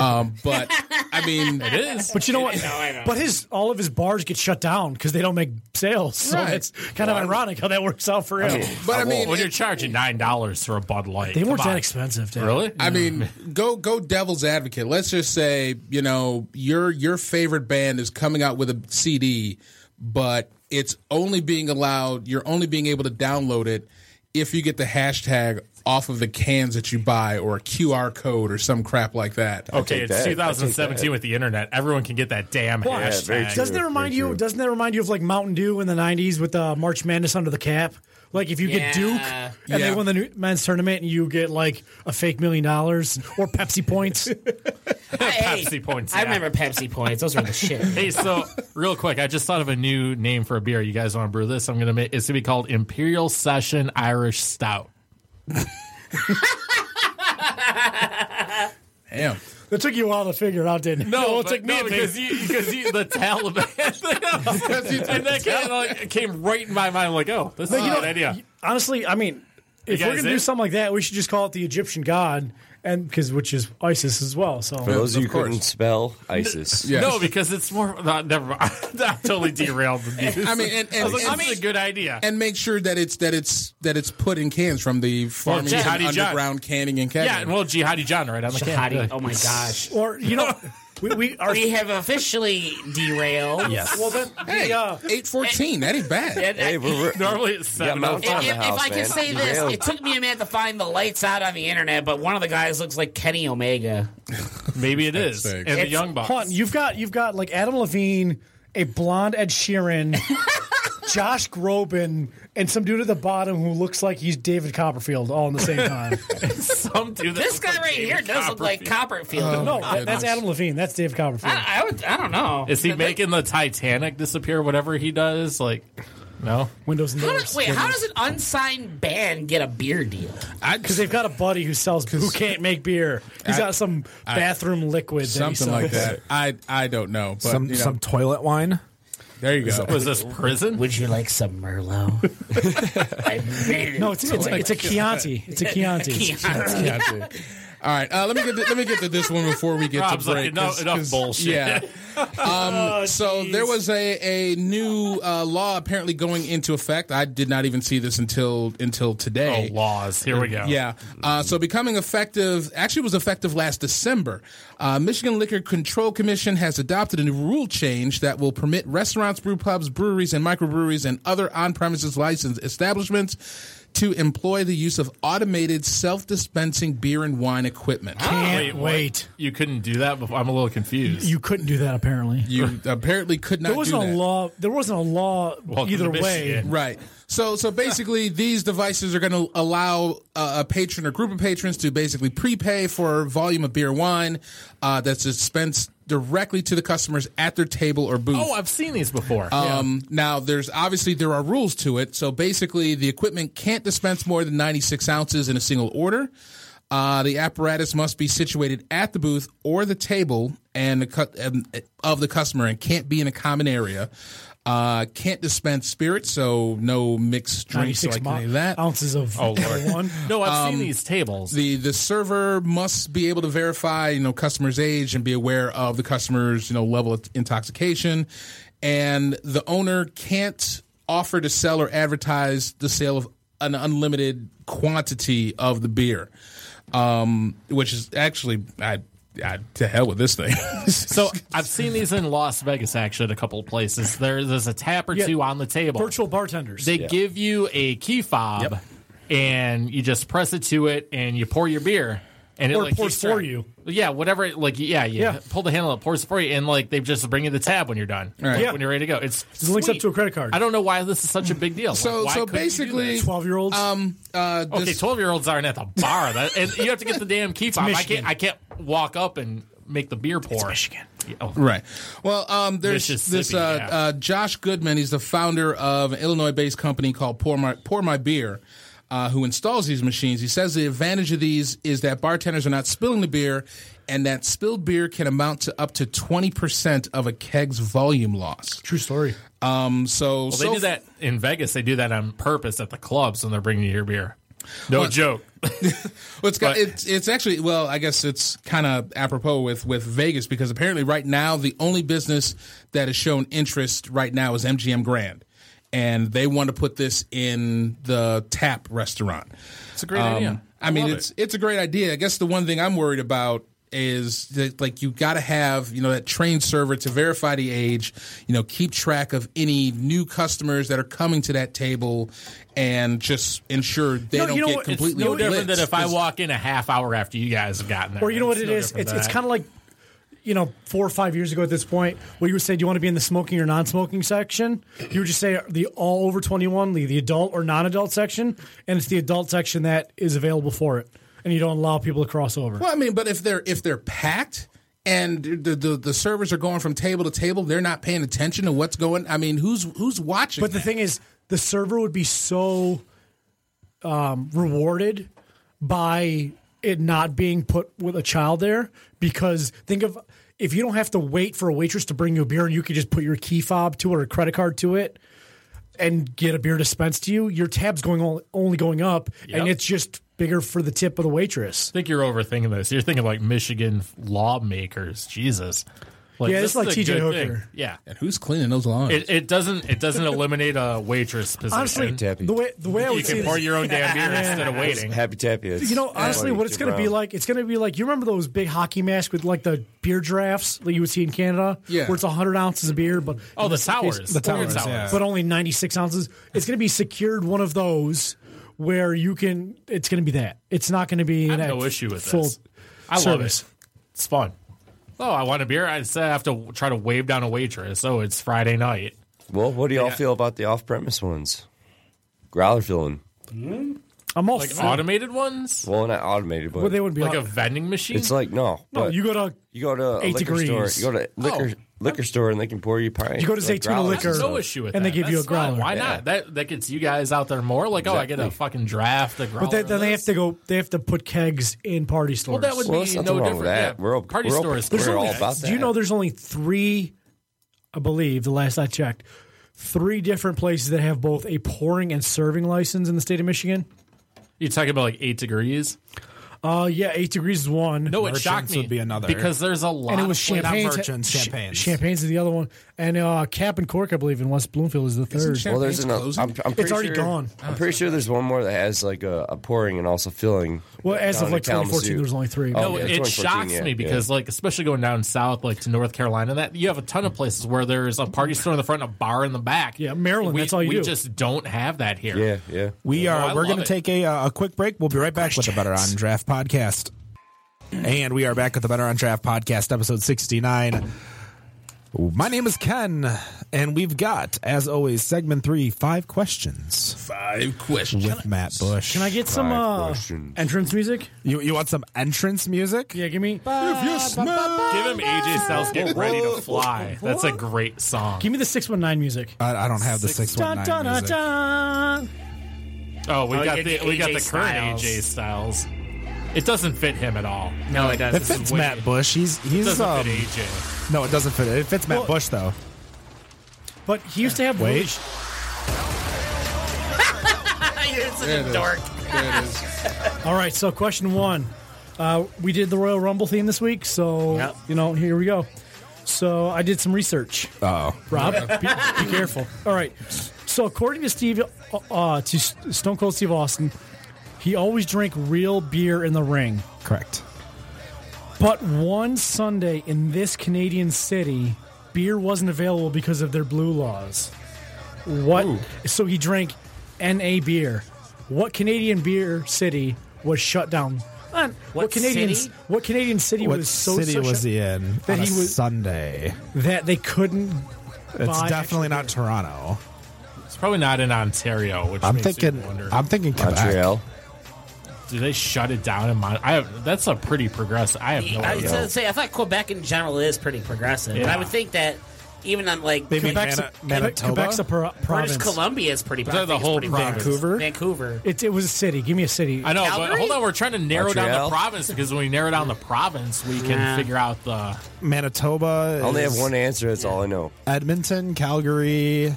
G: Um, but I mean, it is.
F: But you know what? But his all of his bars get shut down because they don't make sales. So
G: Right.
F: it's kind of ironic how that works out for him.
G: But I mean,
D: When you're
G: it-
D: charging nine dollars for a Bud Light,
F: They
D: come
F: weren't that
D: on.
F: expensive, dude.
D: Really? Mm-hmm.
G: I mean, go go devil's advocate. Let's just say, you know, your your favorite band is coming out with a CD, but it's only being allowed. You're only being able to download it if you get the hashtag off of the cans that you buy or a QR code or some crap like that.
D: okay, it's
H: that. I take
D: 2017 with the internet. Everyone can get that damn hashtag.
H: very true.
F: Doesn't that remind you? Doesn't that remind you of like Mountain Dew in the '90s with uh, March Madness under the cap? Like if you get
E: Yeah.
F: Duke and they
G: Yeah.
F: win the new men's tournament and you get like a fake million dollars or Pepsi points.
E: Hey,
D: Pepsi points,
E: I
D: yeah.
E: remember Pepsi points. Those were the shit.
D: Hey, so real quick, I just thought of a new name for a beer. You guys want to brew this? I'm gonna make it's gonna be called Imperial Session Irish Stout.
G: Damn.
F: That took you a while to figure it out, didn't it?
D: No,
F: it
D: but-
F: took me
D: no,
F: a
D: because
F: bit.
D: you, because you, the Taliban, and that came, like, came right in my mind. Like, oh, this is a good idea.
F: Honestly, I mean, if
D: You
F: we're
D: guys
F: gonna do
D: in?
F: something like that, we should just call it the Egyptian god, and because which is ISIS as well.
H: For
F: So
H: those of you
G: Of
H: who
G: course.
H: couldn't spell ISIS.
G: Yeah.
D: No, because it's more. No, never mind. I totally derailed the news.
G: I mean, and,
D: I was
G: and,
D: like,
G: and-
D: this is a good idea.
G: and make sure that it's that it's that it's put in cans from the farming
D: Jihadi
G: and
D: John.
G: underground canning and canning.
D: yeah, and well, Jihadi John, right? I'm like, yeah,
E: Jihadi.
D: yeah.
E: Oh my gosh.
F: or you know, we, we are.
E: We have officially derailed.
D: Yes.
F: Well, then,
G: hey,
F: the, uh,
G: eight fourteen. That ain't bad.
E: And I-
H: Hey, we're, we're,
D: Normally it's seven.
H: Mount
D: oh
E: if,
H: on
D: five.
H: the
E: if
H: house,
E: I can
H: man.
E: say this,
H: Derailed.
E: it took me a minute to find the lights out on the internet, but one of the guys looks like Kenny Omega.
D: Maybe it is.
G: sakes.
D: And the Young Bucks.
F: Hold on, you've got you've got like Adam Levine, a blonde Ed Sheeran, Josh Groban and some dude at the bottom who looks like he's David Copperfield all in the same time.
D: Some dude. that
E: This
D: looks
E: guy
D: like
E: right
D: David
E: here does look like
D: Copperfield.
E: Copperfield.
F: no, that-
G: goodness.
F: that's Adam Levine. That's David
D: Ah.
F: Copperfield.
E: I, I would. I don't know.
D: Is he making the Titanic disappear? Whatever he does, like no.
F: Windows and
E: How
F: doors.
E: does, wait, how does an unsigned band get a beer deal?
F: Because they've got a buddy who sells who can't make beer. He's
G: I-
F: got some bathroom liquid, that he
G: something like
F: sells.
G: that. I I don't know, but
J: some
G: you know,
J: some toilet wine.
G: there you go.
D: Was this prison?
E: Would you like some Merlot? I made it.
F: No, Oh, it's, it's, it's a Chianti. It's a Chianti.
G: Yeah, I do. All right, uh, let me get to, let me get to this one before we get
D: Rob's
G: to
D: like,
G: break.
D: "Enough- enough bullshit." Oh,
G: Yeah. Um, so there was a a new uh, law apparently going into effect. I did not even see this until until
D: Oh,
G: today.
D: laws. Here we go.
G: Yeah. Uh, so becoming effective, actually was effective last December. Uh, Michigan Liquor Control Commission has adopted a new rule change that will permit restaurants, brew pubs, breweries, and microbreweries and other on-premises licensed establishments to employ the use of automated self-dispensing beer and wine equipment.
F: Can't
D: what?
F: wait.
D: You couldn't do that before. I'm a little confused.
F: You couldn't do that apparently.
G: You apparently could not
F: There wasn't
G: do
F: a
G: that.
F: law. There wasn't a law
D: Welcome to
F: either way.
D: Michigan.
G: Right. So so basically, these devices are going to allow uh, a patron or group of patrons to basically prepay for a volume of beer, or wine uh, that's dispensed directly to the customers at their table or booth.
D: Oh, I've seen these before.
G: Um, Now, there's obviously there are rules to it. So basically, the equipment can't dispense more than 96 ounces in a single order. Uh, the apparatus must be situated at the booth or the table and the cu- um, of the customer and can't be in a common area. Uh, can't dispense spirits, so no mixed drinks
F: 96
G: like
F: mo-
G: any of that.
F: ounces of
D: Oh, Lord. Um,
F: one.
D: no, I've seen these tables.
G: The the server must be able to verify, you know, customer's age and be aware of the customer's, you know, level of intoxication. And the owner can't offer to sell or advertise the sale of an unlimited quantity of the beer. Um, which is actually I, I to hell with this thing.
D: so I've seen these in Las Vegas actually at a couple of places. There, there's a tap or two on the table.
F: Virtual bartenders.
D: They give you a key fob, and you just press it to it, and you pour your beer, and it
F: Or it
D: like,
F: pours
D: keeps
F: for
D: track.
F: you.
D: Yeah, whatever. it- Like, yeah, you
F: Yeah.
D: pull the handle, it pours for you, and like they just bring you the tab when you're done. Like,
F: Yeah.
D: when you're ready to go. It's
F: It links up
D: sweet.
F: to a credit card.
D: I don't know why this is such a big deal.
G: so
D: Like, why
G: so
D: couldn't you do
G: basically,
D: that?
F: Twelve year olds.
G: um, uh, this,
D: Okay, twelve year olds aren't at the bar. That and you have to get the damn key fob. I
F: Michigan.
D: can't. I can't walk up and make the beer pour.
F: Michigan.
D: Yeah, oh,
G: Right. Well, um, there's
D: Mississippi,
G: this uh,
D: yeah.
G: uh, Josh Goodman. He's the founder of an Illinois-based company called Pour My Pour My Beer, uh, who installs these machines. He says the advantage of these is that bartenders are not spilling the beer, and that spilled beer can amount to up to twenty percent of a keg's volume loss.
F: True story.
G: Um, so
D: Well, they
G: so
D: do that in Vegas. They do that on purpose at the clubs when they're bringing you your beer. No joke.
G: Well, it's, got,
D: But-
G: it's it's actually well, I guess it's kind of apropos with with Vegas because apparently right now the only business that has shown interest right now is MGM Grand, and they want to put this in the tap restaurant.
D: It's a great
G: Um,
D: idea.
G: I, mean, it's it's a great idea. I guess the one thing I'm worried about is that like you got to have you know that trained server to verify the age, you know, keep track of any new customers that are coming to that table, and just ensure they
F: No,
G: don't
F: you know
G: get
F: what? It's
G: completely
D: no different
G: lit.
D: than if I
G: 'Cause-
D: walk in a half hour after you guys have gotten there.
F: Or you know what it
D: no
F: is?
D: different
F: It's
D: than
F: it's
D: that.
F: kind of like, you know, four or five years ago at this point, where you would say, "Do you want to be in the smoking or non-smoking section?" You would just say the all over twenty-one, the the adult or non-adult section, and it's the adult section that is available for it, and you don't allow people to cross over.
G: Well, I mean, but if they're if they're packed and the, the the servers are going from table to table, they're not paying attention to what's going. I mean, who's who's watching?
F: But the thing is, the server would be so um, rewarded by it not being put with a child there because think of if you don't have to wait for a waitress to bring you a beer and you could just put your key fob to it or a credit card to it and get a beer dispensed to you, your tab's going on, only going up and it's just bigger for the tip of the waitress.
D: I think you're overthinking this. You're thinking like Michigan lawmakers. Jesus. Like,
F: Yeah,
D: this
F: it's like
D: is a
F: TJ
D: good
F: Hooker.
D: thing. Yeah.
G: and who's cleaning those lawns?
D: It, it doesn't it doesn't eliminate a waitress position.
F: Honestly,
H: Tappy.
F: the way the way I
D: you
F: would see
D: can
F: this-
D: pour your own damn beer instead of waiting.
H: Happy Tappy. It's
F: You know, honestly,
H: funny,
F: what it's
H: Jim
F: going to be
H: Brown.
F: like, it's going to be like, you remember those big hockey masks with like the beer drafts that you would see in Canada?
G: Yeah.
F: Where it's 100 ounces of beer, but.
D: Oh,
F: in
D: the
F: this case-
D: towers. The
F: but-
D: towers, yeah.
F: But only 96 ounces. It's going to be secured one of those where you can, it's going to be that. It's not going to be.
D: I
F: an
D: have no
F: act-
D: issue with
F: full
D: this. I love
F: service.
D: it. It's fun. Oh, I want a beer. I said I have to try to wave down a waitress. Oh, it's Friday night.
H: Well, what do y'all feel about the off-premise ones? Growler filling.
F: I'm all
D: Like
F: for-
D: automated ones?
H: Well, not automated, but
F: Well, they wouldn't be
D: Like a
F: auto-
D: vending machine?
H: it's like no.
F: no,
H: but
F: you go to
H: you go to a
F: eight
H: liquor
F: degrees.
H: store. You go to liquor liquor store and they can pour you pie.
F: You go to Zaytuna
H: growlers
F: Liquor.
H: and
D: no
H: stuff.
D: issue with
F: And
D: that.
F: they give you a
D: That's fine.
F: growler.
D: Why
H: Yeah.
D: not? That that gets you guys out there more. Like, oh, I get a fucking draft. A growler
F: but then, then they
D: this.
F: have to go. They have to put kegs in party stores.
D: Well, that would
H: Well,
D: be
H: there's
D: no
H: nothing wrong
D: different.
H: with that.
D: Yeah.
H: We're all
D: party
H: we're all-
D: stores.
H: We're
D: correct.
H: all about that.
F: Do you know there's only three, I believe, the last I checked, three different places that have both a pouring and serving license in the state of Michigan?
D: You're talking about like eight degrees.
F: Uh, yeah, eight degrees is one.
D: No, it
C: Merchants
D: shocked me.
C: would be another.
D: because there's a lot.
F: and it
D: of
F: was
D: places-
F: champagne.
C: merchants, champagnes.
F: champagnes is the other one, and uh, Cap and Cork, I believe, in West Bloomfield is the third.
H: Well, there's
G: Champagne's
H: another.
G: closing?
H: I'm, I'm pretty
F: already
H: sure,
F: gone.
H: I'm pretty sure there's one more that has like a, a pouring and also filling.
F: Well, as
H: down
F: of
H: in
F: like 2014,
H: Kalamazoo.
F: there was only three.
H: Oh,
D: No,
H: yeah,
D: it
H: 2014,
D: shocks
H: yeah,
D: me because, like, especially going down south, like to North Carolina, that you have a ton of places where there's a party store in the front, and a bar in the back.
F: Yeah, Maryland,
D: We,
F: that's all you
D: we
F: do.
D: just don't have that here.
H: yeah, yeah.
C: We
D: Oh,
C: are.
D: I
C: we're
D: love
C: going to
D: it.
C: take a uh, a quick break. We'll be right back with the Better on Draft podcast. And we are back with the Better on Draft podcast, episode sixty nine. My name is Ken, and we've got, as always, segment three, five questions
G: Five questions.
C: with Matt Bush.
F: Can I get some
H: Five
F: uh,
H: questions.
F: entrance music?
C: You, you want some entrance music?
F: Yeah, give me
D: Give him AJ Styles get ready to fly. That's a great song.
F: give me the six one nine music.
C: I, I don't have the six one
F: Dun, dun,
C: nine
F: dun,
C: music.
F: dun.
D: Oh, we
E: Oh,
D: got
E: yeah,
D: the we got the
E: AJ
D: current
E: Styles.
D: AJ Styles. It doesn't fit him at all.
E: No, it doesn't.
C: It fits Matt Bush. He's
D: It
C: he's
D: doesn't
C: um,
D: fit AJ.
C: no, it doesn't fit. It fits Matt
F: Well-
C: Bush though.
F: But he used to have
C: Wait.
E: It's
G: There
E: a
G: it is.
E: dork.
G: There it is.
F: All right, so question one. Uh, we did the Royal Rumble theme this week, so
E: Yep.
F: you know here we go. So I did some research.
C: Oh,
F: Rob, be, be careful. All right. So according to Steve, uh, uh, to S- Stone Cold Steve Austin, he always drank real beer in the ring.
C: correct.
F: But one Sunday in this Canadian city, beer wasn't available because of their blue laws. What? So he drank NA beer. What Canadian beer city was shut down? Uh,
E: What
F: Canadian?
E: city?
F: What Canadian city
C: What
F: was so
C: city
F: so
C: was
F: shut-
C: he in?
F: that
C: on a
F: he was-
C: Sunday.
F: that they couldn't?
C: It's
F: buy
C: definitely not Toronto.
D: It's probably not in Ontario, which
C: I'm
D: makes you
C: thinking.
D: wonder.
C: I'm thinking Quebec.
H: Montreal.
D: Do they shut it down in Mon- I have, that's a pretty progressive. I have no
E: I was
D: idea.
E: gonna say I thought Quebec in general is pretty progressive, but
D: Yeah.
E: I would think that even on like
C: Maybe
E: Quebec,
C: Mana-
F: Quebec-
C: Manitoba.
F: Quebec's a pro-
E: British
F: province.
E: Columbia is pretty.
D: They're
E: I
D: the
E: think it's
D: whole
E: pretty progressive.
C: Vancouver?
E: Vancouver.
F: It, it was a city. Give me a city.
D: I know, but
E: Calgary?
D: hold on. We're trying to narrow down the
H: Montreal?
D: province because when we narrow down the province, we can
E: Yeah.
D: figure out the.
C: Manitoba.
H: I only
C: is
H: have one answer. That's all I know.
C: Edmonton, Calgary.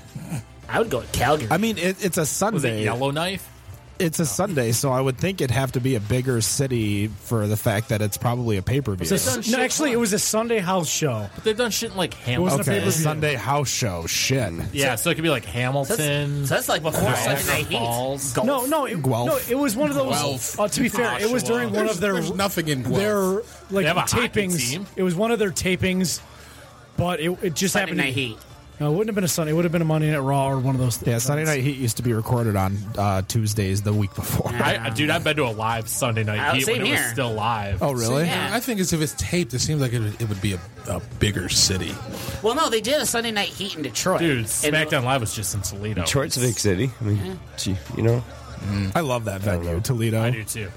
E: I would go with Calgary.
C: I mean, it, it's a
D: Was it
C: Sunday.
D: Yellowknife?
C: It's a Sunday, so I would think it'd have to be a bigger city for the fact that it's probably a pay per view.
D: done
F: no,
D: shit
F: actually, it
D: once.
F: was a Sunday house show.
D: But they've done shit in like Hamilton.
F: wasn't a
C: Okay,
F: pay-per-view.
C: Sunday house show. Shit.
D: Yeah, so it could be like
E: so
D: Hamilton.
E: that's, so that's like before
D: Niagara
E: Sunday Night Heat.
D: Falls.
F: No, no, it,
C: Guelph.
F: no, it was one of those.
G: Guelph.
F: Uh, to be fair, it was during one of their
G: There's nothing in Guelph.
F: their like
D: have a hockey
F: tapings.
D: team.
F: It was one of their tapings, but it, it just
E: Sunday
F: happened.
E: Night Heat.
F: No, it wouldn't have been a Sunday. It would have been a Monday Night Raw or one of those.
C: Yeah, Sunday Night Heat used to be recorded on uh, Tuesdays the week before.
D: I, dude, I've been to a live Sunday
E: Uh,
D: night heat when
E: same
D: it was
E: here.
D: still live.
C: Oh, really?
E: Yeah.
G: I think it's if it's taped, it seems like it, would- it would be a, a bigger city.
E: Well, no, they did a Sunday Night Heat in Detroit.
D: Dude,
E: And-
D: SmackDown Live was just in Toledo.
H: Detroit's a big city. I mean, gee, you know.
C: I love that venue, Toledo.
D: I do too.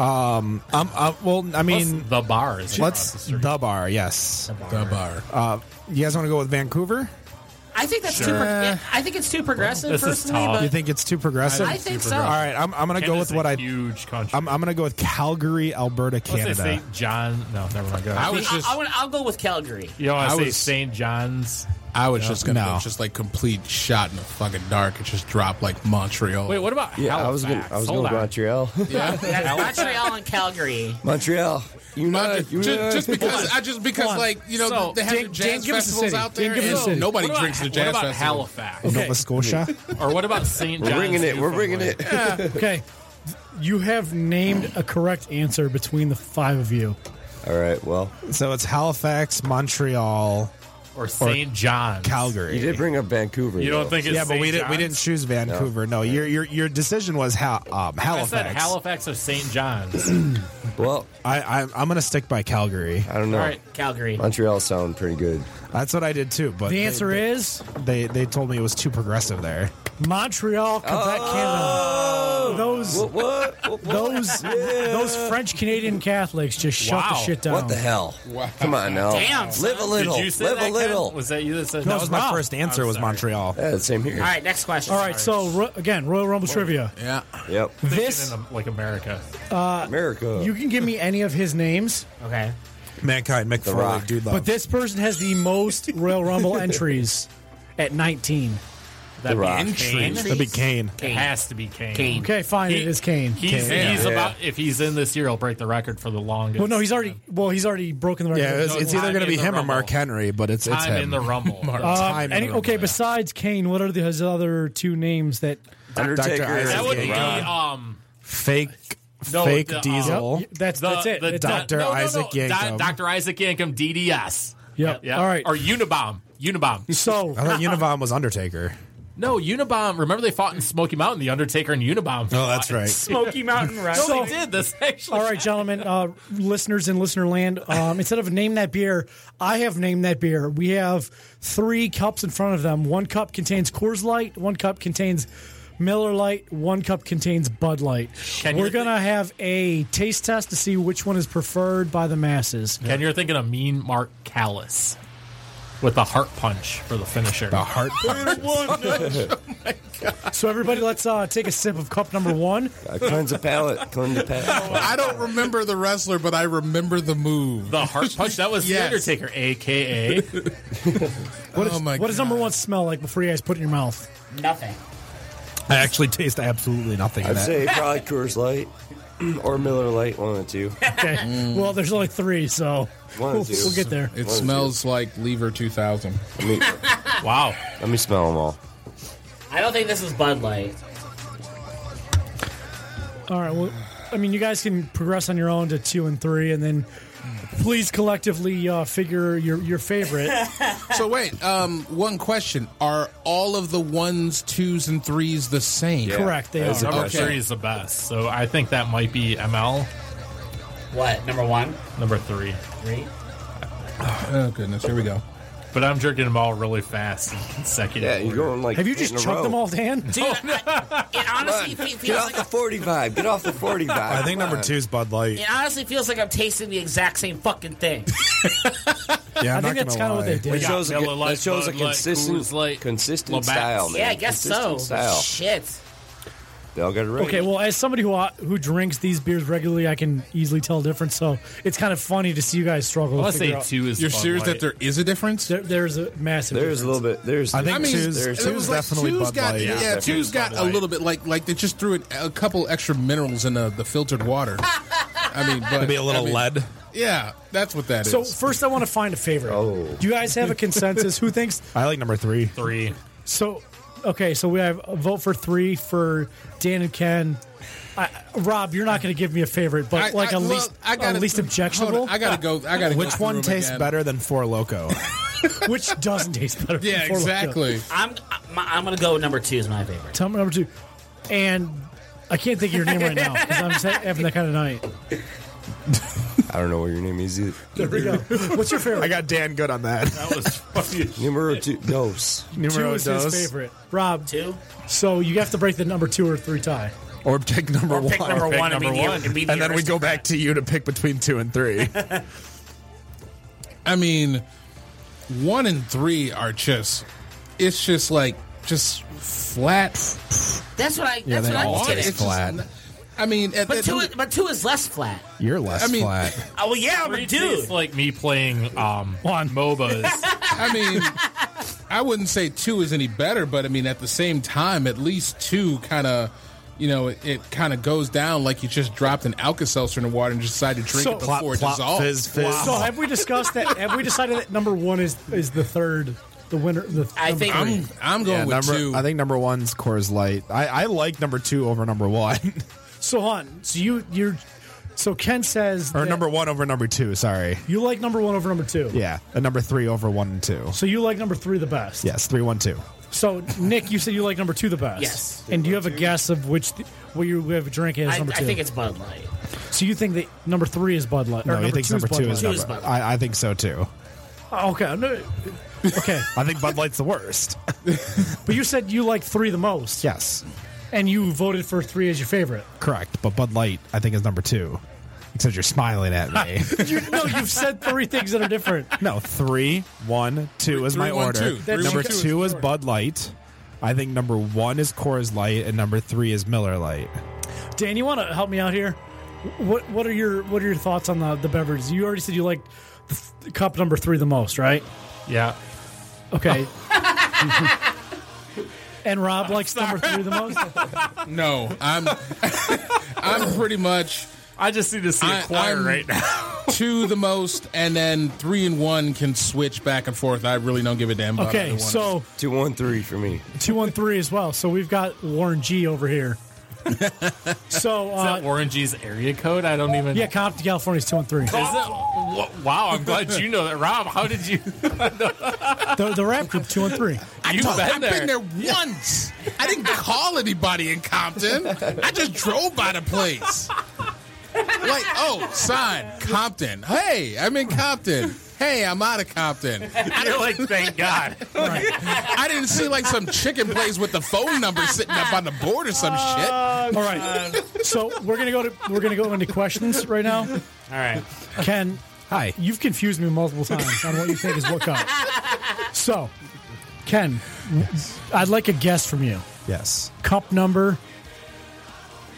C: Um, uh, well, I
D: Plus,
C: mean,
D: the bar is across the
C: let's
D: street.
C: the bar. Yes,
G: The bar.
F: Uh,
C: you guys want to go with Vancouver?
E: I think that's too. Pro- yeah, I think it's too progressive.
D: This is
E: personally,
D: tough.
E: but
C: You think it's too progressive?
E: I think so.
C: All right, I'm, I'm gonna go
D: Canada's
C: with what
D: a
C: I.
D: huge country.
C: I'm, I'm gonna go with Calgary, Alberta,
D: Let's say
C: Canada.
D: St. John. No, never mind. Go ahead.
G: I was
E: I,
G: just,
E: I, will go with Calgary.
D: you know, I,
G: I
D: say
G: was-
D: St. John's.
G: I was just gonna
C: No.
G: go just like complete shot in the fucking dark and just drop like Montreal.
D: Wait, what about
H: Yeah, I was gonna.
D: Halifax?
H: I was
D: Hold
H: going
D: on.
H: Montreal.
E: Yeah, Montreal and Calgary.
H: Montreal. Uh, You know.
G: Mont- ju- just, because I just because like you know
D: So,
G: th- they have
F: Dan-
G: the jazz
F: Dan, give us a
G: festivals
F: city.
G: out
F: Dan,
G: there.
F: give us a
G: and
F: city.
G: Nobody
D: What about-
G: drinks the
D: What
G: jazz
D: about
G: festival.
D: Halifax?
C: Nova Scotia.
D: Or what about St. John's?
H: We're bringing it. We're bringing it.
D: Newfoundland?
F: Okay, you have named a correct answer between the five of you.
H: All right. Well,
C: so it's Halifax, Montreal,
D: or St. John's.
C: Calgary.
H: You did bring up Vancouver.
D: You don't
H: though.
D: think it's
C: yeah, but we
D: St.
C: didn't we didn't
D: John's?
C: choose Vancouver. No, your your your decision was ha- um,
D: I
C: Halifax.
D: said Halifax or St. John's.
H: Well,
C: I, I I'm gonna stick by Calgary.
H: I don't know.
E: All right, Calgary.
H: Montreal sound pretty good.
C: That's what I did too. But
F: The
C: they-
F: answer
C: they,
F: is
C: they they told me it was too progressive there.
F: Montreal, Quebec, Canada. Those
H: What? What? What?
F: those those French Canadian Catholics just shut the
D: Wow.
F: shit down.
H: What the hell? Come on now.
E: Damn, son.
H: Live a little.
D: Did you say
H: Live
D: that,
H: a
D: Ken?
H: little.
D: Was that you that said
C: That was my first answer
D: I'm
C: was
D: sorry.
C: Montreal.
H: Yeah, same here.
E: All right, next question.
F: All right, so ro- again, Royal Rumble trivia.
G: Yeah.
H: Yep.
F: This
D: In, like America.
H: America.
F: you can give me any of his names,
E: okay.
C: Mankind, Mick Foley,
H: Rock.
C: dude, love.
F: but this person has the most Royal Rumble entries at 19.
D: That'd
H: Rock.
D: be Kane.
E: Entries.
C: that'd be Kane.
D: It has to be Kane.
E: Kane.
F: Okay, fine,
D: He-
F: it is Kane.
D: He's,
C: Kane.
D: he's
H: Yeah.
D: about if he's in this year, he'll break the record for the longest.
F: Well, no, he's already well, he's already broken the record.
C: Yeah, it's,
D: No,
C: it's either
D: time
C: gonna
D: in
C: be
D: the
C: him or
D: Rumble.
C: Mark Henry, but it's it's
D: time
C: him.
D: in the Rumble.
F: Um,
C: time
F: any-
C: in the
F: okay,
C: Rumble,
F: besides Kane, what are the- his other two names that
H: Undertaker.
C: Dr.
D: that would be
H: Rock.
D: um
C: fake
D: No,
C: fake
D: the, uh,
C: Diesel.
F: Yep, that's
D: the,
F: that's it.
D: the
F: It's
D: doc-
F: not-
C: Dr.
D: no, no, no,
C: Isaac
D: Di-
C: Yankum.
D: Dr. Isaac Yankum, DDS.
F: Yep.
D: Yeah.
F: All right.
D: Or Unabomb. Unabomb.
F: so
C: I thought Univon was Undertaker.
D: No, Unabomb. Remember they fought in Smoky Mountain, the Undertaker and Unabomb.
C: Oh, that's right.
E: Smoky Mountain
D: No,
E: Wrestling.
D: they did. This actually.
F: All right, gentlemen, uh, listeners in listener land, um, instead of name that beer, I have named that beer. We have three cups in front of them. One cup contains Coors Light, one cup contains Miller Light, one cup contains Bud Light.
D: Can
F: We're
D: you-
F: going to have a taste test to see which one is preferred by the masses.
D: And you're thinking of Mean Mark Callis with the heart punch for the finisher.
C: The heart.
F: So, everybody, let's uh, take a sip of cup number one.
H: Uh, cleanse the palate. Cleanse the palate.
G: I don't remember the wrestler, but I remember the move.
D: The heart punch. That was
G: Yes.
D: the Undertaker, aka
G: What is, oh my
F: What does
G: God.
F: number one smell like before you guys put it in your mouth?
E: Nothing.
C: I actually taste absolutely nothing. in
H: I'd
C: that.
H: say probably Coors Light or Miller Light, one of the two.
F: Okay.
G: Mm.
F: Well, there's only three, so
H: One
F: we'll,
H: of the two.
F: we'll get there.
G: It smells like Lever 2000.
H: Let me,
D: Wow.
H: let me smell them all.
E: I don't think this is Bud Light.
F: All right. Well, I mean, you guys can progress on your own to two and three, and then please collectively uh, figure your your favorite.
G: So wait, um, one question: Are all of the ones, twos, and threes the same?
H: Yeah.
F: Correct, they
H: That's
F: are.
H: the
D: Number
H: best.
D: three is the best. So I think that might be ML.
E: What? Number one?
D: Number three.
E: Three?
G: Oh goodness, here we go.
D: But I'm drinking them all really fast and
H: Yeah,
D: consecutive.
H: you're going like.
F: Have you
H: eight
F: just
H: in a
F: chucked
H: row.
F: them all, Dan?
E: Dude, I- it honestly fe-
H: Get
E: feels
H: off
E: like
H: the 45. Get off the 45.
C: I think number two is Bud Light.
E: it honestly feels like I'm tasting the exact same fucking thing.
C: Yeah,
F: I
C: I'm
F: think
C: not
F: that's
C: gonna
F: kind of what
C: lie.
F: they did.
H: That shows, a,
D: Miller
H: that
D: Lite,
H: shows a
D: Bud Light,
H: consistent,
D: Coors Light,
H: consistent
D: Labatt's.
H: style, man.
E: yeah, I guess so.
H: consistent Style.
E: Shit.
H: They all got it right.
F: Okay, well, as somebody who uh, who drinks these beers regularly, I can easily tell the difference. So it's kind of funny to see you guys
D: I
F: struggle. to
D: want to
F: figure
D: say
F: out-
D: two is.
G: You're
D: Bud
G: serious
D: Light.
G: that there is a difference?
F: There, there's a massive.
H: There's a little bit. There's.
C: I think
G: I mean,
C: two's,
G: it
C: two's
G: was like
C: definitely
G: two's
C: Bud
G: got,
C: Light.
G: Yeah,
D: Yeah,
G: two's
D: definitely
G: got
D: Bud
G: a
D: Light.
G: little bit like like they just threw in a couple extra minerals in the, the filtered water. I mean, but
C: Maybe a little
G: I mean,
C: lead.
G: Yeah, that's what that is.
F: So first, I want to find a favorite.
H: Oh.
F: Do you guys have a consensus? who thinks
C: I like number three.
D: Three.
F: So, okay, so we have a vote for three for Dan and Ken. I, Rob, you're not going to give me a favorite, but like at
G: well,
F: least
G: I gotta-
F: at least
G: hold on,
F: objectionable,
G: I gotta go. I gotta. go
C: Which
G: through
C: one
G: them
C: tastes
G: again.
C: better than Four Loco?
F: which doesn't taste better.
G: Yeah,
F: than Four Loko.
G: exactly.
E: I'm my, I'm gonna go with number two is my favorite.
F: Tell me number two, and I can't think of your name right now because I'm just having that kind of night.
H: I don't know what your name is either.
F: There we go. What's your
C: I
F: favorite?
C: got Dan good on that.
D: That was fucking.
H: Numero two. Dose.
F: Two
C: Numero
F: is
C: dos.
F: his favorite. Rob,
E: Two.
F: so you have to break the number two or three tie.
C: Or pick number
E: Pick
C: one.
E: number
D: pick
E: one
D: number
E: and be
D: one.
E: the, and be the
C: and then we
E: arist-
C: go back to you to pick between two and three.
G: I mean, one and three are just. It's just like just flat.
E: That's what I. That's what I'm
G: It's
E: getting.
G: just n- I mean, at,
E: But
G: at-
E: two, is- but two is less flat.
C: You're less
G: I mean-
C: flat.
E: Oh well, yeah,
D: Three
E: but
D: tastes
E: dude,
D: like me playing um
F: One.
D: MOBAs.
G: I mean, I wouldn't say two is any better, but I mean, at the same time, at least two kind of, you know, it, it kind of goes down like you just dropped an Alka Seltzer in the water and just decided to drink
F: So-
G: it before it dissolves.
C: fizz, fizz.
F: So have we discussed that? Have we decided that number one is is the third, the winner? The
E: I
F: number
E: think-
F: three?
G: I'm I'm going
C: Yeah,
G: with
C: number,
G: two.
C: I think number one's Coors Light. I, I like number two over number one.
F: So hon, so you you're So Ken says
C: Or
F: that
C: number one over number two, sorry.
F: you like number one over number two.
C: Yeah. And number three over one and two.
F: So you like number three the best.
C: Yes, three, one, two.
F: So Nick, you said you like number two the best.
E: Yes.
F: And do you have a guess of which th- what you have a drink as
E: I,
F: number
E: I
F: two?
E: think it's Bud Light.
F: so you think that number three is Bud Light?
C: No,
F: or
C: he thinks number two is number.
F: Bud Light.
E: Two is Bud Light.
C: I, I think so too.
F: Oh, okay. No, okay.
C: I think Bud Light's the worst.
F: but you said you like three the most.
C: Yes,
F: And you voted for three as your favorite.
C: correct. But Bud Light, I think, is number two. Except you're smiling at me.
F: You, no, you've said three things that are different.
C: no, three, one, two is
G: Three,
C: my
G: one,
C: order.
G: two. Three,
C: number
G: one, two is
C: two is
G: yours.
C: Bud Light. I think number one is Coors Light, and number three is Miller Light.
F: Dan, you want to help me out here? What What are your What are your thoughts on the the beverages? You already said you like the th- cup number three the most, right?
D: Yeah.
F: Okay. and Rob likes number three the most.
G: No, I'm I'm pretty much
D: I just need to see
G: I-
D: a choir
G: I'm-
D: right now.
G: two the most, and then three and one can switch back and forth. I really don't give a damn. About
F: Okay,
G: either one.
F: so
H: Two, one, three for me.
F: two one three as well. So we've got Warren G over here. so
D: Is that
F: uh,
D: Orange's area code? I don't even.
F: yeah, Compton, California's two one three.
D: Is that, wa- wow, I'm glad you know that, Rob. How did you?
F: The, the rap group two one three.
D: You've
G: Fuck,
D: been
G: I've been
D: there.
G: there once. I didn't call anybody in Compton. I just drove by the place. Like, oh, sign Compton. Hey, I'm in Compton. Hey, I'm out of Compton.
D: You're like, thank God.
G: I didn't see like some chicken place with the phone number sitting up on the board or some shit.
F: All right. So we're gonna go to we're gonna go into questions right now. All
D: right.
F: Ken,
C: Hi.
F: you've confused me multiple times on what you think is what cup. So, Ken, I'd like a guess from you.
C: Yes,
F: Cup number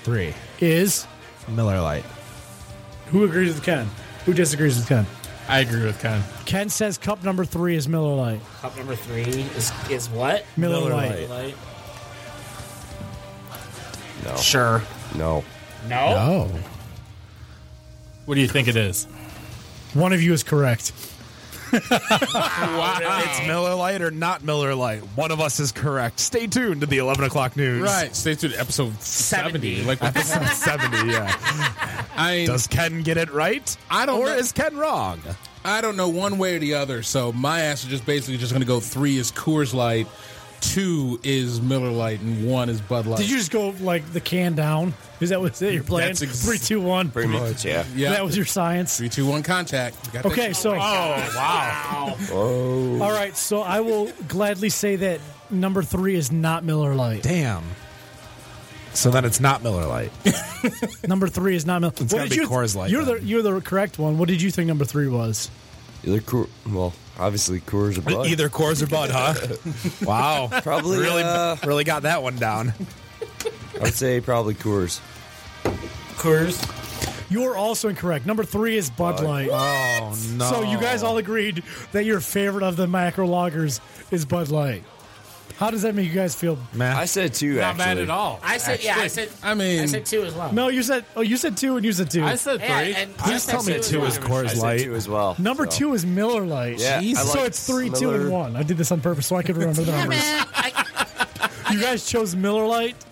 C: three
F: is
C: Miller Light.
F: who agrees with Ken? Who disagrees with Ken?
D: I agree with Ken.
F: Ken says cup number three is Miller Lite.
E: Cup number three is is what?
F: Miller,
C: Miller
F: Lite.
C: Lite.
E: Light.
H: No.
E: Sure.
H: No.
E: No.
C: Oh,
D: What do you think it is?
F: One of you is correct.
C: it's Miller Light or not Miller Light. One of us is correct. Stay tuned to the eleven o'clock news.
G: Right. Stay tuned. to Episode
E: 70.
G: 70. Like, what the fuck?
C: Episode seventy. Yeah.
G: I mean,
C: Does Ken get it right?
G: I don't
C: Or
G: know.
C: is Ken wrong?
G: I don't know one way or the other. So my ass is just basically just going to go three is Coors Light, two is Miller Light, and one is Bud Light.
F: Did you just go like the can down? Is that what you're playing?
G: That's ex-
F: three, two, one.
H: Pretty much, yeah.
G: Yeah.
F: That was your science.
G: three, two, one contact? You got that
F: Okay,
G: shit?
F: so
C: Oh.
F: all right, so I will gladly say that number three is not Miller Lite.
C: Damn. So then it's not Miller Light.
F: Number three is not Miller. It's
C: gotta be Coors Light,
F: You're
C: then.
F: the you're the correct one. What did you think number three was?
H: Either Coor, well, obviously Coors or Bud.
C: Either Coors or Bud, huh? wow.
H: Probably,
C: really,
H: uh,
C: really got that one down.
H: I would say probably Coors.
E: Coors.
F: You're also incorrect. Number three is Bud Light.
C: Oh no!
F: So you guys all agreed that your favorite of the macro loggers is Bud Light. How does that make you guys feel?
C: man,
H: I said two,
D: Not
H: actually.
D: mad at all.
E: I said yeah. I said
G: I mean-
E: I said two as well.
F: No, you said oh you said two and you said two.
D: I said three.
E: Yeah, and I
C: Please
E: said
C: tell me
E: as
C: two
E: well.
C: is Coors
H: I said
C: Light.
H: two as well.
F: Number
H: so.
F: two is Miller Lite.
H: Yeah, I Jesus.
F: so
H: like
F: it's three, two,
H: Miller.
F: and one. I did this on purpose so I could remember the numbers.
E: Man, I,
F: You guys chose Miller Lite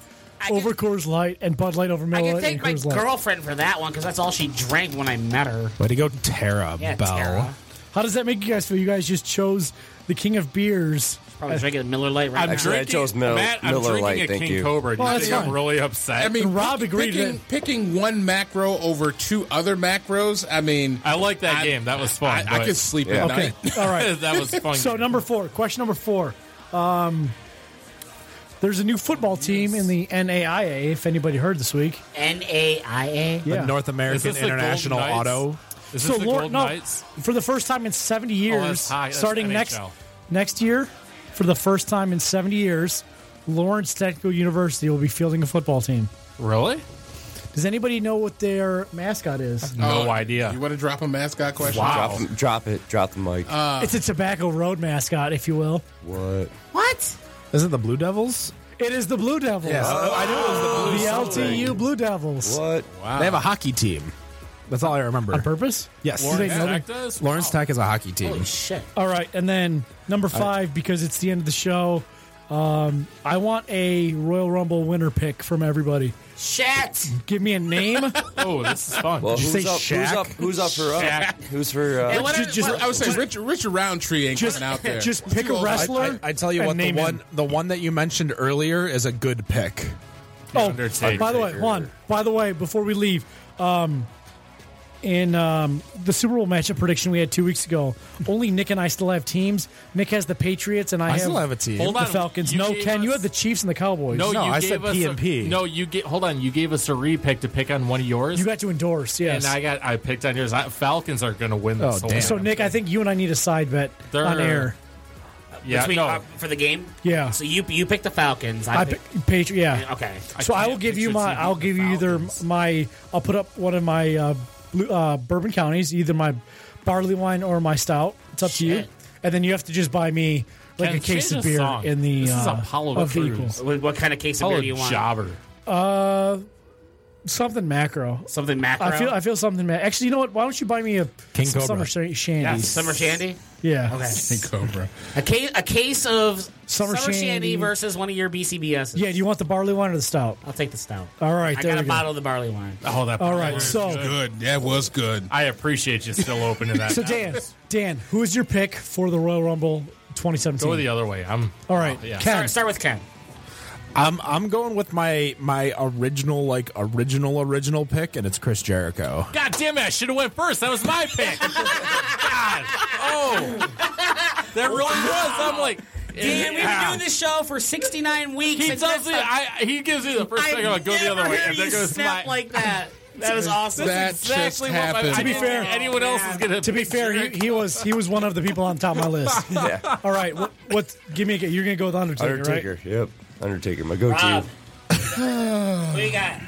E: I
F: over
E: can,
F: Coors Light and Bud Light over
E: I
F: Miller
E: can
F: Lite and
E: thank my
F: Coors Light.
E: girlfriend for that one because that's all she drank when I met her.
C: way to go, Tara
E: Yeah,
C: Bell.
E: Tara.
F: How does that make you guys feel? You guys just chose the king of beers.
E: Probably drinking Miller Lite right
D: I'm
E: now.
H: Actually, I
D: drinking,
H: chose Mil-
D: Matt, I'm
H: Miller
D: drinking
H: Lite,
D: a
H: thank
D: King
H: you.
D: Cobra.
F: Well,
D: Now
F: that's
D: that I'm
F: fine.
D: really upset.
G: I mean,
F: Rob
G: pick-
F: agreed
G: Picking,
F: that-
G: picking one macro over two other macros. I mean,
D: I like that game. That was fun.
G: I, I
D: but-
G: could sleep
H: Yeah.
G: at
F: Okay.
G: night.
F: All right.
D: that was fun.
F: So number four, question number four. Um, there's a new football team in the NAIA. If anybody heard this week,
E: N A I A.
C: The
F: Yeah.
C: North
D: Is
C: American
D: this the
C: International
D: Golden Knights?
C: Auto.
D: Is this
F: so
D: the
F: Lord,
D: Golden
F: no,
D: Knights? Oh,
F: for the first time in 70 years,
D: that's high. That's
F: starting next
D: NHL.
F: next year, for the first time in 70 years, Lawrence Technical University will be fielding a football team.
D: Really?
F: Does anybody know what their mascot is?
D: No
G: Oh,
D: idea.
G: You want to drop a mascot question?
D: Wow.
H: Drop, drop it. Drop the mic.
F: it's a Tobacco Road mascot, if you will.
H: what?
E: What?
C: Isn't the Blue Devils?
F: It is the Blue Devils.
C: I knew it was
F: The LTU Blue Devils.
H: What?
C: They have a hockey team. That's all I remember.
F: On purpose?
C: Yes.
F: Do they
D: Lawrence
F: know
D: Tech
F: them?
D: does?
C: Lawrence Tech is a hockey team.
E: Holy shit.
F: All right. And then number five, because it's the end of the show, Um, I want a Royal Rumble winner pick from everybody.
E: Shit!
F: Give me a name.
D: Oh, this is fun.
H: Well,
C: you
H: who's
C: say
H: up, who's
C: Shaq?
H: up? Who's up for up?
D: Shaq.
H: Who's for? Uh,
E: Hey, what are- what-
G: I would say Richard, Richard Roundtree ain't
F: just
G: coming out there.
F: just pick a
G: Too old.
C: I,
F: wrestler.
C: I- I tell you
F: and
C: what, the
F: name
C: one
F: him.
C: the one that you mentioned earlier is a good pick.
F: Oh,
D: Undertaker.
F: by the way, Juan. By the way, before we leave, um, in um, the Super Bowl matchup prediction we had two weeks ago, only Nick and I still have teams. Nick has the Patriots, and I,
C: I still have a team.
D: Hold
F: the
D: on,
F: Falcons.
D: you
F: no,
D: gave
F: Ken, you
D: us-
F: have the Chiefs and the Cowboys.
D: No,
C: No,
D: you
C: I
D: gave
C: said
D: us a-
C: PMP.
D: no, you get. Hold on, you gave us a repick to pick on one of yours.
F: you got to endorse. Yes.
D: and I got. I picked on yours. I, Falcons are going to win
C: Oh,
D: this. whole
C: damn.
F: so
D: thing.
F: Nick, I think you and I need a side bet
D: They're-
F: on air.
D: yeah,
E: Between-
D: no,
E: uh, for the game.
F: Yeah.
E: So you you pick the Falcons. I,
F: I
E: pick,
F: pick, Patri- yeah.
E: Okay.
F: So I,
D: can't
F: will give you
D: picture
F: my.
D: TV
F: I'll
D: with
F: give
D: the
F: you either
D: Falcons.
F: my. I'll put up one of my uh, blue, uh, bourbon counties, either my barley wine or my stout. It's up to you.
E: Shit.
F: And then you have to just buy me like
D: Ken,
F: a case
D: change
F: of
D: the
F: beer
D: song.
F: in the
D: This is
F: uh,
D: Apollo
F: of the
D: Crews.
F: equals.
E: What, what kind of case of beer
D: Apollo
E: do you want?
D: jobber.
F: Uh, something macro.
E: Something macro.
F: I feel. I feel something. Ma- Actually, you know what? Why don't you buy me a
C: King
F: some
C: Cobra.
F: summer sh-
E: yeah,
F: shandies?
E: summer shandy.
F: Yeah.
E: Okay.
G: Cobra.
E: A case a case of
F: Summer
E: summer, shandy.
F: shandy.
E: versus one of your BCBSs.
F: Yeah. Do you want the barley wine or the stout?
E: I'll take the stout.
F: All right.
E: I
F: there
E: got a
F: we go.
E: bottle of the barley wine.
D: Oh, that.
F: All right. So.
G: Good. That was good.
D: I appreciate you still opening that.
F: So Dan, Dan, who is your pick for the Royal Rumble 2017?
D: go the other way. I'm. oh,
F: All right,
D: yeah.
F: Ken.
E: Start, start with Ken.
C: I'm I'm going with my my original like original original pick, and it's Chris Jericho.
D: God damn it! I should have went first. That was my pick. God. Oh, that really was. I'm like.
E: Dan, we've been
D: Yeah.
E: doing this show for 69 weeks.
D: He
E: and
D: does
E: that's
D: it.
E: like-
D: I, he gives you the first
E: I've
D: thing. I'm like, go the
E: never
D: other way.
E: heard
D: And there
E: you
D: goes
E: snap
D: my.
E: like that. That was awesome.
G: That
D: That's exactly
G: just
D: what my,
G: happened.
D: I
G: To be
D: didn't think
F: fair-
D: anyone else is gonna.
F: to be fair, he, he was he was one of the people on top of my list.
H: Yeah.
F: All right, what, what? Give me a you're gonna go with Undertaker,
H: Undertaker.
F: right?
H: Yep. Undertaker. My go-to.
E: Rob. what do you got?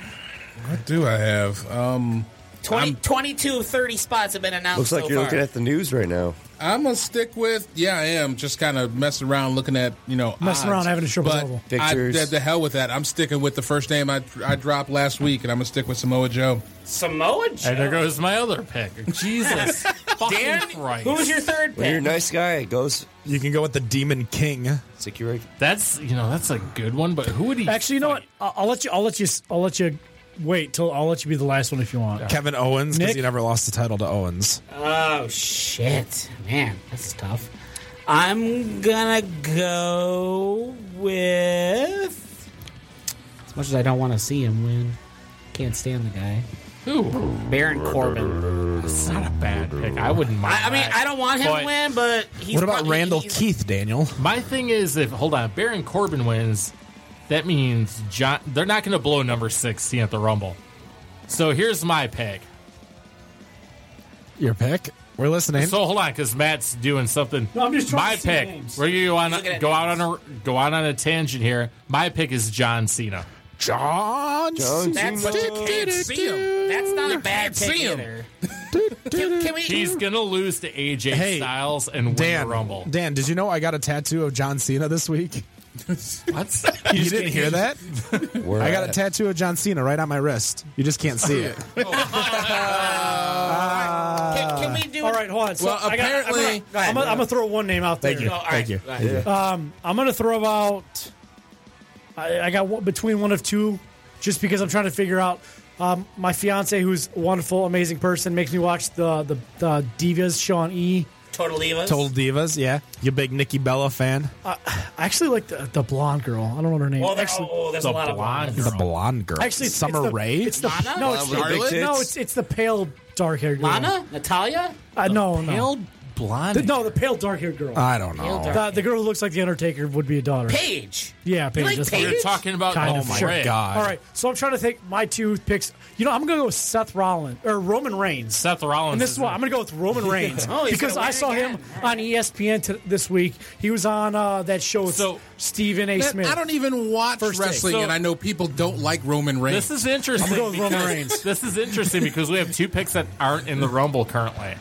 G: What do I have? Um,
E: 20, 22 of 30 spots have been announced.
H: Looks like
E: so
H: you're
E: far.
H: looking at the news right now.
G: I'm gonna stick with yeah, I am. Just kind of messing around, looking at you know,
F: Messing around,
G: odds.
F: having a stroke
G: But
F: level.
G: I,
H: Pictures.
G: the, the hell with that. I'm sticking with the first name I I dropped last week, and I'm gonna stick with Samoa Joe.
E: Samoa Joe.
D: And there goes my other pick. Jesus, fucking
E: Dan,
D: Christ.
E: who was your third
H: When you're a
E: pick?
H: nice guy, it goes.
C: You can go with the Demon King.
H: Secure.
D: That's you know that's a good one. But who would he?
F: Actually, you know what? I'll, I'll let you. I'll let you. I'll let you wait till I'll let you be the last one if you want.
C: Kevin Owens because
F: Nick?
C: he never lost the title to Owens.
E: Oh, shit. Man, that's tough. I'm going to go with. As much as I don't want to see him win, can't stand the guy.
D: Who?
E: Baron Corbin.
D: It's not a bad pick. I wouldn't mind.
E: I, I mean,
D: that.
E: I don't want him
D: But-
E: to win, but he's.
C: What about
E: probably-
C: Randall
E: he's-
C: Keith, Daniel?
D: My thing is, if hold on, Baron Corbin wins, that means John. They're not going to blow number sixteen at the Rumble. So here's my pick.
C: Your pick. We're listening.
D: So hold on, because Matt's doing something.
F: No, I'm just trying
D: my
F: to see
D: pick.
F: names.
D: We're gonna go on,
E: Looking at
D: go out on a go out on a tangent here. My pick is John Cena.
C: John.
H: John
E: That's
H: Cena.
E: what you can't see him. That's not a bad
G: can't
E: pick
G: see him.
E: either. Can, can we?
D: He's gonna lose to AJ
C: Hey,
D: Styles and win
C: Dan,
D: the Rumble.
C: Dan, did you know I got a tattoo of John Cena this week?
D: What's
C: You didn't hear that?
H: Where
C: I got a
H: at?
C: tattoo of John Cena right on my wrist. You just can't see it.
E: can, can we do?
F: All right, hold on. So
G: Well,
F: I got-
G: apparently-
F: I'm gonna- I'm gonna I'm gonna throw one name out there.
C: Thank you.
E: Oh, all right,
C: Thank you.
E: all right.
C: Thank you.
F: Um, I'm gonna throw out. I, I got one, between one of two, just because I'm trying to figure out. Um, my fiance, who's a wonderful, amazing person, makes me watch the the, the Divas show on E.
E: Total Divas.
C: Total Divas, yeah. You big Nikki Bella fan?
F: I actually like the, the blonde girl. I don't know her name.
E: Well, there,
F: actually,
E: oh, there's a lot
D: blonde
E: of
C: the blonde girl.
F: actually, it's,
C: Summer
F: it's the,
C: Rae.
F: It's the
E: Lana?
F: no, it's
H: With the
F: the,
H: big tits?
F: no, it's it's the pale dark haired girl.
E: Lana, Natalia.
F: Uh, no, no,
D: blonde.
F: the, no, the pale dark haired girl.
C: I don't know.
F: the, the girl who looks like the Undertaker would be a daughter.
E: Paige.
F: Yeah, Paige.
E: like
F: that's
E: Paige?
F: right.
D: You're talking about
F: Kind
D: oh
F: of,
D: my
F: sure.
C: God.
F: All right, so I'm trying to think my two picks. You know, I'm going to go with Seth Rollins or Roman Reigns.
D: Seth Rollins.
F: and this is
D: is
F: why I'm going to go with Roman Reigns
E: Oh, he's
F: because
E: gonna
F: I
E: win
F: saw
E: again.
F: him on E ESPN t- this week. He was on uh, that show with
D: So-
F: Stephen A.
G: That-
F: Smith.
G: I don't even watch
F: First take.
G: wrestling,
D: So-
G: and I know people don't like Roman Reigns.
D: This is interesting.
F: I'm going with Roman
D: because-
F: Reigns.
D: This is interesting because we have two picks that aren't in the Rumble currently.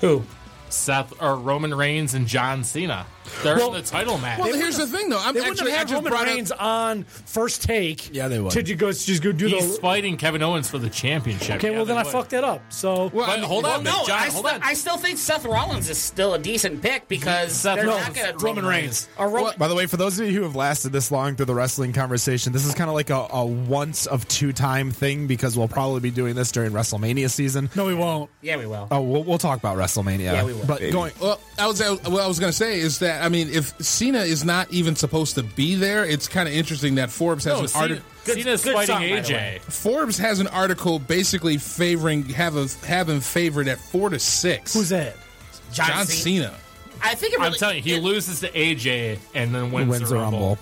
E: Who?
D: Seth or Roman Reigns and John Cena. They're in the title match.
G: Well, here's the thing, though. I'm
K: They wouldn't
G: actually,
K: have
G: I
K: had
G: just
K: Roman
G: brought
K: Reigns
G: up,
K: on first take.
C: Yeah, they would.
K: To ju- go, just go do
D: He's
K: the.
D: fighting Kevin Owens for the championship.
K: Okay,
D: Yeah,
K: well
D: they
K: then I
D: would.
K: fucked that up. So
G: well, I
D: But
G: mean,
D: hold on,
E: No,
D: but John,
E: I,
D: hold
E: st-
D: on.
E: I still think Seth Rollins is still a decent pick because
D: Seth
E: they're
D: Rollins.
E: not going to
D: Roman Reigns.
E: Or Ro-
C: By the way, for those of you who have lasted this long through the wrestling conversation, this is kind of like a, a once of two time thing because we'll probably be doing this during WrestleMania season.
K: no, we won't.
E: yeah, we will.
C: Oh, we'll, we'll talk about WrestleMania.
E: Yeah, we will.
C: But going,
G: Well, I was what I was going to say is that I mean, if Cena is not even supposed to be there, it's kind of interesting that Forbes has
D: No,
G: an
D: Cena,
G: article.
D: Cena's
E: good
D: fighting
E: song, by the
D: AJ.
E: way.
G: Forbes has an article basically favoring have a have him favored at four to six.
K: Who's that?
E: John,
G: John
E: Cena.
G: Cena.
E: I think it really,
D: I'm telling you, he
E: it-
D: loses to AJ and then wins,
C: wins the
D: the Rumble.
C: Rumble.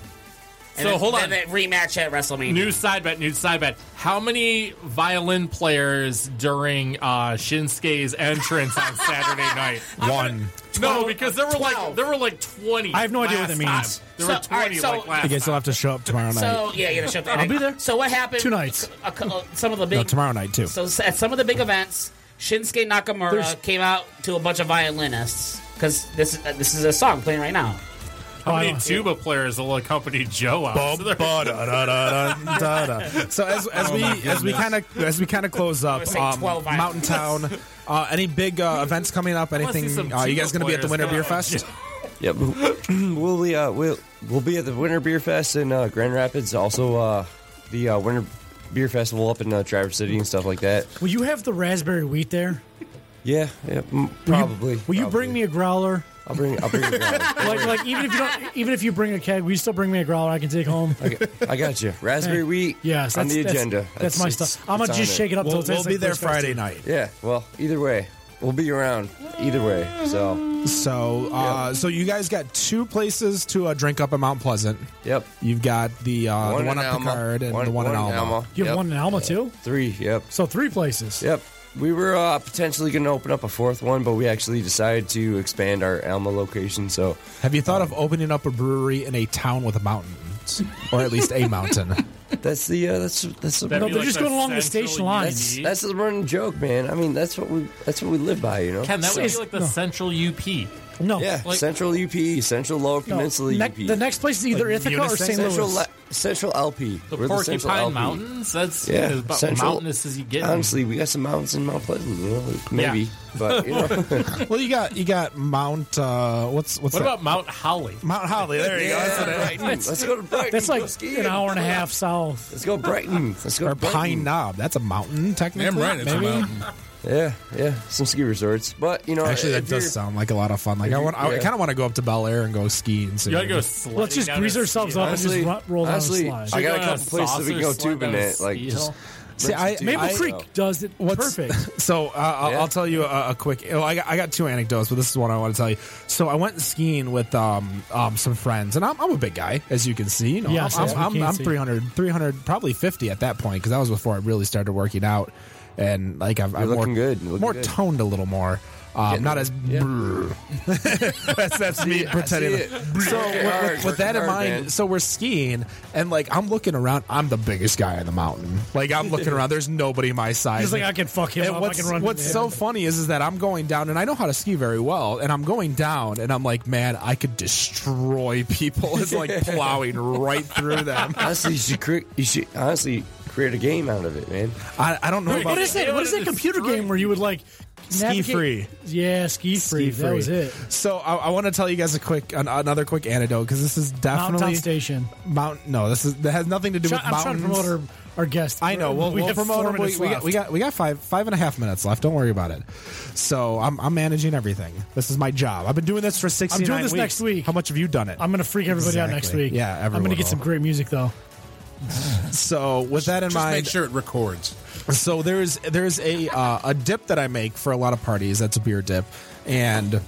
E: and
D: So
E: then-
D: hold on.
E: Then that rematch at WrestleMania.
D: New side bet, new side bet. How many violin players during uh, Shinsuke's entrance on Saturday night?
C: one.
D: No, because there were like
E: Twelve.
D: there were like twenty.
K: I have no idea what
D: last
K: that means.
D: time. There
E: So-
D: were twenty
E: all right, so-
D: like last.
C: I guess
D: time.
C: you'll have to show up tomorrow night.
E: So yeah, you gotta show up.
K: I'll be there.
E: So what happened?
K: Two nights.
E: A cou- uh, some of the big
C: No, tomorrow night, too.
E: So s- at some of the big events, Shinsuke Nakamura
K: There's-
E: came out to a bunch of violinists because this uh, this is a song playing right now.
D: How many tuba players will accompany Joe out? So there-
C: so as, as we as we kind of as we kind of close up,
E: was saying
C: um,
E: 12 hours.
C: Mountain Town. Uh, any big uh, events coming up?
D: wanna see some
C: Anything? Uh, you guys going to be at the
D: players
C: Winter
D: go.
C: Beer Fest?
H: Yep. we'll be uh, we'll we'll be at the Winter Beer Fest in uh, Grand Rapids. Also, uh, the uh, Winter Beer Festival up in uh, Traverse City and stuff like that.
K: Will you have the raspberry wheat there?
H: Yeah, yeah m-
K: Will you-
H: probably.
K: Will you bring me a growler?
H: I'll bring. I'll bring. it down.
K: Like, like even if you don't, even if you bring a keg, will you still bring me a growler I can take home?
H: I got you. Raspberry wheat.
K: Yes, that's
H: on the
K: that's-
H: agenda.
K: That's, my
H: It's-
K: stuff. I'm
H: it's
K: gonna
H: on
K: just
H: it.
K: shake it up
C: We'll,
K: till
C: we'll
K: it tastes
C: be there
K: like Place
C: Friday night.
H: Yeah. Well, either way, we'll be around. Either way. So.
C: So, uh, so you guys got two places to uh, drink up in Mount Pleasant.
H: Yep.
C: You've got the uh, the one
H: in
C: at
H: Alma,
C: Picard and the one, in Alma.
K: You have
H: Yep.
K: one in Alma too,
H: Three. Yep.
K: so three places.
H: Yep. We were uh, potentially going to open up a fourth one, but we actually decided to expand our Alma location. So
C: Have you thought of opening up a brewery in a town with mountains, or at least a mountain?
H: that's the uh, that's that's the
D: That'd
K: No,
D: be
K: they're just
D: the
K: going along the
D: central
K: station lines.
D: UP.
H: that's the running joke, man. I mean, that's what we that's what we live by, you know.
D: Ken, that would be
K: It's-
D: like the
K: no.
D: central UP.
K: No,
H: yeah,
D: like-
H: Central UP, Central Lower
K: no.
H: Peninsula E.
K: Ne-
H: UP,
K: the next place is either Ithaca or
C: Unisex?
K: St.
H: Central
K: Louis.
H: La- Central LP,
D: The
H: We're Central
D: Porcupine
H: LP.
D: Mountains. That's
H: Yeah,
D: as about
H: Central-
D: mountainous as you get.
H: Honestly, we got some mountains in Mount Pleasant, you know, like, maybe, but you know,
C: well, you got you got Mount. Uh, what's what's
D: What
C: that?
D: about Mount Holly?
C: Mount Holly? There you go. That's it.
H: Hmm, let's go to Brighton.
K: That's
H: go
K: like
H: skiing.
K: an hour and a half south.
H: Let's go Brighton. Let's go
C: Or
H: to
C: Pine
H: Brighton.
C: Knob. That's a mountain, technically.
G: Damn right, it's
C: maybe?
G: a mountain.
H: Yeah, yeah, some ski resorts, but you know,
C: Actually,
H: if
C: that does
H: you're-
C: sound like a lot of fun. Like I want, I
H: yeah.
C: kind of want to go up to Bel Air and go skiing.
D: You
C: Soon.
D: gotta go.
K: Let's just grease ourselves up and
H: Honestly,
K: just ru- roll down a
H: honestly,
K: slide.
H: I got a couple places that we can go tubing at, like just
C: See, I,
K: Maple
C: I-
K: Creek does it
C: What's-
K: perfect.
C: So uh, I'll,
H: Yeah.
C: I'll tell you a, a quick. oh, I got, I got two anecdotes, but this is one I want to tell you. So I went skiing with um, um, some friends, and I'm, I'm a big guy, as you can see. You know,
K: Yes,
C: I'm,
K: yes, we
C: I'm, I'm,
K: can
C: I'm
K: see.
C: 300, 300, probably 50 at that point because that was before I really started working out, and like I've, I've
H: looking
C: more,
H: good. You're looking
C: more
H: good.
C: toned a little more. Um, not as brrr. that's that's me pretending.
H: see it.
C: So
H: Working
C: with,
H: hard,
C: with that in
H: working hard,
C: mind,
H: man.
C: so we're skiing, and like I'm looking around, I'm the biggest guy on the mountain. Like I'm looking around, there's nobody my size.
K: He's like, I can fuck him
C: And
K: up. I
C: what's
K: can run.
C: what's
K: yeah.
C: so funny is is that I'm going down and I know how to ski very well, and I'm going down and I'm like, man, I could destroy people. It's like plowing right through them.
H: honestly, you should cre- you should honestly create a game out of it, man.
C: I, I don't know about
K: What is that? What is that computer game where you would like
C: ski free.
K: Yeah, ski free. That was it.
C: So I, I want to tell you guys a quick an, another quick anecdote because this is
K: Mountain
C: definitely
K: Top Station.
C: Mount- No, this is that has nothing to do
K: Try-
C: with
K: I'm trying to
C: mountains.
K: promote our, our guest.
C: I know. We'll, we will
K: have
C: promote
K: four
C: him. We,
K: minutes
C: we got,
K: left.
C: we got we got five five and a half minutes left. Don't worry about it. So I'm, I'm managing everything. This is my job. I've been doing this for six.
K: I'm doing this next week.
C: How much have you done it?
K: I'm gonna freak everybody out next
C: Exactly.
K: week.
C: Yeah,
K: I'm
C: everyone
K: gonna get some
C: will.
K: great music though.
C: so with that in
G: Just
C: mind,
G: make sure it records.
C: so there's there's a uh, a dip that I make for a lot of parties. That's a beer dip, and it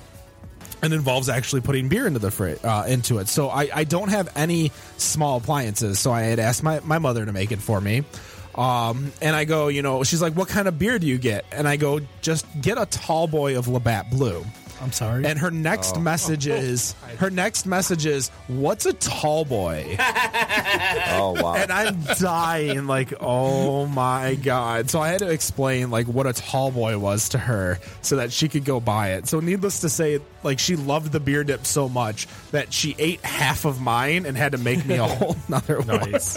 C: involves actually putting beer into the fri- uh, into it. So I, I don't have any small appliances. So I had asked my, my mother to make it for me. Um, and I go, you know, she's like, what kind of beer do you get? And I go, just get a tall boy of Labatt Blue.
K: I'm sorry.
C: And her next message is her next message is what's a tall boy?
H: Oh wow.
C: and I'm dying like oh my god. So I had to explain like what a tall boy was to her so that she could go buy it. So needless to say like she loved the beer dip so much that she ate half of mine and had to make me a whole another one.
D: Nice.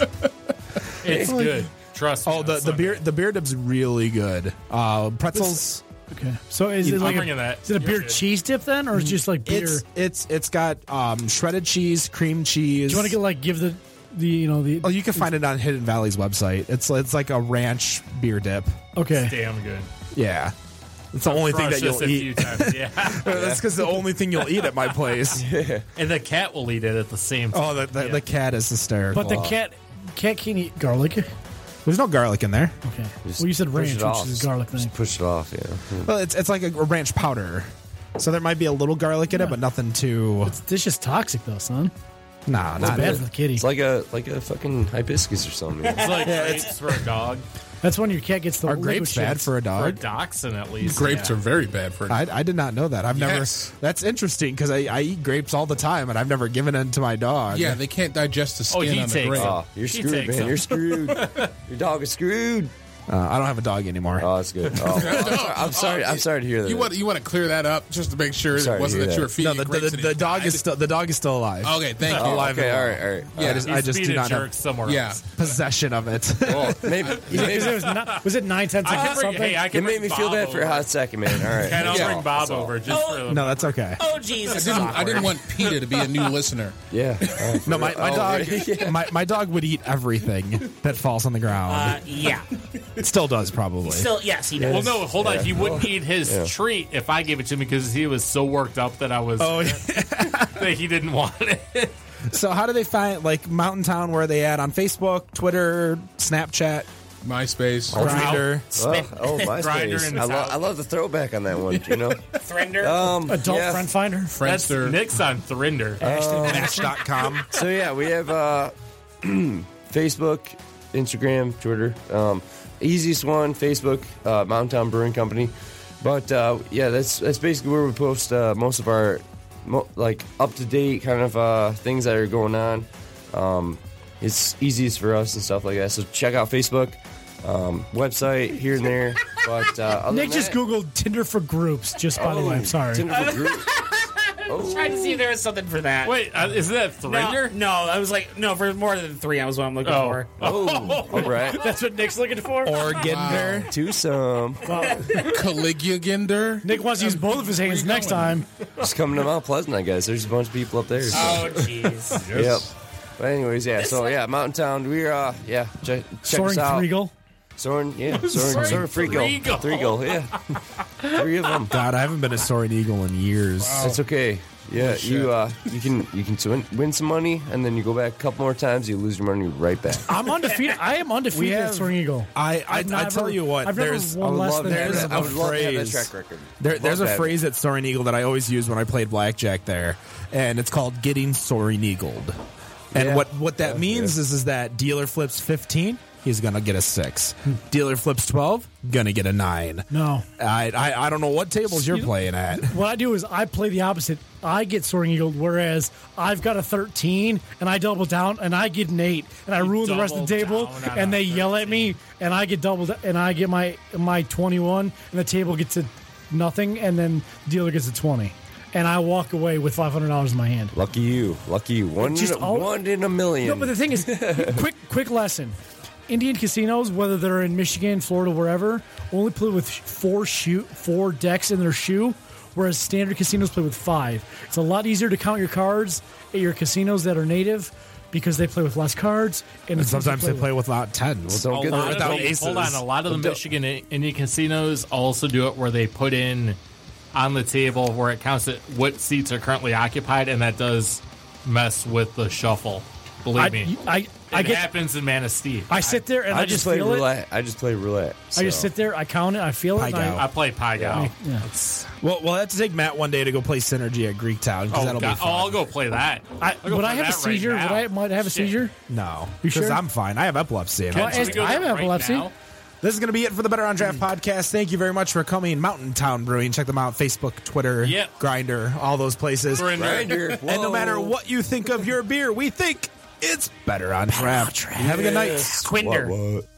D: it's good. Trust me.
C: Oh,
D: on
C: the, the
D: Sunday.
C: beer the beer dip's really good. Uh, pretzels.
K: okay.
F: So is it
D: I'm
F: like a,
D: bringing that.
F: is it a
D: You're
F: beer
D: good.
F: cheese dip then, or is it just like beer?
C: It's it's it's got um, shredded cheese, cream cheese.
F: Do you want to get like give the the you know the
C: Oh, you can find it on Hidden Valley's website. It's it's like a ranch beer dip.
F: okay?
D: Damn good.
C: Yeah, it's the only thing
D: Crush
C: that
D: this
C: you'll
D: a few
C: eat.
D: times. Yeah.
C: That's because the only thing you'll eat at my place.
D: and the cat will eat it at the same time.
C: Oh, the the, the cat is hysterical.
F: But the cat cat can eat garlic.
C: there's no garlic in there.
F: Okay. Well, you said
H: Push it
F: ranch,
H: off.
F: which is a garlic thing.
H: Just push it off. Yeah.
C: Well, it's it's like a ranch powder. So there might be a little garlic in it, but nothing too.
F: This is toxic though, son.
C: Nah, not
F: Bad for the kitty.
H: It's like a like a fucking hibiscus or something. man.
D: It's like grapes for a dog.
F: That's when your cat gets the
C: Are
F: liquid
C: grapes bad
F: shits.
C: for a
D: For a
C: dog?
D: dachshund, at least.
G: Grapes are very bad for.
C: I, I did not know that. I've
G: Yes.
C: never. That's interesting because I, I eat grapes all the time, and I've never given in to my dog.
G: yeah, they can't digest the
D: Oh,
G: skin
D: he
G: on the
D: takes
G: grape.
D: it.
H: Oh, you're
D: He
H: screwed,
D: takes
H: man.
D: them.
H: You're screwed. Your dog is screwed.
C: Uh, I don't have a dog anymore.
G: Uh,
H: Oh, that's good. Oh, I'm sorry. I'm sorry to hear that.
G: You want you want to clear that up just to make sure
H: Sorry
G: it
H: to
G: wasn't
H: hear
G: that you
H: that.
C: no,
G: were feeding
C: the,
G: it
C: the,
G: grapes
C: the,
G: and
C: the
G: it-
C: dog is still the dog is still alive.
G: Okay, thank you.
H: Oh, okay, all right, all right.
G: Yeah,
H: all
G: just-
H: right.
D: He's
C: I just do
D: being a
C: not have-
D: jerk somewhere
G: Yeah.
D: else.
C: possession of it.
H: Well, maybe,
F: Is
H: maybe
F: it- was, not- was it nine tenths
D: I
F: of
D: can bring,
F: something?
D: hey, I
H: it
D: can
H: made
D: bring
H: me feel
D: Bob
H: bad for
D: over.
H: a hot second, man. All right.
D: And I'll
G: Yeah.
D: bring Bob
H: That's all.
D: over just for
C: no, that's okay.
E: Oh
G: I
E: Jesus!
G: didn't, I didn't want Peter to be a new listener.
H: Yeah. all right.
C: No, my, my dog my, my dog would eat everything that falls on the ground.
E: Uh, yeah.
C: Still does probably.
E: Still, yes, he does.
D: Well, no, hold on. He wouldn't eat his treat if I gave it to him because he was so worked up that I was
C: oh, yeah.
D: that he didn't want it.
C: so how do they find like Mountain Town? Where are they at on Facebook, Twitter, Snapchat,
G: MySpace.
C: Grinder?
H: Oh, oh my
D: Grinder
H: space.
D: in the
H: I, lo-
D: south.
H: I love the throwback on that one. You know,
E: Thrinder.
H: um,
F: Adult
H: yeah.
F: friend finder.
D: That's
G: Friendster.
D: Nick's on Thrinder.
F: Uh,
C: Match.com.
H: So yeah, we have uh, Facebook, Instagram, Twitter. Um, easiest one, Facebook, uh, Mountain Town Brewing Company. But uh, yeah, that's that's basically where we post uh, most of our mo- like up to date kind of uh, things that are going on. Um, it's easiest for us and stuff like that. So check out Facebook, um, website here and there. But uh, other
F: Nick
H: than
F: just
H: that-
F: googled Tinder for groups. Just by the
H: Oh,
F: way, I'm sorry.
H: Tinder for group.
E: Tried to see if there was something for that.
D: Wait, uh, isn't that Thrinder?
E: no, no, I was like, no, for more than three. I was what I'm looking
D: Oh.
E: for.
H: Oh, all right.
F: That's what Nick's looking for.
C: Or Ginder.
H: Twosome.
G: Caligulaginder.
F: Nick wants to use both of his hands
G: you
F: next
G: going?
F: time.
H: Just coming to Mount Pleasant, I guess. There's a bunch of people up there. so-
E: Oh jeez.
H: Yep. But anyways, yeah. So yeah, Mountain Town. We're uh, yeah. Check, check
F: Soaring
H: us out.
F: Threagle.
H: Soren, yeah. Soren,
D: Soaring
H: Soren Freakle.
D: Threagle.
H: Threagle, yeah. Three of them.
C: God, I haven't been a soaring eagle in years.
H: That's okay. Yeah, you uh, you can you can win, win some money, and then you go back a couple more times, you lose your money right back.
F: I'm undefeated. I am undefeated
C: have-
F: at Soaring Eagle.
C: I I,
F: I've
C: I
F: never-
C: tell you what,
F: I've never
C: there's
F: won
H: I would
F: less
H: love
F: than
H: to have
C: there's
H: that.
C: a
H: I would love to have that
C: phrase.
H: track record.
C: There,
H: Love
C: there's a
H: that.
C: phrase at Soaring Eagle that I always use when I played blackjack there, and it's called getting Soaring Eagled. And
H: Yeah.
C: what, what that
H: Yeah,
C: means
H: yeah.
C: is is that dealer flips 15, he's gonna get a six. Dealer flips 12, gonna get a nine.
F: No.
C: I I, I don't know what tables you're playing at.
F: What I do is I play the opposite. I get Soaring Eagle, whereas I've got a 13 and I double down and I get an 8 and I ruin the rest of the
D: double
F: table
D: down on
F: and
D: a
F: they yell at me and I get doubled and I get my my 21 and the table gets a nothing and then the dealer gets a 20 and I walk away with $500 in my hand.
H: Lucky you, lucky you. One,
F: Just
H: in, a-
F: all-
H: one in a million.
F: No, but the thing is, quick quick lesson. Indian casinos, whether they're in Michigan, Florida, wherever, only play with sh- four shoe four decks in their shoe, whereas standard casinos play with five. It's a lot easier to count your cards at your casinos that are native because they play with less cards, and,
C: And
F: it's easier to
C: sometimes they play without 10.
H: Well, don't
D: A
H: get
D: lot
H: the-
D: of
C: without
D: the- Hold on,
C: aces.
D: a lot of the
H: Don't-
D: Michigan I- Indian casinos also do it where they put in on the table where it counts it what seats are currently occupied, and that does mess with the shuffle. Believe me,
F: I I, I
D: it
F: get
D: happens in Manistee.
F: I sit there and
H: I,
F: I, just
H: just play
F: feel it.
H: roulette. I just play roulette.
F: I just
H: so.
F: sit there, I count it, I feel it.
C: Pie
F: and I,
C: gout.
D: I play Pie Gal.
F: Yeah.
D: That's-
C: Well, we'll have to take Matt one day to go play Synergy at Greektown because
D: Oh,
C: that'll
D: God.
C: be
D: oh, I'll
C: fun.
D: go play that.
F: I,
D: I'll go
F: would
D: play
F: I have a
D: that right
F: seizure?
D: now.
F: would I might I have a
D: Shit.
F: seizure?
C: no,
F: You
C: because
F: sure?
C: I'm fine. I have epilepsy. and
F: Well,
C: I'm
D: Should we
F: it's-
D: go
F: I
D: there
F: have epilepsy.
D: now?
C: This is going to be it for the Better on Draft podcast. Thank you very much for coming. Mountain Town Brewing. Check them out Facebook, Twitter,
D: Yep.
C: Grinder, all those places.
D: Grinder. Grinder.
C: And no matter what you think of your beer, we think it's Better on Draft. Have a good night.
E: Quinder.
H: What?